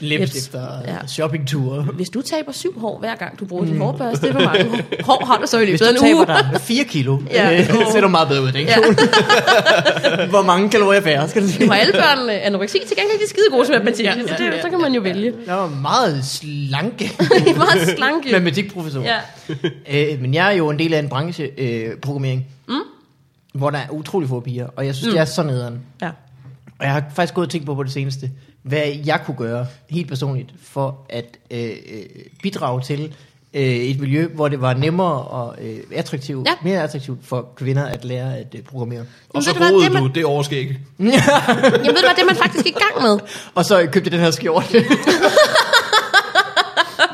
Speaker 2: læbstifter,
Speaker 3: Ja.
Speaker 2: ja. øh, shoppingture.
Speaker 3: hvis du taber syv hår, hver gang du bruger din hårbørste, hvor mange hår har du så i
Speaker 2: Hvis
Speaker 3: løbet af
Speaker 2: du
Speaker 3: en
Speaker 2: taber
Speaker 3: uge?
Speaker 2: dig 4 kilo,
Speaker 3: Ja.
Speaker 2: ja. øh, så er du meget bedre ud af den
Speaker 3: Ja.
Speaker 2: Hvor mange kalorier færre, skal du sige?
Speaker 3: Nu har alle børn øh, anoreksi, til gengæld er de skide gode til matematik, ja, så, det, så kan man jo vælge.
Speaker 2: Jeg var meget slanke
Speaker 3: De er meget slanke.
Speaker 2: matematikprofessor.
Speaker 3: Ja.
Speaker 2: Øh, men jeg er jo en del af en branche, øh, programmering, mm. hvor der er utrolig få piger, og jeg synes, mm. det er så nederen.
Speaker 3: ja.
Speaker 2: Og jeg har faktisk gået og tænkt på på det seneste, hvad jeg kunne gøre, helt personligt, for at øh, øh, bidrage til øh, et miljø, hvor det var nemmere og øh, attraktivt,
Speaker 3: Ja.
Speaker 2: ja. mere attraktivt for kvinder at lære at øh, programmere.
Speaker 1: Og så
Speaker 3: ved du hvad,
Speaker 1: rodede
Speaker 3: det
Speaker 1: du,
Speaker 3: man-
Speaker 1: det overskæg.
Speaker 3: Jamen ved du hvad, det er man faktisk i gang med.
Speaker 2: Og så købte jeg den her skjorte.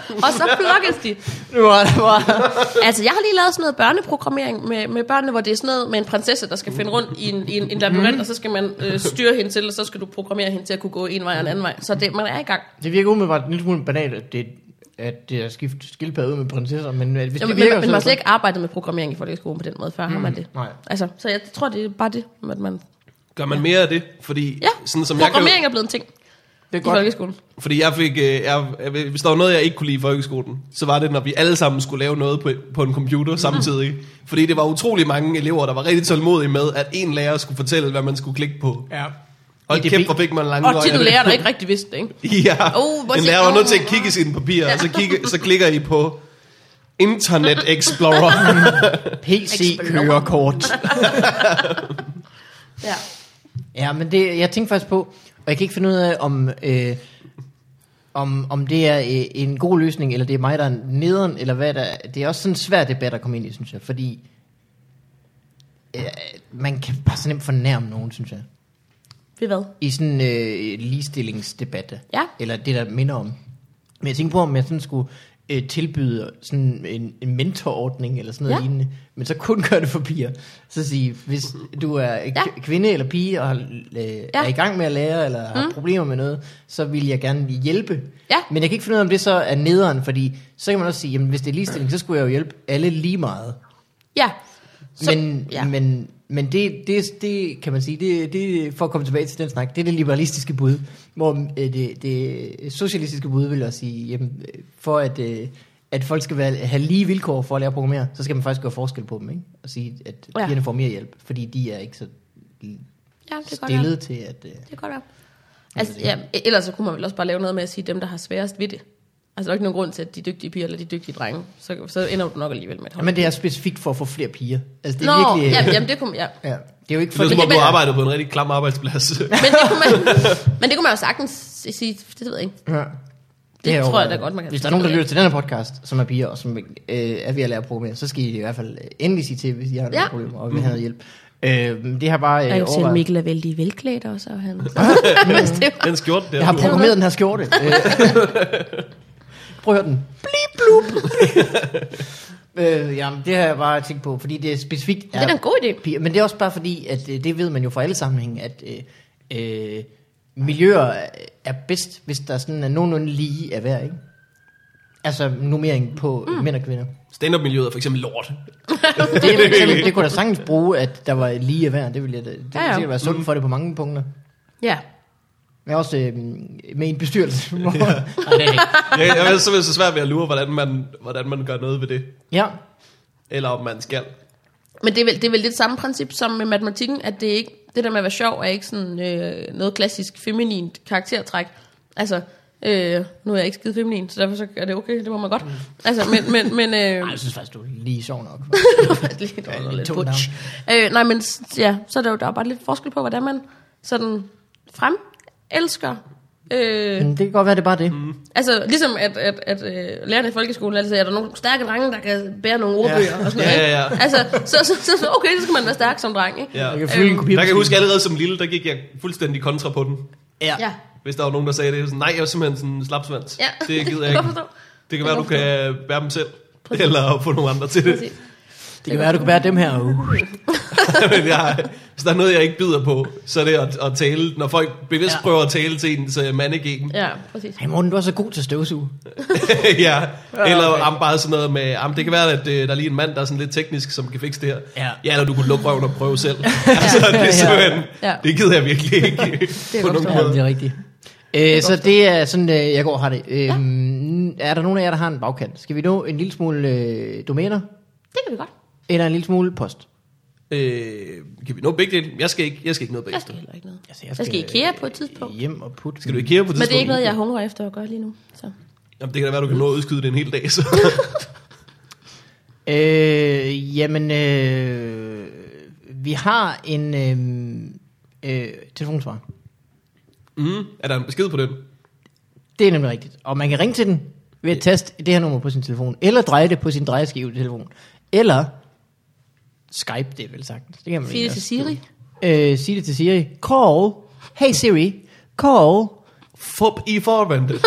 Speaker 3: Og så plukkes de.
Speaker 2: nu var det bare...
Speaker 3: Altså, jeg har lige lavet sådan noget børneprogrammering med, med børnene, hvor det er sådan noget med en prinsesse, der skal finde rundt i en, i en, en
Speaker 2: Mhm.
Speaker 3: labyrint, og så skal man øh, styre hende til, og så skal du programmere hende til at kunne gå en vej og en anden vej. Så det, man er i gang.
Speaker 2: Det virker umiddelbart en lille smule banalt, at det, at det er skift skildpadde ud med prinsesser, men at hvis
Speaker 3: Jamen,
Speaker 2: det
Speaker 3: men,
Speaker 2: virker...
Speaker 3: man, men
Speaker 2: så-
Speaker 3: man har slet ikke arbejdet med programmering i folkeskolen på den måde før, mm, har man det?
Speaker 2: Mhm. nej.
Speaker 3: Altså, så jeg tror, det er bare det, at man...
Speaker 1: Gør man mere af det? Fordi,
Speaker 3: Ja,
Speaker 1: sådan som jeg kan,
Speaker 3: programmering er blevet en ting
Speaker 2: Det er
Speaker 3: i
Speaker 2: godt.
Speaker 3: folkeskolen.
Speaker 1: fordi jeg fik, øh, jeg, jeg- hvis der var noget, jeg ikke kunne lide i folkeskolen, så var det, når vi alle sammen skulle lave noget på, på en computer samtidig. Fordi det var utrolig mange elever, der var rigtig tålmodige med, at en lærer skulle fortælle, hvad man skulle klikke på.
Speaker 2: Ja.
Speaker 1: Og
Speaker 2: EDB.
Speaker 1: kæft, hvor fik man lange
Speaker 3: Og tit
Speaker 1: af
Speaker 3: en
Speaker 1: det.
Speaker 3: lærer, der ikke rigtig vidste det, ikke?
Speaker 1: Ja,
Speaker 3: Oh, hvor
Speaker 1: en
Speaker 3: siger-
Speaker 1: lærer var nødt til at
Speaker 3: Åh.
Speaker 1: kigge i sine papirer, og så, kigge, så klikker I på Internet Explorer.
Speaker 2: PC-kørekort.
Speaker 3: Ja.
Speaker 2: Ja, men det, jeg tænkte faktisk på, og jeg kan ikke finde ud af, om, øh, om, om det er øh, en god løsning, eller det er mig, der er nederen, eller hvad der Det er også sådan en svær debat at komme ind i, synes jeg, fordi øh, man kan bare så nemt fornærme nogen, synes jeg.
Speaker 3: Ved hvad?
Speaker 2: I sådan en øh, ligestillingsdebatte.
Speaker 3: Ja.
Speaker 2: Eller det, der minder om. Men jeg tænkte på, om jeg sådan skulle øh, tilbyde sådan en, en mentorordning eller sådan noget
Speaker 3: Ja.
Speaker 2: ja. lignende. Men så kun gøre det for piger. Så sige, hvis du er ja. kvinde eller pige og har, øh, ja. er i gang med at lære eller har mm. problemer med noget, så vil jeg gerne hjælpe.
Speaker 3: Ja.
Speaker 2: Men jeg kan ikke finde ud af, om det så er nederen, fordi så kan man også sige, jamen hvis det er ligestilling, så skulle jeg jo hjælpe alle lige meget.
Speaker 3: Ja.
Speaker 2: Så, men,
Speaker 3: ja.
Speaker 2: ja. men, men det, det, det kan man sige, det, det, for at komme tilbage til den snak, det er det liberalistiske bud, hvor øh, det, det socialistiske bud vil også sige, jamen, øh, for at, øh, at folk skal være, have lige vilkår for at lære at programmere, så skal man faktisk gøre forskel på dem, ikke? og sige, at
Speaker 3: Ja.
Speaker 2: pigerne får mere hjælp, fordi de er ikke så
Speaker 3: ja, det er godt være.
Speaker 2: stillet til at... Øh,
Speaker 3: Det kan godt være. Altså, ja, ellers så kunne man vel også bare lave noget med at sige, dem der har sværest ved det. Altså, der er jo ikke nogen grund til, at de dygtige piger eller de dygtige drenge, så, så ender du nok alligevel med et hold.
Speaker 2: jamen, det er specifikt for at få flere piger. Altså, det
Speaker 3: Nå,
Speaker 2: er virkelig...
Speaker 3: jamen, jamen, det kunne man, ja.
Speaker 2: ja, det er jo ikke
Speaker 1: Det er som
Speaker 2: fordi,
Speaker 1: om, du
Speaker 3: men-
Speaker 1: arbejder på en rigtig klam arbejdsplads.
Speaker 3: Men det kunne man, men det kunne man jo sagtens sige, det ved jeg ikke.
Speaker 2: Ja.
Speaker 3: Det
Speaker 2: er jo- øh,
Speaker 3: tror jeg da godt, man kan-
Speaker 2: Hvis der er nogen, der lytter til den her podcast, som er piger, og som øh, er ved at lære at programmere, så skal I i hvert fald øh, endelig sige til, hvis I har nogle
Speaker 3: Ja.
Speaker 2: ja. problemer, og vil have noget hjælp. Øh, men det har bare øh,
Speaker 3: Jeg kan
Speaker 2: overvejet.
Speaker 3: Mikkel er vældig velklædt også, og han...
Speaker 1: Den skjorte der.
Speaker 2: Jeg har
Speaker 1: du-
Speaker 2: programmeret den her skjorte. Øh, Prøv at høre den. Blip, bloop. øh, jamen, det har jeg bare tænkt på, fordi det er specifikt...
Speaker 3: Det er da en god idé.
Speaker 2: piger. Men det er også bare fordi, at øh, det ved man jo fra alle sammenhænge, at øh, øh, miljøer er bedst, hvis der sådan er nogenlunde lige af hver, ikke? Altså nummering på mm. mænd og kvinder.
Speaker 1: Stand-up-miljøet er for eksempel lort.
Speaker 2: Det, det, det kunne da sagtens bruge, at der var lige af hver. Det ville, jeg da, det ville
Speaker 3: Ja, ja.
Speaker 2: ja, ja. være sundt for det på mange punkter.
Speaker 3: Ja.
Speaker 2: Men også øh, med en bestyrelse. Hvor, ja. Nej, det er ikke.
Speaker 1: Jeg, jeg er simpelthen så svært ved at lure, hvordan man, hvordan man gør noget ved det.
Speaker 2: ja.
Speaker 1: Eller om man skal.
Speaker 3: Men det er, vel, det er vel lidt samme princip som med matematikken, at det er ikke det der med at være sjov er ikke sådan øh, noget klassisk feminint karaktertræk. Altså, øh, nu er jeg ikke skide feminin, så derfor så er det okay, det må man godt. Altså, men, men, men øh,
Speaker 2: Ej, jeg synes faktisk, du er lige sjov nok.
Speaker 3: lidt, det var
Speaker 2: Ja,
Speaker 3: noget
Speaker 2: lidt
Speaker 3: lidt
Speaker 2: tone
Speaker 3: butch. Øh, nej, men s- ja, så er der jo der er bare lidt forskel på, hvordan man sådan frem elsker. Øh,
Speaker 2: Men det kan godt være, det er bare det. Mm.
Speaker 3: altså, ligesom at, at, at øh, lærerne i folkeskolen altid siger, at der er nogle stærke drenge, der kan bære nogle ordbøger ja. og sådan noget.
Speaker 1: Ja, ja,
Speaker 3: ikke?
Speaker 1: ja.
Speaker 3: Altså, så, så, så, så, okay, så skal man være stærk som dreng, ikke?
Speaker 1: Ja.
Speaker 2: Jeg kan fylde en kopi.
Speaker 1: Der kan jeg huske allerede som lille, der gik jeg fuldstændig kontra på den.
Speaker 2: Ja.
Speaker 3: Ja.
Speaker 1: Hvis der var nogen, der sagde det. jeg var Sådan, Nej, jeg er simpelthen sådan en slapsvans.
Speaker 3: Ja.
Speaker 1: Det gider jeg
Speaker 3: kan
Speaker 1: ikke.
Speaker 3: godt forstå.
Speaker 1: Det kan
Speaker 3: Jeg
Speaker 1: være,
Speaker 3: kan
Speaker 1: du kan bære dem selv. Eller få nogle andre til det.
Speaker 3: Præcis.
Speaker 2: Det kan være, du kan bære dem her. Uh.
Speaker 1: Men jeg, hvis der er noget, jeg ikke bider på, så er det at, at tale. Når folk bevidst
Speaker 2: Ja.
Speaker 1: prøver at tale til en, så er mandegen.
Speaker 3: Ja, præcis.
Speaker 2: Hey Morten, du er så god til at støvsuge.
Speaker 1: ja. Eller
Speaker 2: okay.
Speaker 1: am, bare sådan noget med, am, det kan være, at øh, der er lige en mand, der er sådan lidt teknisk, som kan fikse det her.
Speaker 2: Ja.
Speaker 1: ja eller du kunne lukke røven og prøve selv. altså, det,
Speaker 2: Ja.
Speaker 1: er simpelthen,
Speaker 3: Ja.
Speaker 1: det gider jeg virkelig ikke.
Speaker 3: jeg
Speaker 1: på
Speaker 3: godt
Speaker 1: nogen
Speaker 3: forstå.
Speaker 2: Ja,
Speaker 1: måde.
Speaker 2: det er rigtigt. Øh, så det er sådan, øh, jeg går og har det. Øhm, Er der nogen af jer, der har en bagkant? Skal vi nå en lille smule øh, domæner,
Speaker 3: Det kan vi godt.
Speaker 2: eller en lille smule post?
Speaker 1: Øh, kan vi nå begge dele? Jeg skal ikke, jeg skal ikke nå begge
Speaker 3: Jeg
Speaker 1: dele.
Speaker 3: skal heller ikke noget.
Speaker 2: Altså,
Speaker 3: Jeg skal øh, i IKEA på et tidspunkt.
Speaker 2: Hjem og putte.
Speaker 1: Skal du i IKEA på et
Speaker 3: Men det er ikke
Speaker 1: tidspunkt?
Speaker 3: noget, jeg hungrer efter at gøre lige nu. Så.
Speaker 1: Jamen, det kan da være, du kan nå at udskyde det en hel dag. Så.
Speaker 2: Øh, jamen, øh, vi har en øh, øh, telefonsvar.
Speaker 1: mm, er der en besked på den?
Speaker 2: Det er nemlig rigtigt. Og man kan ringe til den ved at taste det her nummer på sin telefon, eller dreje det på sin drejeskive i telefonen, eller Skype det er vel sagtens. Det kan man
Speaker 3: Sige
Speaker 2: egentlig
Speaker 3: det til
Speaker 2: også.
Speaker 3: Siri.
Speaker 2: Øh, sig det til Siri. Call. Hey Siri. Call.
Speaker 1: Fup i forventet.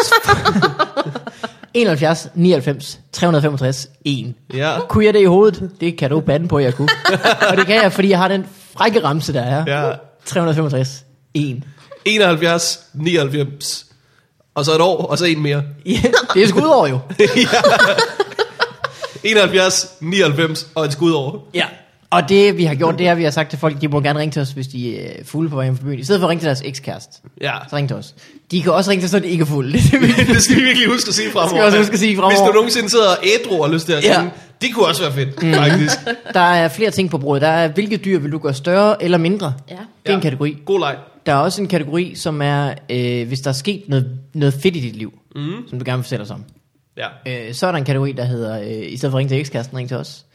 Speaker 2: 71 99 365 1.
Speaker 1: ja.
Speaker 2: Kunne jeg det i hovedet? Det kan du bande på, jeg kunne. Og det kan jeg, fordi jeg har den frække ramse, der er.
Speaker 1: Ja.
Speaker 2: 365 1.
Speaker 1: 71, 99, og så et år, og så en mere.
Speaker 2: Ja, det er skud over jo.
Speaker 1: 71, 99 og et skud over.
Speaker 2: Ja. Og det, vi har gjort, det er, at vi har sagt til folk, de må gerne ringe til os, hvis de er fulde på vej hjem fra byen. I stedet for at ringe til deres ekskæreste,
Speaker 1: Ja.
Speaker 2: så ring til os. De kan også ringe til os, når de ikke er fulde. Det er vildt.
Speaker 1: Det skal vi virkelig huske at sige fremover.
Speaker 2: skal vi også huske at sige fremover.
Speaker 1: Hvis du nogensinde sidder ædru og har lyst til at
Speaker 2: Ja. Mm.
Speaker 1: ringe, det kunne også være fedt, faktisk.
Speaker 2: der er flere ting på bordet. Der er, hvilke dyr vil du gøre større eller mindre?
Speaker 3: Ja.
Speaker 2: Det er
Speaker 1: Ja.
Speaker 2: en kategori.
Speaker 1: God leg.
Speaker 2: Der er også en kategori, som er, øh, hvis der er sket noget, noget fedt i dit liv, mm. som du gerne vil fortælle os om.
Speaker 1: Ja.
Speaker 2: Øh, så er der en kategori, der hedder, øh, i stedet for at ringe til ekskæresten, ring til os.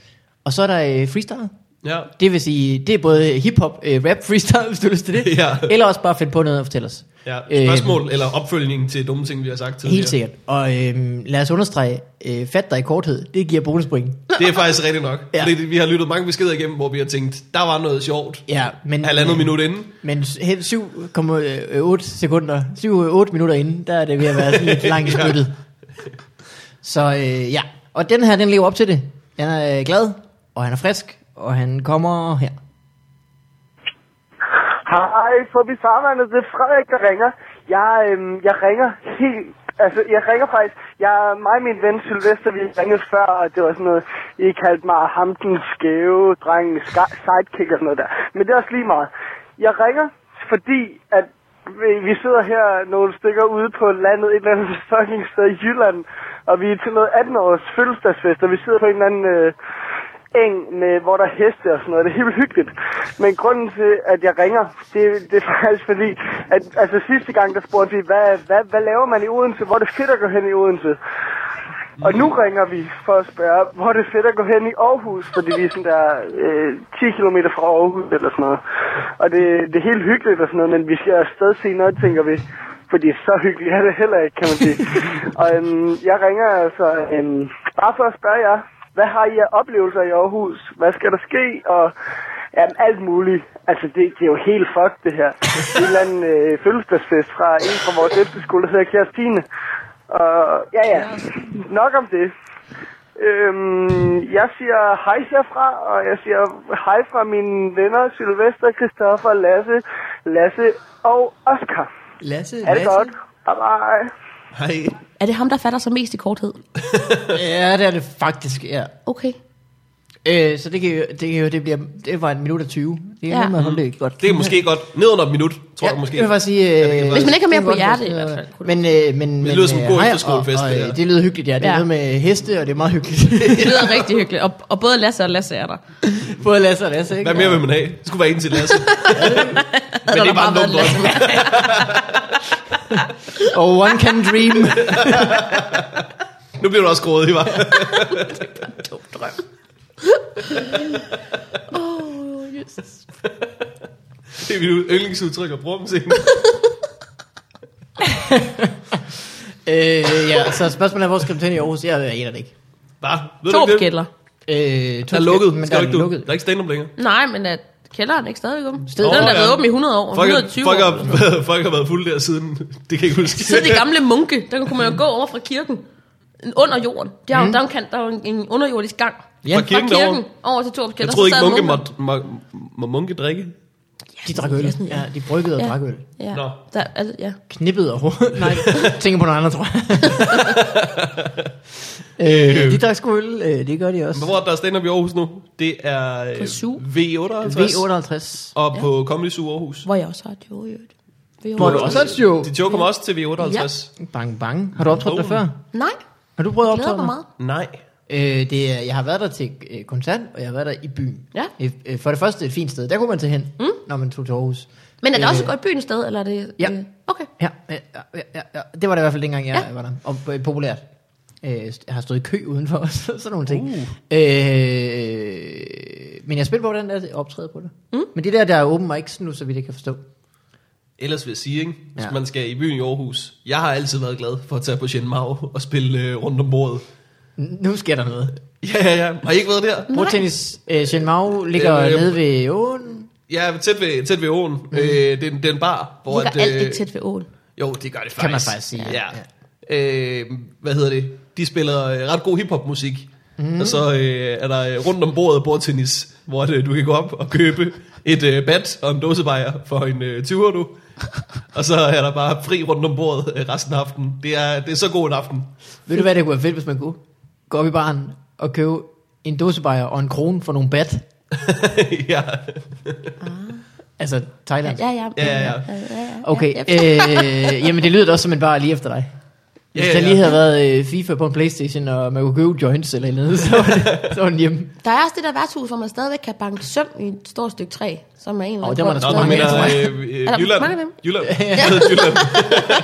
Speaker 2: Og så er der øh, freestyle.
Speaker 1: Ja.
Speaker 2: Det vil sige, det er både hiphop, øh, rap, freestyle, hvis du har lyst til det.
Speaker 1: Ja.
Speaker 2: Eller også bare finde på noget og fortælle os.
Speaker 1: ja. Spørgsmål øh, eller opfølgning til dumme ting, vi har sagt tidligere.
Speaker 2: Helt sikkert. Og øh, lad os understrege, øh, fat dig i korthed, det giver bonuspoint.
Speaker 1: Det er faktisk rigtigt nok.
Speaker 2: Ja.
Speaker 1: Ja. Fordi vi har lyttet mange beskeder igennem, hvor vi har tænkt, der var noget sjovt.
Speaker 2: Ja, men,
Speaker 1: Halvandet
Speaker 2: men,
Speaker 1: minut inden.
Speaker 2: Men s- hen 7,8 øh, sekunder, 7-8 minutter inden, der er det ved at være sådan lidt langt i
Speaker 1: Ja.
Speaker 2: spyttet. Så øh, ja, og den her, den lever op til det. Han er øh, glad, og han er frisk, og han kommer her.
Speaker 5: Hej, Tobi Farmandet, det er Frederik, der ringer. Jeg, øhm, jeg ringer helt... Altså, jeg ringer faktisk... Jeg, mig og min ven Sylvester, vi ringede før, og det var sådan noget... I kaldte mig ham den skæve dreng, ska- sidekick og sådan noget der. Men det er også lige meget. Jeg ringer, fordi at vi vi sidder her nogle stykker ude på landet, et eller andet fucking sted i Jylland, og vi er til noget 18-års fødselsdagsfest, og vi sidder på en eller anden øh, eng, med, hvor der er heste og sådan noget. Det er helt hyggeligt. Men grunden til, at jeg ringer, det, det er faktisk fordi, at altså, sidste gang, der spurgte vi, hvad, hvad, hvad laver man i Odense? Hvor er det fedt at gå hen i Odense? Og nu ringer vi for at spørge, hvor er det fedt at gå hen i Aarhus, fordi vi er sådan der øh, 10 km fra Aarhus eller sådan noget. Og det, det er helt hyggeligt og sådan noget, men vi skal afsted senere, tænker vi. Fordi så hyggeligt er det heller ikke, kan man sige. og øhm, jeg ringer altså øhm, bare for at spørge jer, hvad har I af oplevelser i Aarhus? Hvad skal der ske? Og jamen, alt muligt. Altså, det, det er jo helt fucked, det her. Det er en eller anden øh, fødselsdagsfest fra en fra vores efterskole, der hedder Kirstine. Og ja, ja. Nok om det. Øhm, jeg siger hej herfra, og jeg siger hej fra mine venner Sylvester, Christoffer, Lasse, Lasse og Oscar.
Speaker 2: Lasse,
Speaker 5: Er det godt? Bye bye.
Speaker 1: Hej.
Speaker 3: Er det ham, der fatter sig mest i korthed?
Speaker 2: Ja, det er det faktisk, ja.
Speaker 3: Okay.
Speaker 2: Øh, så det, kan jo, det, kan jo, det, bliver, det var en minut og 20. Det er
Speaker 3: Ja.
Speaker 2: ja. at holde det godt.
Speaker 1: Det er måske godt. Ned under et minut, tror ja, jeg måske.
Speaker 2: Jeg vil bare sige,
Speaker 1: det kan
Speaker 2: øh,
Speaker 1: Hvis
Speaker 3: man ikke har mere
Speaker 2: det er
Speaker 3: på
Speaker 2: godt,
Speaker 3: hjerte, i hvert fald.
Speaker 2: Men, øh, men,
Speaker 1: lyder som en god
Speaker 2: hej,
Speaker 1: efterskolefest,
Speaker 2: og- og,
Speaker 1: det
Speaker 2: øh,
Speaker 1: her.
Speaker 2: det lyder hyggeligt, ja. Det er
Speaker 3: Ja.
Speaker 2: noget med heste, og det er meget hyggeligt.
Speaker 3: Det lyder rigtig hyggeligt. Og, og både Lasse og Lasse er der.
Speaker 2: Både Lasse og Lasse, ikke?
Speaker 1: Hvad mere vil man have? Det skulle være en til Lasse. Men
Speaker 3: der
Speaker 1: det er bare
Speaker 3: bare
Speaker 1: en dum
Speaker 3: været
Speaker 1: drøm.
Speaker 2: Og One Can Dream.
Speaker 1: Nu bliver du også grådig, var.
Speaker 3: Oh, yes.
Speaker 1: Det er mit yndlingsudtryk at bruge om scenen.
Speaker 2: øh, ja, så spørgsmålet er, hvor skal du hen i Aarhus? Jeg aner det ikke.
Speaker 1: Hvad? Ved du
Speaker 3: Torp
Speaker 1: ikke det?
Speaker 3: gælder.
Speaker 2: Øh,
Speaker 1: Der er lukket.
Speaker 2: men der
Speaker 1: Skal
Speaker 2: er
Speaker 1: du ikke du?
Speaker 2: lukket.
Speaker 1: Der er ikke stand-up længere.
Speaker 3: Nej, men er kælderen ikke stadig åben? Den
Speaker 2: Åh,
Speaker 3: har
Speaker 1: ja.
Speaker 3: været åben i 100 år.
Speaker 1: Folk, har,
Speaker 3: 120
Speaker 1: folk,
Speaker 3: år.
Speaker 1: har, folk har været fulde der siden. Det kan jeg ikke huske.
Speaker 3: Siden de gamle munke, der kunne man jo gå over fra kirken. Under jorden. Der er jo, der er jo en, kant, der er jo en, en underjordisk gang.
Speaker 2: Ja,
Speaker 1: Fra Mm. kirken
Speaker 3: fra kirken
Speaker 1: derovre.
Speaker 3: over, over til Torps kælder.
Speaker 1: Jeg troede
Speaker 3: så
Speaker 1: ikke,
Speaker 3: sad
Speaker 1: munke må,
Speaker 3: munkene.
Speaker 1: må, må munke drikke.
Speaker 2: de drak øl. Ja, de bryggede og
Speaker 3: Ja.
Speaker 2: drak øl.
Speaker 3: Ja,
Speaker 1: Nå.
Speaker 3: der, altså, ja.
Speaker 2: Knippede over. Nej, tænker på noget andet, tror jeg. øh, de drak sgu øl, øh, det gør de også.
Speaker 1: Men Hvor er der stand-up i Aarhus nu? Det er øh,
Speaker 3: På Zoo.
Speaker 1: V58.
Speaker 2: V58.
Speaker 1: Og på Comedy Zoo Aarhus.
Speaker 3: Hvor jeg også har et jo i øvrigt. Vil jeg
Speaker 2: Hvor du
Speaker 3: overraske?
Speaker 2: også har et show.
Speaker 1: Dit show kommer også til V58.
Speaker 3: Ja.
Speaker 2: Bang, bang. Har du optrådt der før?
Speaker 3: Nej,
Speaker 2: Har du prøvet at
Speaker 3: jeg
Speaker 2: optræde
Speaker 3: glæder mig
Speaker 2: der?
Speaker 3: meget.
Speaker 1: Nej.
Speaker 2: Øh, det er, jeg har været der til øh, koncert, og jeg har været der i byen.
Speaker 3: Ja.
Speaker 2: Øh, øh, for det første et fint sted. Der kunne man tage hen, mm. når man tog til Aarhus.
Speaker 3: Men er det
Speaker 2: Øh,
Speaker 3: også et godt byen sted, eller er det...
Speaker 2: ja.
Speaker 3: øh, Okay.
Speaker 2: Ja, ja, ja, ja, ja. Det var det i hvert fald dengang, jeg
Speaker 3: Ja.
Speaker 2: ja. var der. Og øh, populært. Øh, jeg har stået i kø udenfor, og så- sådan nogle ting.
Speaker 1: Uh.
Speaker 2: Øh, men jeg spillede på den der optræde på det. Mm. Men det der, der er åben mics nu, så vidt jeg kan forstå.
Speaker 1: Ellers vil jeg sige, ikke? hvis
Speaker 2: Ja.
Speaker 1: ja. man skal i byen i Aarhus. Jeg har altid været glad for at tage på Shen Mao og spille øh, rundt om bordet.
Speaker 2: N- Nu sker der noget.
Speaker 1: Ja, ja, ja. Har I ikke været der?
Speaker 2: Bordtennis øh, Shen Mao ligger
Speaker 1: Øh,
Speaker 2: øh,
Speaker 1: øh,
Speaker 2: nede ved åen.
Speaker 1: Ja, tæt ved, tæt ved åen. Mm. Øh, det, er en, det er en bar. Hvor
Speaker 3: Ligger
Speaker 1: øh,
Speaker 3: alt ikke tæt ved åen.
Speaker 1: Jo, det gør det faktisk.
Speaker 2: Kan man faktisk sige,
Speaker 1: Ja.
Speaker 2: ja.
Speaker 1: ja. Øh, hvad hedder det? De spiller øh, ret god hiphop-musik.
Speaker 3: Mhm.
Speaker 1: Mm. Og så øh, er der øh, rundt om bordet bordtennis, hvor det, du kan gå op og købe et øh, bat og en dåsebajer for en øh, 20'er du. Og så er der bare fri rundt om bordet øh, resten af aftenen. Det er, det er så god en aften.
Speaker 2: Ved du hvad, det kunne være fedt, hvis man kunne gå op i baren og købe en dåsebajer og en krone for nogle bat?
Speaker 1: ja.
Speaker 2: Altså
Speaker 3: Ja,
Speaker 2: Thailand.
Speaker 3: ja, ja.
Speaker 1: Ja, ja, ja.
Speaker 3: ja.
Speaker 2: Okay,
Speaker 3: Ja, ja.
Speaker 2: øh, jamen det lyder da også som en bar lige efter dig. Hvis
Speaker 1: Ja,
Speaker 2: ja,
Speaker 1: ja,
Speaker 2: der
Speaker 1: ja.
Speaker 2: lige havde været øh, FIFA på en Playstation, og man kunne købe joints eller noget, så var, det, så var den hjemme.
Speaker 3: Der er også det der værtshus, hvor man stadigvæk kan banke søm i et stort stykke træ, som er en eller
Speaker 2: Åh, der var
Speaker 1: Nå,
Speaker 2: der sgu
Speaker 1: du
Speaker 3: stadig-
Speaker 2: mange af
Speaker 1: mener
Speaker 2: dem.
Speaker 1: øh, øh,
Speaker 3: Er der
Speaker 1: Jylland?
Speaker 3: mange af dem?
Speaker 1: Jylland. Ja. Jylland.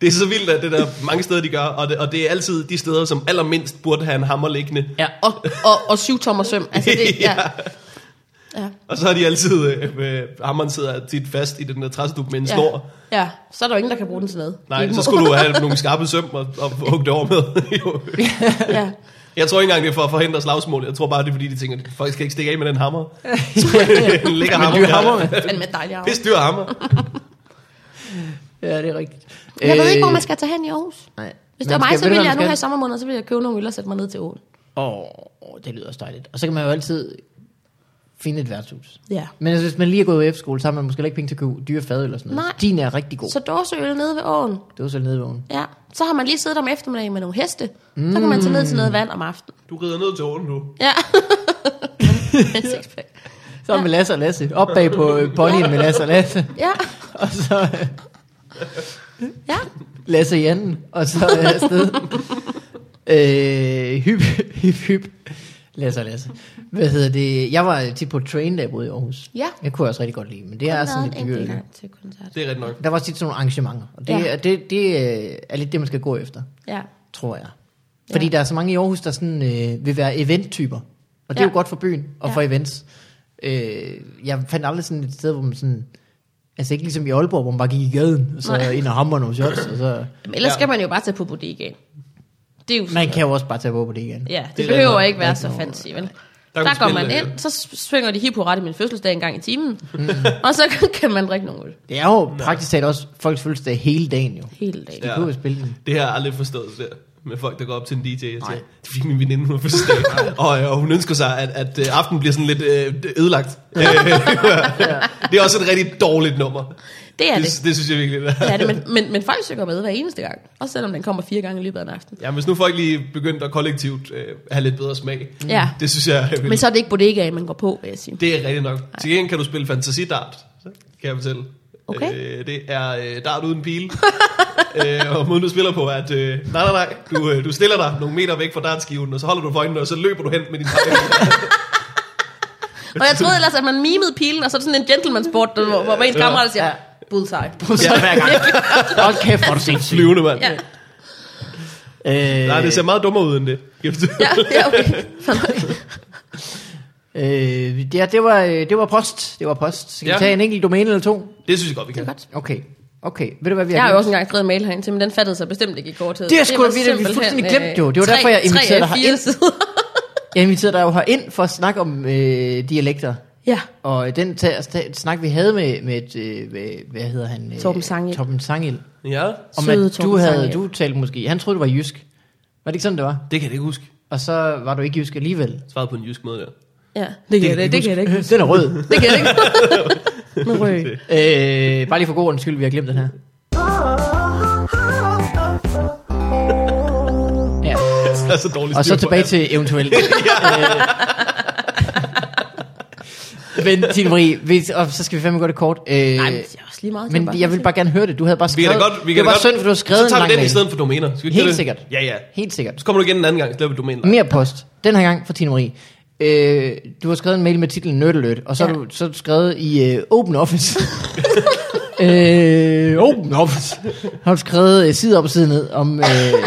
Speaker 1: det er så vildt, at det der mange steder, de gør, og det, og det er altid de steder, som allermindst burde have en hammer liggende.
Speaker 3: Ja, og, og, og syv tommer søm. Altså det, ja. Ja.
Speaker 1: Og så har de altid, øh, øh, hammeren sidder tit fast i den der træsduk med en
Speaker 3: Ja.
Speaker 1: snor.
Speaker 3: ja, så er der jo ingen, der kan bruge den til noget.
Speaker 1: Nej,
Speaker 3: Ikke
Speaker 1: så
Speaker 3: må-
Speaker 1: skulle du have nogle skarpe søm og, og hugge det over med. Jo.
Speaker 3: ja.
Speaker 1: jeg tror ikke engang, det er for at forhindre slagsmål. Jeg tror bare, det er fordi, de tænker, at folk skal ikke stikke af med den hammer. Så øh, en lækker hammer.
Speaker 2: dyr hammer, mand.
Speaker 3: Men med dejlig arv.
Speaker 1: Pisse dyr hammer.
Speaker 2: Ja, det er rigtigt.
Speaker 3: Jeg ved ikke, hvor
Speaker 2: Øh,
Speaker 3: man skal tage hen i Aarhus.
Speaker 2: Nej.
Speaker 3: Hvis
Speaker 2: Man
Speaker 3: det var
Speaker 2: skal-
Speaker 3: mig, så
Speaker 2: ved du,
Speaker 3: ville
Speaker 2: hvad
Speaker 3: jeg nu
Speaker 2: man
Speaker 3: her
Speaker 2: skal?
Speaker 3: i sommermåneder, så ville jeg købe nogle øl og sætte mig ned til åen.
Speaker 2: Åh, oh, det lyder også dejligt. Og så kan man jo altid finde et værtshus.
Speaker 3: Ja.
Speaker 2: Men altså, hvis man lige er gået i F-skole, så har man måske heller ikke penge til at købe dyre fadøl eller sådan noget.
Speaker 3: Nej.
Speaker 2: Din er rigtig god.
Speaker 3: Så dåseøl nede ved åen.
Speaker 2: Det var så nede i vågen.
Speaker 3: Ja. Så har man lige siddet om eftermiddagen med nogle heste. Mm. Så kan man tage ned til noget vand om aftenen.
Speaker 1: Du rider ned til åen nu.
Speaker 3: Ja. Med en sixpack.
Speaker 2: Så med Lasse og Lasse. Op bag på øh, ponyen med Lasse og Lasse.
Speaker 3: ja.
Speaker 2: Og så øh,
Speaker 3: Ja.
Speaker 2: Lasse i anden. Og så øh, afsted. Øh, hyp, hyp, hyp. Lasse og Lasse. Hvad hedder det? Jeg var tit på train day i Aarhus.
Speaker 3: Ja.
Speaker 2: Jeg kunne jeg også rigtig godt lide, men det er
Speaker 3: Jeg
Speaker 2: sådan lidt dyrt. ikke?
Speaker 3: gang til koncert.
Speaker 1: Det er rigtigt nok.
Speaker 2: Der var også tit sådan nogle arrangementer, og det,
Speaker 3: Ja.
Speaker 2: ja. det, det øh, er lidt det, man skal gå efter.
Speaker 3: Ja.
Speaker 2: tror jeg. Fordi ja. der er så mange i Aarhus, der sådan, øh, vil være eventtyper. Og det ja. er
Speaker 3: Ja.
Speaker 2: jo godt for byen og
Speaker 3: Ja.
Speaker 2: ja. for events. Øh, jeg fandt aldrig sådan et sted, hvor man sådan... Altså ikke ligesom i Aalborg, hvor man bare gik i gaden, og så
Speaker 3: Nej.
Speaker 2: ind og hammer nogle shots, og så...
Speaker 3: Men ellers
Speaker 1: Ja.
Speaker 3: skal man jo bare tage på bodegaen. Det er jo
Speaker 2: Man kan jo også bare tage på på det igen.
Speaker 3: Ja, det,
Speaker 1: Det er
Speaker 3: det behøver
Speaker 1: der-
Speaker 3: ikke være
Speaker 2: der-
Speaker 3: så fancy, vel?
Speaker 1: kan man
Speaker 3: Der, der går man
Speaker 1: spille, øh,
Speaker 3: ind, så synger de hip ret i min fødselsdag en gang i timen, mm. og så kan man drikke nogle øl
Speaker 2: Det er jo praktisk talt også folks fødselsdag hele dagen jo.
Speaker 3: hele dagen.
Speaker 2: De
Speaker 1: Ja.
Speaker 2: kunne jo spille den.
Speaker 1: Det har jeg aldrig forstået det der med folk, der går op til en DJ og siger, det fik min veninde, hun har fødselsdag. og, øh, og hun ønsker sig, at, at øh, aftenen bliver sådan lidt øh, ødelagt. Øh, det er også et rigtig dårligt nummer.
Speaker 3: Det er
Speaker 1: det,
Speaker 3: det.
Speaker 1: det, synes jeg virkelig, det er.
Speaker 3: Det er det, men, men, men folk synger med hver eneste gang, også selvom den kommer fire gange i løbet af en aften.
Speaker 1: Ja, hvis nu folk lige begyndte at kollektivt øh, have lidt bedre smag.
Speaker 3: Ja.
Speaker 1: Det synes jeg, jeg vil.
Speaker 3: Men så er det ikke bodegaen, man går på, vil jeg sige.
Speaker 1: det er rigtigt nok. Til gengæld kan du spille fantasidart, kan jeg fortælle.
Speaker 3: Okay.
Speaker 1: Øh, det er øh, dart uden pil. øh, og måden du spiller på er, at øh, nej, nej, nej, du, øh, du stiller dig nogle meter væk fra dartskiven, og så holder du for øjnene, og så løber du hen med din dart.
Speaker 3: Og jeg troede ellers, at man mimede pilen, og så er det sådan en gentleman sport, der, hvor, hvor ens kammerat siger,
Speaker 2: Ja.
Speaker 3: bullseye.
Speaker 2: Så hver gang. Hold kæft, hvor er du sindssyg.
Speaker 1: Flyvende, mand.
Speaker 3: Ja,
Speaker 1: Ja.
Speaker 2: Øh,
Speaker 1: Nej, det ser meget dummere ud end det.
Speaker 3: ja, ja okay.
Speaker 2: øh, ja, det var, øh, det var post. Det var post. Skal ja.
Speaker 1: Ja.
Speaker 2: vi tage en enkelt domæne eller to?
Speaker 1: det synes jeg godt, vi kan.
Speaker 3: godt.
Speaker 2: Okay. Okay, ved du hvad vi
Speaker 3: Jeg har
Speaker 2: glemt?
Speaker 3: jo også engang skrevet en mail herind til, men den fattede sig bestemt ikke i går tid.
Speaker 2: Det er sgu da vildt, at vi fuldstændig glemte
Speaker 3: øh,
Speaker 2: jo. Det var derfor, jeg inviterede dig herind. Jeg inviterede dig jo herind for at snakke om øh, dialekter.
Speaker 3: Ja,
Speaker 2: Og øh, den ta- ta- snak, vi havde med, med, et, øh, med hvad hedder han? Øh,
Speaker 3: Torben Sangild.
Speaker 2: Torben Sangel.
Speaker 1: Ja,
Speaker 2: Om
Speaker 3: Søde
Speaker 2: at du,
Speaker 3: Torben
Speaker 2: havde,
Speaker 3: Sangild.
Speaker 2: du talte måske, han troede, du var jysk. Var det ikke sådan, det var?
Speaker 1: det kan jeg ikke huske.
Speaker 2: Og så var du ikke jysk alligevel.
Speaker 1: Svaret på en jysk måde der.
Speaker 3: ja. Det kan jeg da- det kan jeg da ikke.
Speaker 2: Den er rød.
Speaker 3: Det kan jeg ikke. Med røg.
Speaker 2: øh, bare lige for god ordens skyld, vi har glemt den her.
Speaker 4: Ah,
Speaker 2: Ja.
Speaker 1: Det er så dårligt
Speaker 2: Og
Speaker 1: styr
Speaker 2: så
Speaker 1: på
Speaker 2: tilbage
Speaker 1: alt.
Speaker 2: til eventuelt. Øh. Men Tine Marie, hvis, og så skal vi fandme gøre det kort. Øh,
Speaker 3: Nej, men det er også lige meget.
Speaker 2: men jeg vil bare gerne høre det. Du havde bare
Speaker 1: Vi
Speaker 2: skrevet...
Speaker 1: kan da godt... Vi
Speaker 2: det
Speaker 1: kan
Speaker 2: var
Speaker 1: da
Speaker 2: bare
Speaker 1: godt.
Speaker 2: synd, for du havde skrevet
Speaker 1: Så tager
Speaker 2: en
Speaker 1: vi
Speaker 2: lang
Speaker 1: den i
Speaker 2: mail.
Speaker 1: stedet for domæner. Skal vi
Speaker 2: Helt
Speaker 1: gøre det?
Speaker 2: sikkert.
Speaker 1: Ja, ja.
Speaker 2: Helt sikkert.
Speaker 1: Så kommer du igen en anden gang, så laver vi domæner.
Speaker 2: Mere post. Den her gang fra Tine Marie. Øh, du har skrevet en mail med titlen Nøtteløt, og så har
Speaker 3: Ja.
Speaker 2: du, så har du skrevet i øh, Open Office. øh, open Office. Har du skrevet øh, side op og side ned om, øh,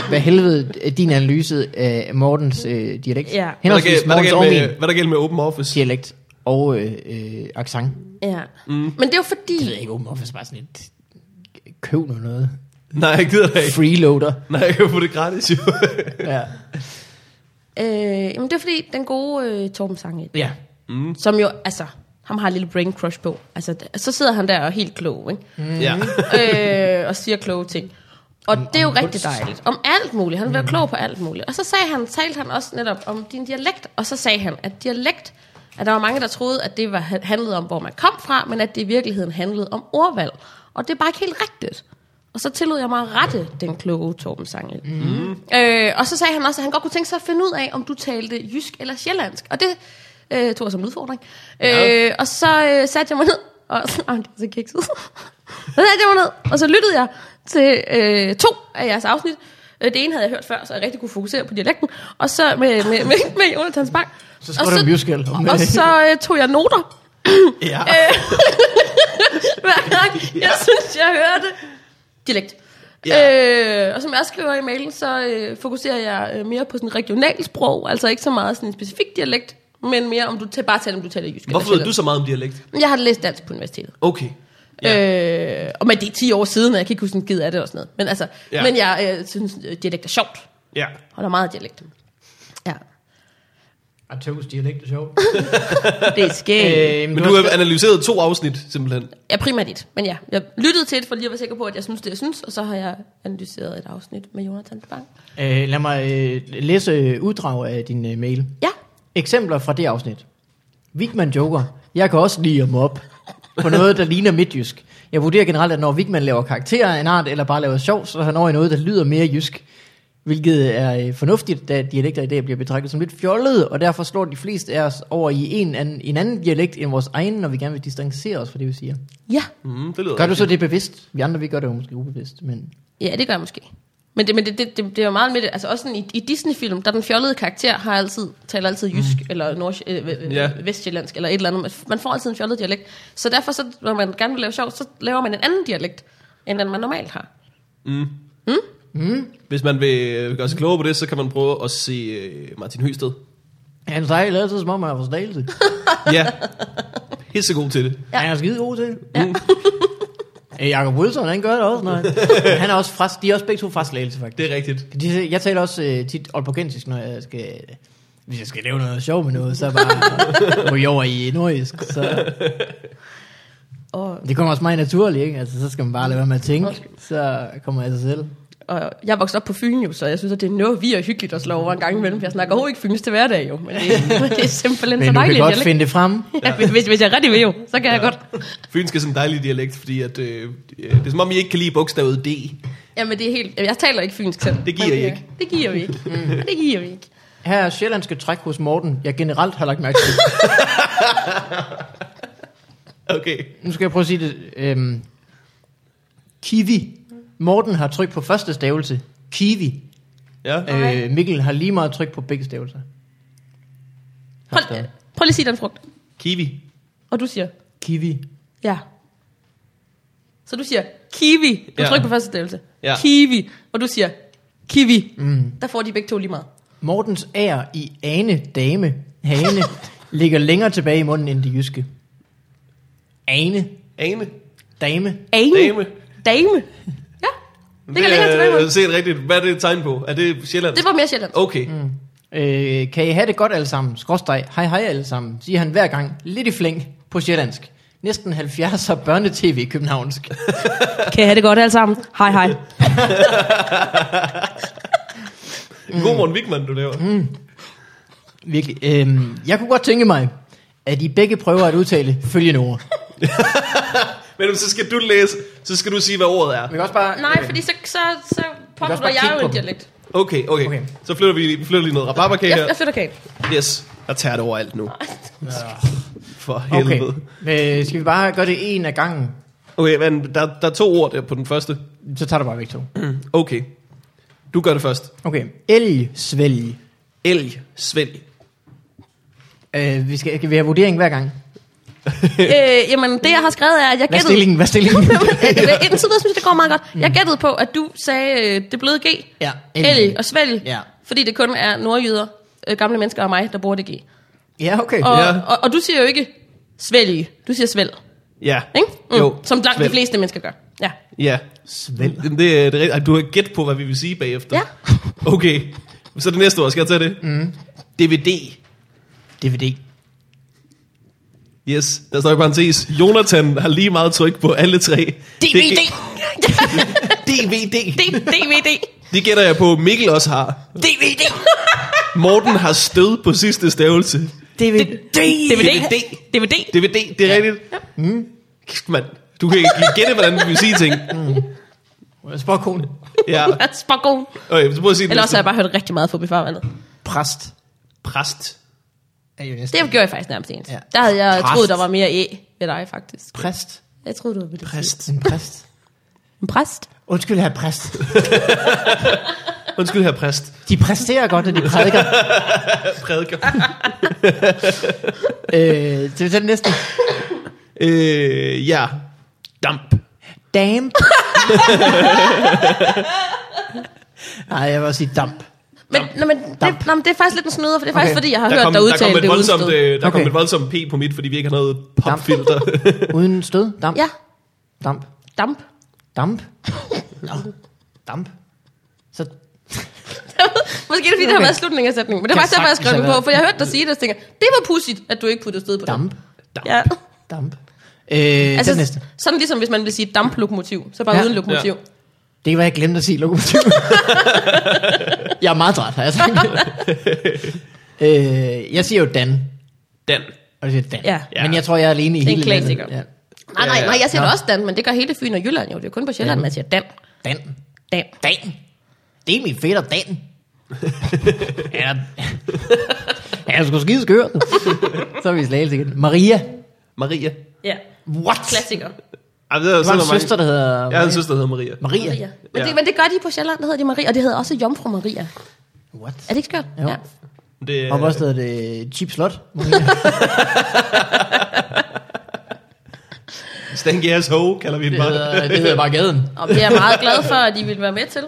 Speaker 2: hvad helvede øh, din analyse af Mortens øh, dialekt.
Speaker 3: Ja.
Speaker 1: Hvad der,
Speaker 2: Henholdsvis
Speaker 1: gæld, hvad, der
Speaker 2: Mortens og
Speaker 1: gælder
Speaker 2: min
Speaker 1: med, hvad der gælder med Open Office?
Speaker 2: dialekt og øh, øh, accent.
Speaker 3: Ja. Men det er jo fordi...
Speaker 2: Det er ikke Open Office, bare sådan et køb nu noget.
Speaker 1: Nej, jeg gider det ikke.
Speaker 2: Freeloader.
Speaker 1: Nej, jeg kan få det gratis, jo.
Speaker 2: Ja.
Speaker 3: Øh, jamen det er fordi, den gode øh, Torben Sange,
Speaker 2: ja.
Speaker 3: som jo, altså, ham har en lille brain crush på. Altså, d- så sidder han der og er helt klog, ikke?
Speaker 2: Mhm.
Speaker 1: ja.
Speaker 3: øh, og siger kloge ting. Og det er jo rigtig
Speaker 2: kunst.
Speaker 3: dejligt. Om Mm. alt muligt. Han var klog på alt muligt. Og så sagde han, talte han også netop om din dialekt. Og så sagde han, at dialekt, at der var mange, der troede, at det var, handlede om, hvor man kom fra, men at det i virkeligheden handlede om ordvalg. Og det er bare ikke helt rigtigt. Og så tillod jeg mig at rette den kloge Torben Sangel. Mm. Øh, og så sagde han også, at han godt kunne tænke sig at finde ud af, om du talte jysk eller sjællandsk. Og det øh, tog jeg som en udfordring.
Speaker 1: Ja.
Speaker 3: Ja. Øh, og så øh, satte jeg mig ned, og så, oh, det var så kikset. Så satte jeg mig ned, og så lyttede jeg til øh, to af jeres afsnit. Øh, Det ene havde jeg hørt før, så jeg rigtig kunne fokusere på dialekten. Og så med, med, med, med Jonathan's Bank.
Speaker 2: Så skrev du en musical om
Speaker 3: Og
Speaker 2: det.
Speaker 3: så øh, tog jeg noter,
Speaker 1: ja.
Speaker 3: hver gang jeg synes, jeg hørte dialekt.
Speaker 1: Ja.
Speaker 3: Ja. Øh, og som jeg også skriver i mailen, så øh, fokuserer jeg øh, mere på sådan regionalsprog, altså ikke så meget sådan en specifik dialekt, men mere om du tæ- bare taler, om du taler jysk. eller
Speaker 1: Hvorfor ved du
Speaker 3: sjællandsk.
Speaker 1: så meget om dialekt?
Speaker 3: Jeg har læst dansk på universitetet.
Speaker 1: Okay. Ja.
Speaker 3: Ja. Øh, og men det er 10 år siden, og jeg kan ikke huske en gid af det og sådan noget. Men, altså,
Speaker 1: Ja.
Speaker 3: ja. men jeg øh, synes, øh, dialekt er sjovt.
Speaker 1: ja.
Speaker 3: Holder meget af dialekt. Ja,
Speaker 2: Og tøvs dialekt er sjovt.
Speaker 3: det er skægt.
Speaker 2: Øh,
Speaker 1: Men du har analyseret to afsnit, simpelthen.
Speaker 3: Ja, primært et. Men ja, jeg lyttede til det, for lige at være sikker på, at jeg synes det, jeg synes. Og så har jeg analyseret et afsnit med Jonathan Bang.
Speaker 2: øh, lad mig øh, læse øh, uddrag af din øh, mail.
Speaker 3: Ja,
Speaker 2: Eksempler fra det afsnit. Vigman joker. Jeg kan også lide at mobbe på noget, der ligner midtjysk. Jeg vurderer generelt, at når Vigman laver karakterer af en art, eller bare laver sjov, så er han over i noget, der lyder mere jysk. Hvilket er øh, fornuftigt, da dialekter i dag bliver betragtet som lidt fjollede, og derfor slår de fleste af os over i en anden, en anden dialekt end vores egen, når vi gerne vil distancere os fra det, vi siger.
Speaker 3: ja.
Speaker 1: Mm, det lyder
Speaker 2: Gør du så det bevidst? Vi andre, vi gør det jo måske ubevidst, men...
Speaker 3: Ja, det gør jeg måske. Men det, men det, det, det, det er jo meget med det. Altså også sådan i, i Disney-film, der den fjollede karakter har altid, taler altid jysk, mm. eller nord, øh, øh,
Speaker 1: Ja.
Speaker 3: ja. vestjyllandsk, eller et eller andet. Man- Man får altid en fjollet dialekt. Så derfor, så, når man gerne vil lave sjov, så laver man en anden dialekt, end den man normalt har.
Speaker 1: Hvis man vil øh, gøre sig klogere på det, så kan man prøve at se øh, Martin Høsted.
Speaker 2: Han snakker altid, som om han har forståelse.
Speaker 1: Ja. Helt så god til det.
Speaker 2: Ja. Han er skide god til det. Ja. Jakob Wilson, han gør det også, når han, han er også fra, de er også begge to fra Slagelse, faktisk.
Speaker 1: Det er rigtigt.
Speaker 2: De, jeg taler også øh, tit aalborgensisk, når jeg skal, hvis jeg skal lave noget sjov med noget, så bare ryge over i nordisk. Så.
Speaker 3: Og,
Speaker 2: Det kommer også meget naturligt, ikke? Altså, så skal man bare lade være med at tænke, så kommer jeg sig selv.
Speaker 3: og jeg er vokset op på Fyn jo, så jeg synes, at det er noget vi er hyggeligt at slå over en gang imellem. Jeg snakker overhovedet ikke Fyns til hverdag jo, men det, det er simpelthen
Speaker 2: Men
Speaker 3: så
Speaker 2: du kan
Speaker 3: dejligt.
Speaker 2: godt
Speaker 3: dialekt.
Speaker 2: finde det frem.
Speaker 3: Ja, hvis- hvis, hvis jeg rigtig vil jo, så kan ja. jeg godt.
Speaker 1: Fynsk er sådan en dejlig dialekt, fordi at, øh, øh, det er som om, I ikke kan lide bogstavet D.
Speaker 3: Jamen det er helt, jeg taler ikke fynsk selv.
Speaker 1: Det giver
Speaker 3: Men
Speaker 1: I
Speaker 3: er-
Speaker 1: ikke.
Speaker 3: Det giver vi ikke. Mm. Det giver vi ikke.
Speaker 2: Her er sjællandske træk hos Morten, jeg generelt har lagt mærke til.
Speaker 1: Okay.
Speaker 2: Nu skal jeg prøve at sige det. Øhm, kiwi. Morten har tryk på første stavelse. Kiwi.
Speaker 1: Ja.
Speaker 2: Øh, Mikkel har lige meget tryk på begge stavelser.
Speaker 3: Prøv,
Speaker 2: Hold da.
Speaker 3: prøv lige at sige den frugt.
Speaker 1: Kiwi.
Speaker 3: Og du siger,
Speaker 2: Kiwi.
Speaker 3: ja. Så du siger, kiwi. Du
Speaker 1: Ja.
Speaker 3: ja. trykker på første stavelse.
Speaker 1: Ja.
Speaker 3: Ja. Kiwi. Og du siger, kiwi. Mm. Der får de begge to lige meget.
Speaker 2: Mortens ær i ane dame hane ligger længere tilbage i munden end det jyske. Ane
Speaker 1: Ane.
Speaker 2: dame.
Speaker 3: Ane.
Speaker 1: Dame.
Speaker 3: Dame. Ja. Det, kan længere tilbage. i
Speaker 1: er
Speaker 3: munden.
Speaker 1: set rigtigt. Hvad er det et tegn på? Er det Sjælland?
Speaker 3: Det var mere sjældent.
Speaker 1: Okay. Mm.
Speaker 2: Øh, kan I have det godt alle sammen? Skråstrej. Hej hej alle sammen. Siger han hver gang. Lidt i flæng på sjællandsk. Næsten 70'er børnetv københavnsk.
Speaker 3: Kan I have det godt alle sammen? Hej, hej.
Speaker 1: Godmorgen Vigman, du laver. Mm.
Speaker 2: Virkelig. Øhm, jeg kunne godt tænke mig, at I begge prøver at udtale følgende ord.
Speaker 1: Men så skal du læse, så skal du sige, hvad ordet er.
Speaker 2: Vi kan også bare...
Speaker 3: Nej, fordi så, så, så påstår
Speaker 2: bare kigge
Speaker 3: jeg
Speaker 2: på
Speaker 3: jo en
Speaker 2: dem.
Speaker 3: dialekt.
Speaker 1: Okay, okay.
Speaker 2: Okay.
Speaker 1: okay. Så flytter vi vi flytter lige noget rabarberkage
Speaker 3: Jeg,
Speaker 1: her.
Speaker 3: jeg flytter kage.
Speaker 1: Yes. Jeg tager det over alt nu. For
Speaker 2: Okay.
Speaker 1: helvede. Okay,
Speaker 2: Øh, skal vi bare gøre det en af gangen?
Speaker 1: okay men der, der er to ord der på den første.
Speaker 2: Så tager du bare væk to.
Speaker 3: Mm.
Speaker 1: Okay. Du gør det først.
Speaker 2: Okay. Elg, svælg.
Speaker 1: Elg, svælg.
Speaker 2: Øh, vi skal, skal vi have vurdering hver gang?
Speaker 3: øh, jamen, det jeg har skrevet er, at
Speaker 2: Hvad er
Speaker 3: jeg gættede...
Speaker 2: stillingen? Hvad er stillingen?
Speaker 3: Indtil videre synes jeg, det går meget godt. Jeg gættede på, at du sagde øh, det bløde G.
Speaker 2: Mm. ja.
Speaker 3: Elg og svælg.
Speaker 2: Ja.
Speaker 3: Fordi det kun er nordjyder, øh, gamle mennesker og mig, der bruger det G.
Speaker 2: Ja, okay.
Speaker 3: Og,
Speaker 1: Ja.
Speaker 3: ja. og, og du siger jo ikke svælg. Du siger svælg.
Speaker 1: Ja.
Speaker 3: Ikke? Mm.
Speaker 1: Jo.
Speaker 3: Som langt
Speaker 1: Svælg.
Speaker 3: de fleste mennesker gør. Ja.
Speaker 1: Ja.
Speaker 2: Svælg.
Speaker 1: Jamen, Det, er- det er rigtigt. Ej, Du har gæt på, hvad vi vil sige bagefter.
Speaker 3: Ja.
Speaker 1: Okay. Så det næste ord, skal jeg tage det? Mm. DVD.
Speaker 2: DVD.
Speaker 1: Yes, der står i parentes. Jonathan har lige meget tryk på alle tre.
Speaker 3: DVD.
Speaker 1: Det, DVD.
Speaker 3: D- DVD.
Speaker 1: Det gætter jeg på, Mikkel også har.
Speaker 3: DVD.
Speaker 1: Morten har stød på sidste stavelse.
Speaker 2: DVD.
Speaker 3: DVD.
Speaker 1: DVD.
Speaker 3: DVD.
Speaker 1: DVD, det er rigtigt. Mm. Kæft, mand. Du kan ikke gætte, hvordan du vil sige ting.
Speaker 2: Sporkone.
Speaker 1: Ja.
Speaker 3: Spagon.
Speaker 1: Okay, så prøv at sige det
Speaker 3: Eller også
Speaker 1: næste.
Speaker 3: har jeg bare hørt rigtig meget Fubi Farvandet.
Speaker 2: Præst.
Speaker 1: Præst.
Speaker 2: Er jo næsten.
Speaker 3: Det gjorde jeg faktisk nærmest ens.
Speaker 2: Ja.
Speaker 3: Ja. Der havde jeg
Speaker 2: Præst.
Speaker 3: troet, der var mere æ ved dig, faktisk.
Speaker 2: Præst.
Speaker 3: Jeg troede, du var ved det.
Speaker 2: Præst. En præst.
Speaker 3: En præst.
Speaker 2: Undskyld, herr præst.
Speaker 1: Undskyld her, præst.
Speaker 2: De præsterer godt, og de prædiker.
Speaker 1: Prædiker.
Speaker 2: øh, til den næste.
Speaker 1: øh, ja. Damp.
Speaker 2: Damp. Nej, jeg vil også sige damp.
Speaker 3: Men, nå, men, det, nå, men det er faktisk lidt en snyder, for det er faktisk
Speaker 2: Okay.
Speaker 3: okay. fordi, jeg har
Speaker 1: Der
Speaker 3: hørt
Speaker 1: kom,
Speaker 3: dig
Speaker 1: der
Speaker 3: udtale
Speaker 1: kom, et
Speaker 3: det
Speaker 1: voldsomt,
Speaker 3: udsted.
Speaker 1: øh, der kom
Speaker 2: Okay.
Speaker 1: et voldsomt P på mit, fordi vi ikke har noget popfilter.
Speaker 2: Uden stød? Damp?
Speaker 3: Ja,
Speaker 2: Damp?
Speaker 3: damp.
Speaker 2: Damp? Nå, damp. Så
Speaker 3: Måske er det fordi, det har
Speaker 2: Okay.
Speaker 3: været slutningen af sætningen. Men det
Speaker 2: Kan
Speaker 3: var faktisk derfor, jeg
Speaker 2: sagtens have
Speaker 3: skrev det på,
Speaker 2: været.
Speaker 3: for jeg hørte dig sige det, og så tænker, jeg, det var pudsigt, at du ikke puttede stød på det.
Speaker 2: damp,
Speaker 3: Ja.
Speaker 2: damp. Øh, altså,
Speaker 3: Altså,
Speaker 2: den næste.
Speaker 3: sådan ligesom hvis man vil sige damplokomotiv, så bare
Speaker 2: Ja.
Speaker 3: ja. uden lokomotiv. Ja.
Speaker 2: Det var jeg glemte at sige lokomotiv. jeg er meget træt, har jeg sagt. øh, jeg siger jo Dan,
Speaker 1: Dan.
Speaker 2: og det siger Dan.
Speaker 3: Ja.
Speaker 2: Men jeg tror, jeg er alene i
Speaker 3: er
Speaker 2: hele
Speaker 3: en
Speaker 2: landet.
Speaker 3: klassiker.
Speaker 2: Ja.
Speaker 3: Nej, nej,
Speaker 1: Ja.
Speaker 3: nej, jeg siger
Speaker 2: Nå.
Speaker 3: det også Dan, men det gør hele Fyn og Jylland jo. Det er kun på Sjælland, man siger Dan.
Speaker 2: Dan.
Speaker 3: Dan.
Speaker 2: Dan. Det er min fætter Dan. ja, ja, jeg skulle skide skør. Så er vi i slagelse igen. Maria.
Speaker 1: Maria.
Speaker 3: Ja,
Speaker 2: What?
Speaker 3: klassiker.
Speaker 1: Ej, men der,
Speaker 2: Der var en søster, der hedder
Speaker 1: Jeg har en søster, der hedder Maria.
Speaker 2: Maria.
Speaker 3: Maria.
Speaker 2: Maria.
Speaker 3: Men,
Speaker 1: Ja.
Speaker 3: det, men det gør de på Sjælland, der hedder de Maria, og det hedder også Jomfru Maria.
Speaker 2: What?
Speaker 3: Er det ikke skørt?
Speaker 2: Jo.
Speaker 3: Ja.
Speaker 1: Det,
Speaker 2: Og hvor hedder det øh, Cheap Slot.
Speaker 1: Stanky Ass Ho, kalder vi den bare.
Speaker 2: det hedder bare gaden.
Speaker 3: Og det er jeg meget glad for, at I vil være med til.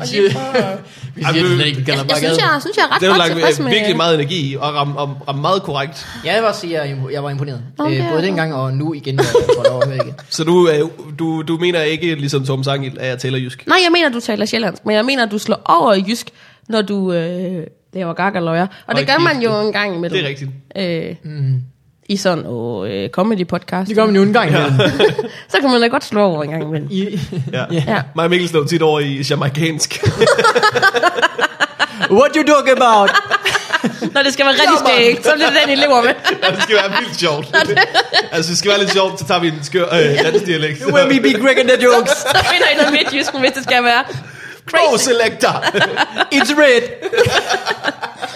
Speaker 3: Og lige for,
Speaker 2: Vi
Speaker 1: Ej,
Speaker 2: siger
Speaker 1: men-
Speaker 2: slet ikke, vi kalder
Speaker 3: jeg,
Speaker 2: det
Speaker 3: jeg,
Speaker 2: bare
Speaker 3: synes,
Speaker 2: gaden.
Speaker 3: jeg, synes, jeg er ret
Speaker 1: Det har
Speaker 3: godt
Speaker 1: lagt
Speaker 3: tilfreds
Speaker 1: øh,
Speaker 3: med...
Speaker 1: virkelig meget energi i, og ramme ram, ram meget korrekt.
Speaker 2: Jeg vil også sige, at jeg er impo- jeg var imponeret.
Speaker 3: Nå, det
Speaker 2: Øh,
Speaker 3: er
Speaker 2: både
Speaker 3: jeg
Speaker 2: dengang og nu igen, hvor jeg får lov at høre igen.
Speaker 1: Så du, er jo- du, du mener ikke, ligesom Tom Sangil, at jeg taler jysk?
Speaker 3: Nej, jeg mener, du taler sjællandsk, men jeg mener, du slår over i jysk, når du øh, laver gak og løjer. Og
Speaker 1: Hold
Speaker 3: det gør man
Speaker 1: kæft,
Speaker 3: jo en gang imellem.
Speaker 1: Det er rigtigt.
Speaker 3: Øh, mm. I sådan og øh, comedy podcast.
Speaker 2: Det gør man jo en gang. Ja.
Speaker 3: Så kan man da godt slå over en gang imellem.
Speaker 2: I,
Speaker 1: Ja.
Speaker 3: Ja.
Speaker 1: Mig og Mikkel slår tit over i jamaikansk.
Speaker 2: what you talk about?
Speaker 3: Når det skal være rigtig skægt, så bliver det den, I lever med.
Speaker 1: det skal være vildt sjovt. altså, det skal være lidt sjovt, så tager vi en skør øh, dansk dialekt.
Speaker 2: When we be Greg and the jokes.
Speaker 3: Så finder I noget midtjysken, hvis det skal være.
Speaker 1: Pro
Speaker 3: Crazy.
Speaker 1: selector!
Speaker 2: It's red.
Speaker 3: Det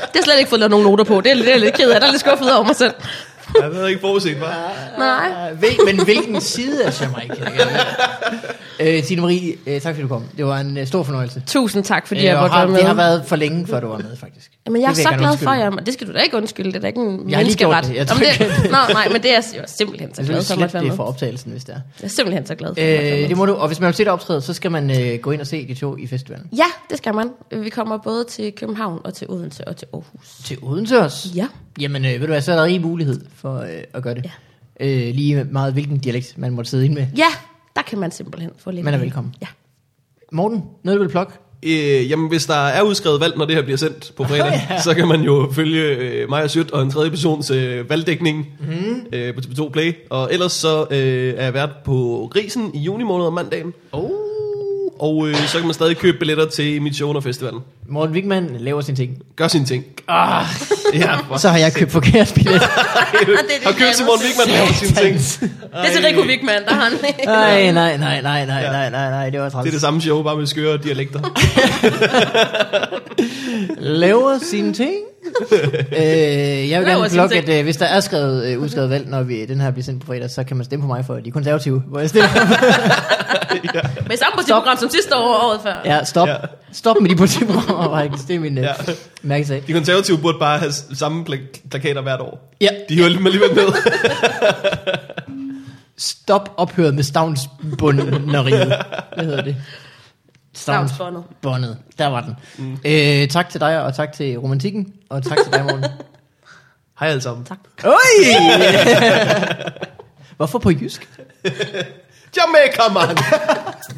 Speaker 3: har jeg slet ikke fået lavet nogen noter på. Det er, det er jeg lidt ked af. Der er lidt skuffet over mig selv.
Speaker 1: Jeg havde ikke forudset, hva'?
Speaker 3: Nej.
Speaker 2: Øh, Hvil, men hvilken side af Jamaica? kan jeg vide? øh, Tine Marie, øh, tak fordi du kom. Det var en øh, stor fornøjelse.
Speaker 3: Tusind tak, fordi
Speaker 2: Øh,
Speaker 3: jeg
Speaker 2: og
Speaker 3: måtte
Speaker 2: har,
Speaker 3: være med.
Speaker 2: det har været for længe, før du var med, faktisk.
Speaker 3: Men jeg er
Speaker 2: Det vil
Speaker 3: så
Speaker 2: gerne
Speaker 3: glad
Speaker 2: undskylde.
Speaker 3: for jer, men det skal du da ikke undskylde, det er da ikke en
Speaker 2: Jeg har lige gjort
Speaker 3: menneskeret.
Speaker 2: det, jeg
Speaker 3: Nå, men det, nå, nej, men det er jeg simpelthen så
Speaker 2: Jeg vil
Speaker 3: glad for, at
Speaker 2: slet
Speaker 3: måtte være
Speaker 2: Altså, det for
Speaker 3: med.
Speaker 2: optagelsen, hvis det er.
Speaker 3: Jeg er simpelthen så glad for, at måtte være
Speaker 2: Øh,
Speaker 3: med.
Speaker 2: det må du, og hvis man vil se det optræde, så skal man øh, gå ind og se de to i festivalen.
Speaker 3: Ja, det skal man. Vi kommer både til København og til Odense og til Aarhus.
Speaker 2: Til Odense også?
Speaker 3: Ja.
Speaker 2: Jamen, øh, ved du hvad, så er der rig mulighed for øh, at gøre det. Ja. Øh, lige meget hvilken dialekt, man måtte sidde ind med.
Speaker 3: Ja, der kan man simpelthen få lidt.
Speaker 2: Man er
Speaker 3: af.
Speaker 2: velkommen.
Speaker 3: Ja.
Speaker 2: Morten, noget du vil plukke?
Speaker 1: Øh, jamen, hvis der er udskrevet valg, når det her bliver sendt på fredag,
Speaker 2: Ja.
Speaker 1: så kan man jo følge øh, mig og Sjøt og en tredje persons øh, valgdækning mm. øh, på TV2 Play. Og ellers så øh, er jeg vært på Risen i juni måned om mandagen.
Speaker 2: Oh.
Speaker 1: Og øh, så kan man stadig købe billetter til mit show under festivalen.
Speaker 2: Morten Wigman laver sin ting.
Speaker 1: Gør sine ting. Ah, ja, for
Speaker 2: Så har jeg købt forkert billet.
Speaker 3: det,
Speaker 1: Og køb til Morten Wigman laver sine ting.
Speaker 3: Det er til Rico Wigman, der har han.
Speaker 2: Nej, nej, nej, nej, nej, nej, nej, nej, det var træls.
Speaker 1: Det er det samme show, bare med skøre dialekter.
Speaker 2: laver sine ting. øh, jeg vil
Speaker 3: Laver
Speaker 2: gerne
Speaker 3: sine
Speaker 2: plukke,
Speaker 3: ting.
Speaker 2: at øh, hvis der er skrevet, øh, udskrevet valg, når vi, den her bliver sendt på fredag, så kan man stemme på mig for de konservative. Hvor jeg stiller.
Speaker 3: Med samme partiprogram som sidste år og året før.
Speaker 2: ja, stop.
Speaker 1: Ja.
Speaker 2: Stop med de partiprogrammer, Markus. Det er min øh,
Speaker 1: Ja.
Speaker 2: mærkesag.
Speaker 1: De konservative burde bare have samme pla- plakater hvert år.
Speaker 2: Ja,
Speaker 1: De hører lige- alligevel med.
Speaker 2: stop ophøret med stavnsbundneriet. Hvad hedder det?
Speaker 3: Stavnsbåndet.
Speaker 2: Stavnsbåndet. Der var den. Mm. Øh, tak til dig, og tak til romantikken, og tak til dig, Morten.
Speaker 1: Hej alle sammen.
Speaker 3: Tak.
Speaker 2: Oj! Hvorfor på jysk?
Speaker 1: Jamaica, man!